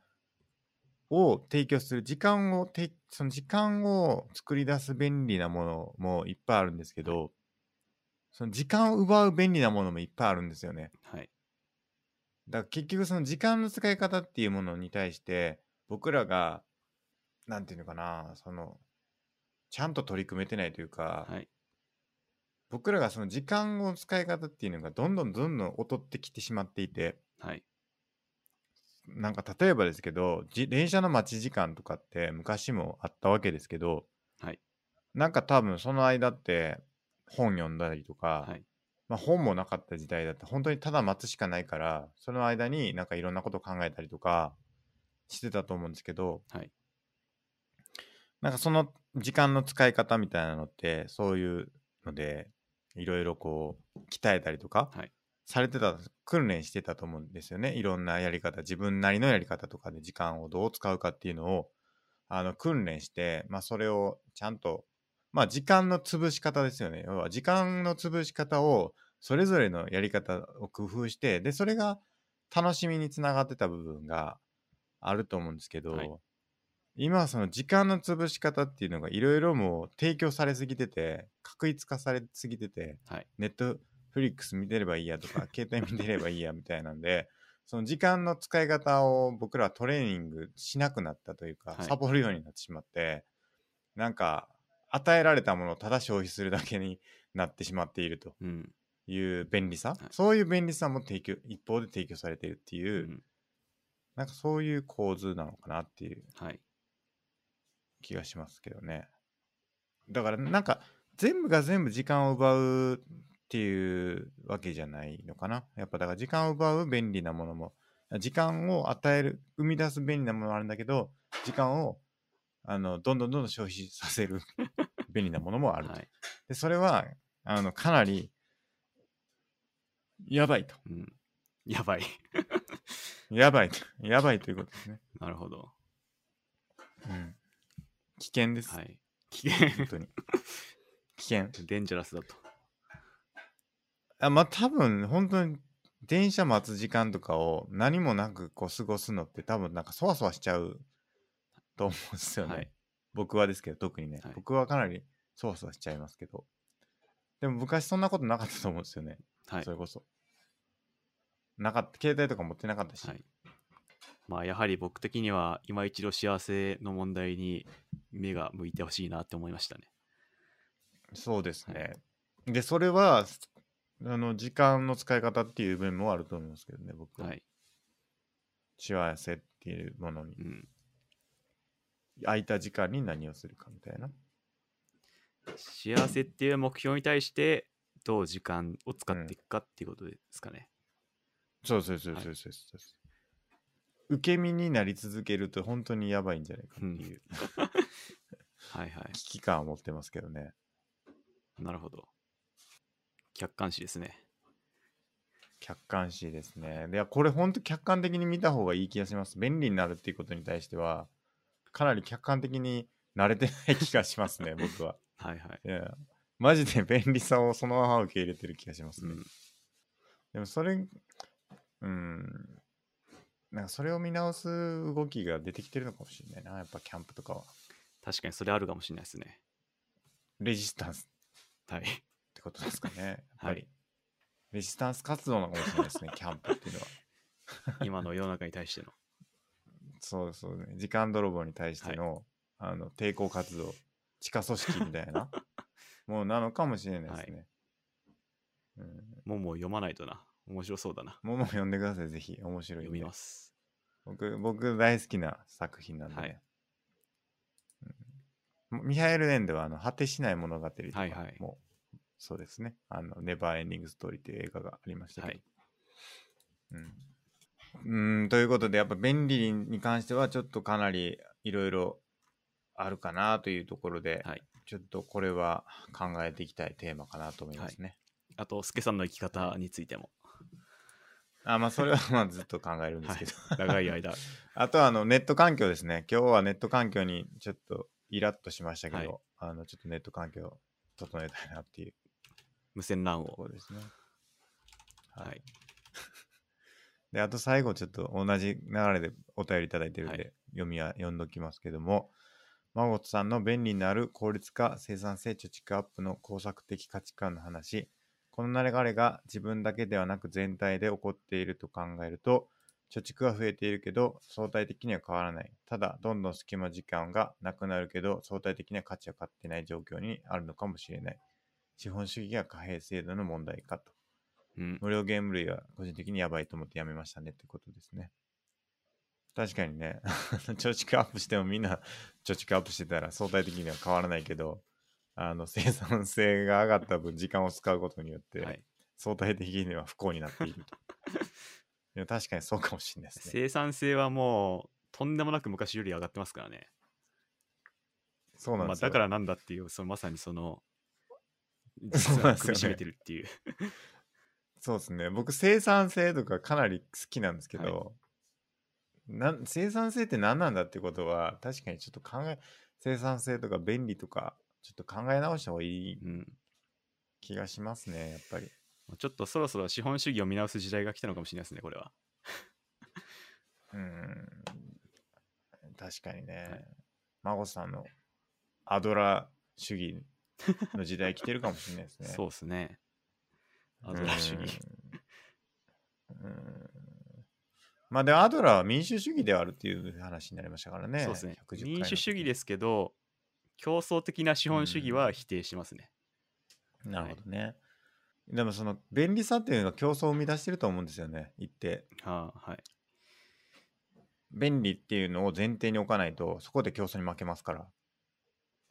S1: を提供する時間をてその時間を作り出す便利なものもいっぱいあるんですけど、その時間を奪う便利なものもいっぱいあるんですよね
S2: はい
S1: だから結局その時間の使い方っていうものに対して僕らがなんていうのかなそのちゃんと取り組めてないというか、
S2: はい
S1: 僕らがその時間の使い方っていうのがどんどんどんどん劣ってきてしまっていて、
S2: はい
S1: なんか例えばですけどじ電車の待ち時間とかって昔もあったわけですけど、
S2: はい
S1: なんか多分その間って本読んだりとか、
S2: はい
S1: まあ、本もなかった時代だって本当にただ待つしかないからその間になんかいろんなこと考えたりとかしてたと思うんですけど、
S2: はい
S1: なんかその時間の使い方みたいなのってそういうのでいろいろこう鍛えたりとか
S2: はい
S1: されてた、訓練してたと思うんですよねいろんなやり方自分なりのやり方とかで時間をどう使うかっていうのをあの訓練して、まあ、それをちゃんと、まあ、時間の潰し方ですよね要は時間の潰し方をそれぞれのやり方を工夫してでそれが楽しみにつながってた部分があると思うんですけど、
S2: はい
S1: 今はその時間の潰し方っていうのがいろいろもう提供されすぎてて確一化されすぎてて、
S2: はい
S1: ネットフリックス見てればいいやと か携帯見てればいいやみたいなんでその時間の使い方を僕らはトレーニングしなくなったというか、
S2: はい
S1: サボるようになってしまってなんか与えられたものをただ消費するだけになってしまっていると
S2: うん、
S1: いう便利さ、
S2: い
S1: そういう便利さも提供一方で提供されているって
S2: う
S1: いう、
S2: ん、
S1: なんかそういう構図なのかなっていう
S2: はい
S1: 気がしますけどねだからなんか全部が全部時間を奪うっていうわけじゃないのかなやっぱだから時間を奪う便利なものも時間を与える生み出す便利なものもあるんだけど時間をあのどんどんどんどん消費さ せる便利なものもあると、
S2: はい
S1: でそれはあのかなりやばいと
S2: うん、やばい
S1: やばいとやばいということですね、
S2: なるほど
S1: うん、危険です、
S2: はい危険
S1: 本当に危険
S2: デンジャラスだと
S1: あまあ多分本当に電車待つ時間とかを何もなくこう過ごすのって多分なんかそわそわしちゃうと思うんですよね、
S2: はい
S1: 僕はですけど特にね、
S2: はい
S1: 僕はかなりそわそわしちゃいますけどでも昔そんなことなかったと思うんですよね、
S2: はい
S1: それこそなかった携帯とか持ってなかったし、
S2: はいまあやはり僕的には今一度幸せの問題に目が向いてほしいなって思いましたね
S1: そうですね、でそれはあの時間の使い方っていう面もあると思うんですけどね僕は、
S2: はい、
S1: 幸せっていうものに
S2: うん、
S1: 空いた時間に何をするかみたいな
S2: 幸せっていう目標に対してどう時間を使っていくかっていうことですかね、
S1: そうそうそうそうそうそうそう、受け身になり続けると本当にやばいんじゃないかっていう
S2: はいは
S1: 危機感を持ってますけどね。
S2: いなるほど客観視ですね
S1: 客観視ですね。いや、これ本当客観的に見た方がいい気がします。便利になるっていうことに対しては、かなり客観的に慣れてない気がします ね、僕は。
S2: はいはい、
S1: いや、マジで便利さをそのまま受け入れてる気がします
S2: う
S1: ね。
S2: ん、
S1: でもそれ、うん、なんかそれを見直す動きが出てきてるのかもしれないな、やっぱキャンプとかは。
S2: 確かにそれあるかもしれないですね
S1: レジスタンス
S2: はい
S1: ってことですかね。やっぱり。
S2: はい
S1: レジスタンス活動なのかもしれない ですね、キャンプっていうのは。
S2: 今の世の中に対しての。
S1: そうそうね。時間泥棒に対しての、あの、抵抗活動、地下組織みたい な、もうなのかもしれないですね。うん、
S2: もうもう読まないとな。面白そうだな。
S1: もうもう読んでください、ぜひ。面白いんで。
S2: 読みます。
S1: 僕、僕大好きな作品なんで、ね
S2: はい
S1: うんミハエル・エンではあの、果てしない物語とかも、
S2: はいはい
S1: そうですね。あの、ネバーエンディングストーリーという映画がありましたけど。
S2: はい
S1: うん、うんということで、やっぱ便利に関しては、ちょっとかなりいろいろあるかなというところで、
S2: はい
S1: ちょっとこれは考えていきたいテーマかなと思いますね。
S2: あと、スケさんの生き方についても。
S1: あまあ、それはまあずっと考えるんですけど、
S2: はい長い間。
S1: あとはあのネット環境ですね。今日はネット環境にちょっとイラッとしましたけど、
S2: はい
S1: あのちょっとネット環境を整えたいなっていう
S2: 無線 LAN
S1: とこ
S2: を。
S1: ろですね。はい。
S2: はい。
S1: で、あと最後ちょっと同じ流れでお便りいただいてるんで、
S2: は
S1: 読みは読んどきますけども、マゴトさんの便利になる効率化、生産性、貯蓄アップの工作的価値観の話、この流れが自分だけではなく全体で起こっていると考えると、貯蓄は増えているけど、相対的には変わらない。ただ、どんどん隙間時間がなくなるけど、相対的には価値は変わってない状況にあるのかもしれない。資本主義が貨幣制度の問題かと。
S2: うん。
S1: 無料ゲーム類は個人的にやばいと思ってやめましたねってことですね。確かにね、 貯蓄アップしてもみんな貯蓄アップしてたら相対的には変わらないけど、あの生産性が上がった分時間を使うことによって、
S2: はい、
S1: 相対的には不幸になっていると。でも確かにそうかもしれないですね。
S2: 生産性はもう、とんでもなく昔より上がってますからね。
S1: そうなんで
S2: まあ、
S1: すよ。
S2: だからなんだっていう、そのまさにその、
S1: そう
S2: 実
S1: なん
S2: は
S1: ですよね
S2: 首絞めてるっていう。
S1: そうですね。僕生産性とかかなり好きなんですけど、
S2: はい
S1: なん生産性って何なんだってことは確かにちょっと考え生産性とか便利とかちょっと考え直した方がいい
S2: うん。
S1: 気がしますねやっぱり。
S2: ちょっとそろそろ資本主義を見直す時代が来たのかもしれないですね、これは。
S1: うん確かにね、
S2: はい
S1: 孫さんのアドラー主義の時代来てるかもしれないですね。
S2: そうですね。アドラー主義。
S1: うん。うんまあでもアドラーは民主主義ではあるっていう話になりましたからね。
S2: そうですね。
S1: 110
S2: 民主主義
S1: 回
S2: ですけど、競争的な資本主義は否定しますね。
S1: の時。なるほどね。でもその便利さっていうのが競争を生み出してると思うんですよね。一定。
S2: はあはい。
S1: 便利っていうのを前提に置かないと、そこで競争に負けますから。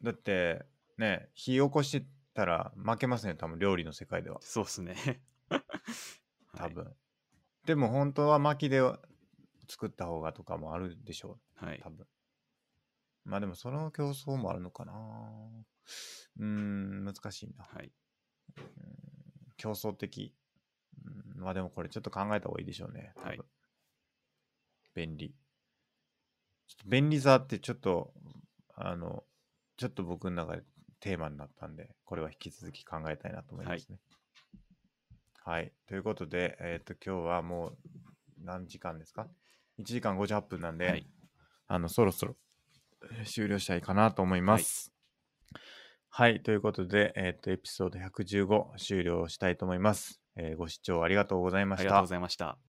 S1: だって、ね、火起こしてたら負けますね。多分料理の世界では。
S2: そうですね。
S1: 多分。でも本当は薪で作った方がとかもあるでしょう。
S2: はい。はい
S1: 多分まあでもその競争もあるのかなうーん難しいな
S2: はい。
S1: 競争的うんまあでもこれちょっと考えた方がいいでしょうね多分
S2: はい
S1: 便利ちょっと便利さってちょっとあのちょっと僕の中でテーマになったんでこれは引き続き考えたいなと思いますねはい、ということでえっ、と今日はもう何時間ですか1時間58分なんで、
S2: はい
S1: あの、そろそろえー終了したいかなと思います。はい、ということで、えっ、と、エピソード115終了したいと思います。えーご視聴ありがとうございま
S2: あ
S1: し
S2: りがとう
S1: た
S2: ご。ざいました。